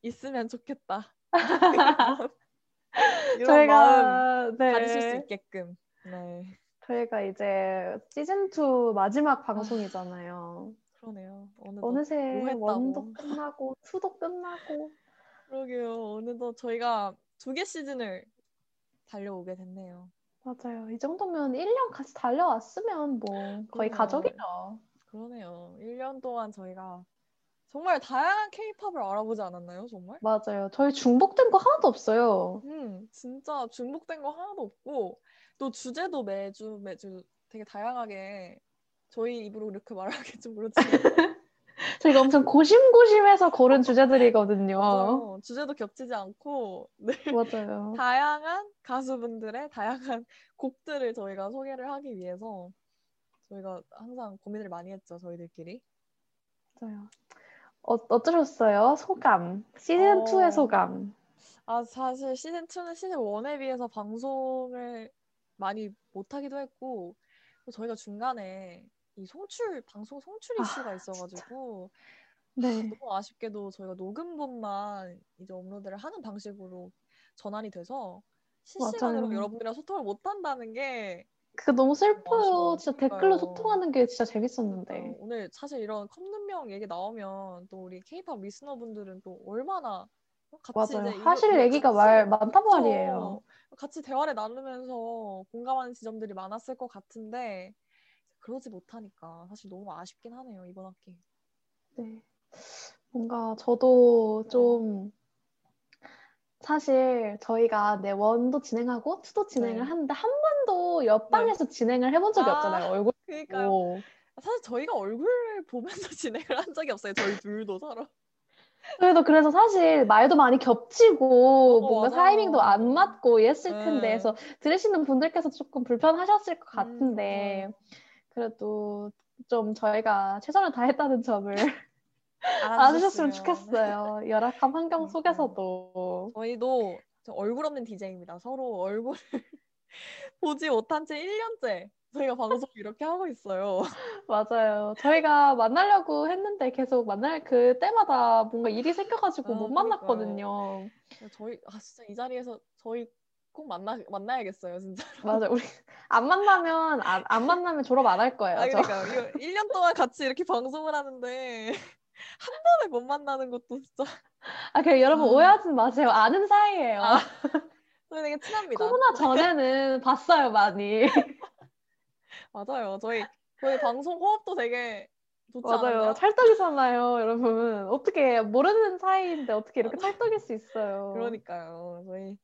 S2: 있으면 좋겠다. 이런
S1: 저희가
S2: 마음
S1: 네.
S2: 가지실 수 있게끔. 네,
S1: 저희가 이제 시즌 2 마지막 방송이잖아요. 뭐.
S2: 그러네요. 어느덧
S1: 어느새
S2: 오했다고.
S1: 원도 끝나고 2도 끝나고
S2: 그러게요. 어느덧 저희가 두 개 시즌을 달려오게 됐네요.
S1: 맞아요. 이 정도면 1년 같이 달려왔으면 뭐 거의
S2: 그러네요.
S1: 가족이죠.
S2: 그러네요. 1년 동안 저희가 정말 다양한 케이팝을 알아보지 않았나요? 정말?
S1: 맞아요. 저희 중복된 거 하나도 없어요.
S2: 음, 진짜 중복된 거 하나도 없고 또 주제도 매주 매주 되게 다양하게 저희 입으로 이렇게 말하기 좀 그렇지만
S1: 저희가 엄청 고심고심해서 고른 주제들이거든요.
S2: 맞아요. 주제도 겹치지 않고 네,
S1: 맞아요.
S2: 다양한 가수분들의 다양한 곡들을 저희가 소개를 하기 위해서 저희가 항상 고민을 많이 했죠, 저희들끼리.
S1: 맞아요. 어, 어떠셨어요? 소감. 시즌
S2: 어.
S1: 2의 소감.
S2: 아, 사실 시즌 2는 시즌 1에 비해서 방송을 많이 못하기도 했고, 또 저희가 중간에 이 송출, 방송 송출
S1: 아,
S2: 이슈가 있어가지고,
S1: 네.
S2: 너무 아쉽게도 저희가 녹음본만 이제 업로드를 하는 방식으로 전환이 돼서 실시간으로
S1: 맞아요.
S2: 여러분들이랑 소통을 못한다는 게
S1: 그거 너무 슬퍼요.
S2: 아쉬워요.
S1: 진짜
S2: 그러니까요.
S1: 댓글로 소통하는 게 진짜
S2: 어,
S1: 재밌었는데.
S2: 오늘 사실 이런 컵눈명 얘기 나오면 또 우리 케이팝 리스너분들은 또 얼마나 같이
S1: 맞아요.
S2: 이제 이거-
S1: 하실
S2: 이거
S1: 얘기가
S2: 같이
S1: 말 많단
S2: 그쵸.
S1: 말이에요.
S2: 어, 같이 대화를 나누면서 공감하는 지점들이 많았을 것 같은데 그러지 못하니까 사실 너무 아쉽긴 하네요 이번 학기.
S1: 네. 뭔가 저도 좀 사실 저희가 네 원도 진행하고 투도 진행을
S2: 네.
S1: 하는데 한 번도 옆방에서 진행을 해본 적이
S2: 아,
S1: 없잖아요. 얼굴
S2: 그러니까
S1: 보고.
S2: 사실 저희가 얼굴을 보면서 진행을 한 적이 없어요. 저희 둘도 서로.
S1: 그래도 그래서 사실 말도 많이 겹치고
S2: 어,
S1: 뭔가
S2: 맞아요.
S1: 타이밍도 안 맞고 이랬을
S2: 네. 음,
S1: 텐데 그래서 들으시는 분들께서 조금 불편하셨을 것 같은데
S2: 맞아요.
S1: 그래도 좀 저희가 최선을 다했다는 점을 알아주셨으면
S2: 알아주셨으면 음,
S1: 좋겠어요. 열악한 환경
S2: 그러니까요.
S1: 속에서도.
S2: 저희도 저 얼굴 없는 DJ입니다. 서로 얼굴을 보지 못한 채 1년째 저희가 방송 이렇게 하고 있어요.
S1: 맞아요. 저희가 만나려고 했는데 계속 만날 그 때마다 뭔가 일이 생겨가지고
S2: 아,
S1: 못
S2: 그러니까요.
S1: 만났거든요.
S2: 저희 아 진짜 이 자리에서 저희 꼭 만나 만나야겠어요, 진짜.
S1: 맞아. 우리 안 만나면 안, 안 만나면 졸업 안 할 거예요.
S2: 아
S1: 저.
S2: 그러니까 이거 1년 동안 같이 이렇게 방송을 하는데 한 번에 못 만나는 것도 진짜
S1: 아, 그래 여러분
S2: 아.
S1: 오해하지 마세요. 아는 사이예요.
S2: 아, 저희 되게 친합니다.
S1: 코로나 전에는 봤어요 많이.
S2: 맞아요. 저희 저희 방송 호흡도 되게 좋지
S1: 맞아요.
S2: 않아요?
S1: 찰떡이잖아요, 여러분. 어떻게 모르는 사이인데 어떻게 이렇게 찰떡일 수 있어요.
S2: 아. 그러니까요. 저희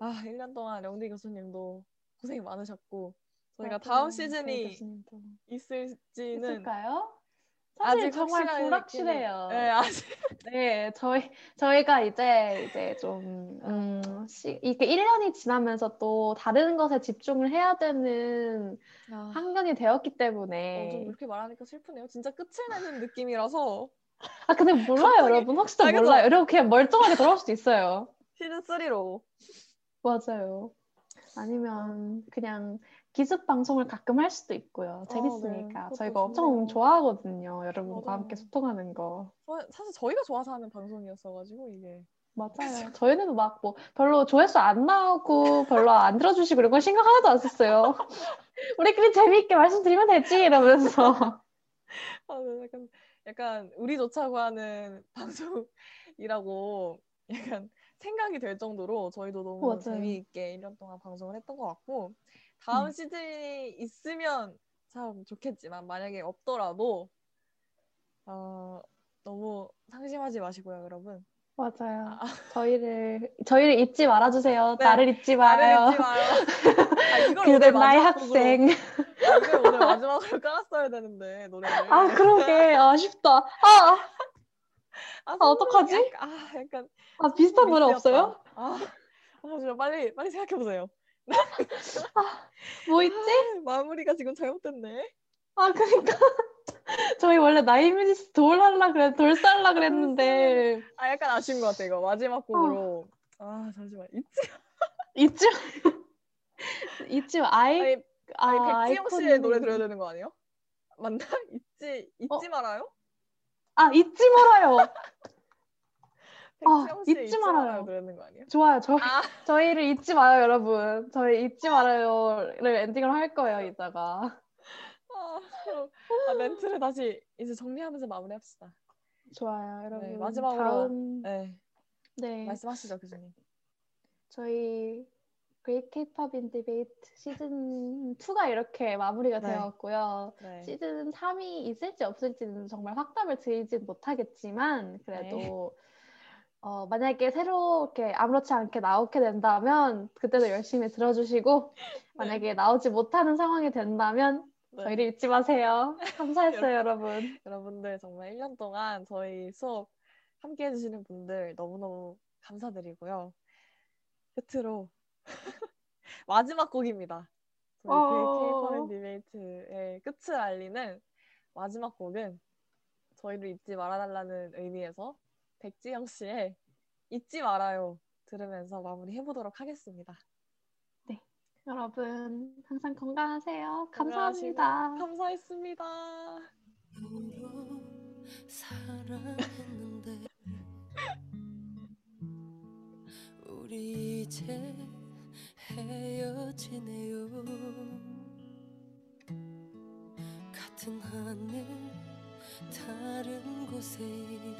S2: 아 1년 동안 영디 교수님도 고생이 많으셨고 저희가
S1: 맞아요.
S2: 다음
S1: 저희
S2: 시즌이
S1: 교수님도.
S2: 있을지는
S1: 있을까요? 사실
S2: 아직
S1: 정말
S2: 확실하게
S1: 불확실해요.
S2: 네, 아직
S1: 네, 저희 저희가 이제 이제 좀 음, 시, 이게 1년이 지나면서 또 다른 것에 집중을 해야 되는
S2: 아,
S1: 학년이 되었기
S2: 어, 좀
S1: 때문에
S2: 이렇게 말하니까 슬프네요. 진짜 끝을 내는 느낌이라서
S1: 아 근데 몰라요,
S2: 갑자기-
S1: 여러분 혹시 또
S2: 아, 그래서-
S1: 몰라요. 여러분 그냥 멀쩡하게 돌아올 수도 있어요.
S2: 시즌 3로
S1: 맞아요. 아니면 그냥 기습 방송을 가끔 할 수도 있고요.
S2: 아, 네.
S1: 재밌으니까
S2: 그것도
S1: 저희가 엄청
S2: 좋네요.
S1: 좋아하거든요. 여러분과
S2: 맞아요.
S1: 함께 소통하는 거.
S2: 어, 사실 저희가 좋아서 하는 방송이었어가지고 이게
S1: 맞아요. 저희는 막 뭐 별로 조회수 안 나오고 별로 안 들어주시고 이런 건 신경 하나도 안 썼어요. 우리끼리 재미있게 말씀드리면 되지 이러면서.
S2: 아, 네, 약간 약간 우리 좋자고 하는 방송이라고 약간 생각이 될 정도로 저희도 너무
S1: 맞아요.
S2: 재미있게 1년 동안 방송을 했던 것 같고 다음 시즌이 있으면 참 좋겠지만 만약에 없더라도 어, 너무 상심하지 마시고요, 여러분.
S1: 맞아요.
S2: 아.
S1: 저희를 저희를 잊지 말아주세요.
S2: 네,
S1: 나를 잊지
S2: 나를
S1: 말아요.
S2: 잊지 마요. 아, 이걸
S1: 그대
S2: 오늘
S1: 나의
S2: 마지막으로-
S1: 학생.
S2: 아, 이걸 오늘 마지막으로 깔았어야 되는데 노래를.
S1: 아 그러게 아쉽다. 아,
S2: 아,
S1: 어떡하지?
S2: 약간- 아, 약간
S1: 아 비슷한 노래
S2: 미스였다.
S1: 없어요?
S2: 아, 아, 잠시만 빨리 빨리 생각해 보세요. 네?
S1: 뭐 있지?
S2: 마무리가 지금 잘못됐네.
S1: 아 그러니까 저희 원래 나이뮤니스 돌 할라 그래 돌 쌀라 그랬는데
S2: 아 약간 아쉬운 것 같아 이거 마지막 곡으로. 아 잠시만 잊지.
S1: 잊지 마- 잊지 마. 아이
S2: 아니, 아니
S1: 아,
S2: 백지영 씨의 노래
S1: 아이콘이-
S2: 들어야 되는 거 아니에요? 맞나? 잊지 잊지
S1: 어?
S2: 말아요?
S1: 아 잊지 말아요. 아,
S2: 백지영 씨의
S1: 잊지 말아요.
S2: 들어야 되는 거 아니에요?
S1: 좋아요. 저희
S2: 아.
S1: 저희를 잊지 마요, 여러분. 저희 잊지 말아요를 엔딩을 할 거예요, 이따가.
S2: 아, 그럼 아, 멘트를 다시 이제 정리하면서 마무리합시다.
S1: 좋아요, 여러분.
S2: 네, 마지막으로.
S1: 다음,
S2: 네
S1: 네,
S2: 말씀하시죠 교수님.
S1: 저희 Great K-pop in Debate 시즌 2가 이렇게 마무리가
S2: 네.
S1: 되었고요.
S2: 네.
S1: 시즌 3이 있을지 없을지는 정말 확답을 드리진 못하겠지만 그래도 어, 만약에 새로 이렇게 아무렇지 않게 나오게 된다면 그때도 열심히 들어주시고 만약에 나오지 못하는 상황이 된다면
S2: 네.
S1: 저희를 잊지 마세요. 감사했어요, 여러분.
S2: 여러분들 정말 1년 동안 저희 수업 함께 해주시는 분들 너무너무 감사드리고요. 끝으로 마지막 곡입니다. 저희
S1: 어.
S2: K-POP 디베이트의 끝을 알리는 마지막 곡은 저희를 잊지 말아달라는 의미에서 백지영 씨의 잊지 말아요 들으면서 마무리 해보도록 하겠습니다.
S1: 여러분 항상 건강하세요.
S2: 건강하시고
S1: 감사합니다.
S2: 감사했습니다.
S4: 너로 사랑했는데 우리 이제 헤어지네요 같은 하늘 다른 곳에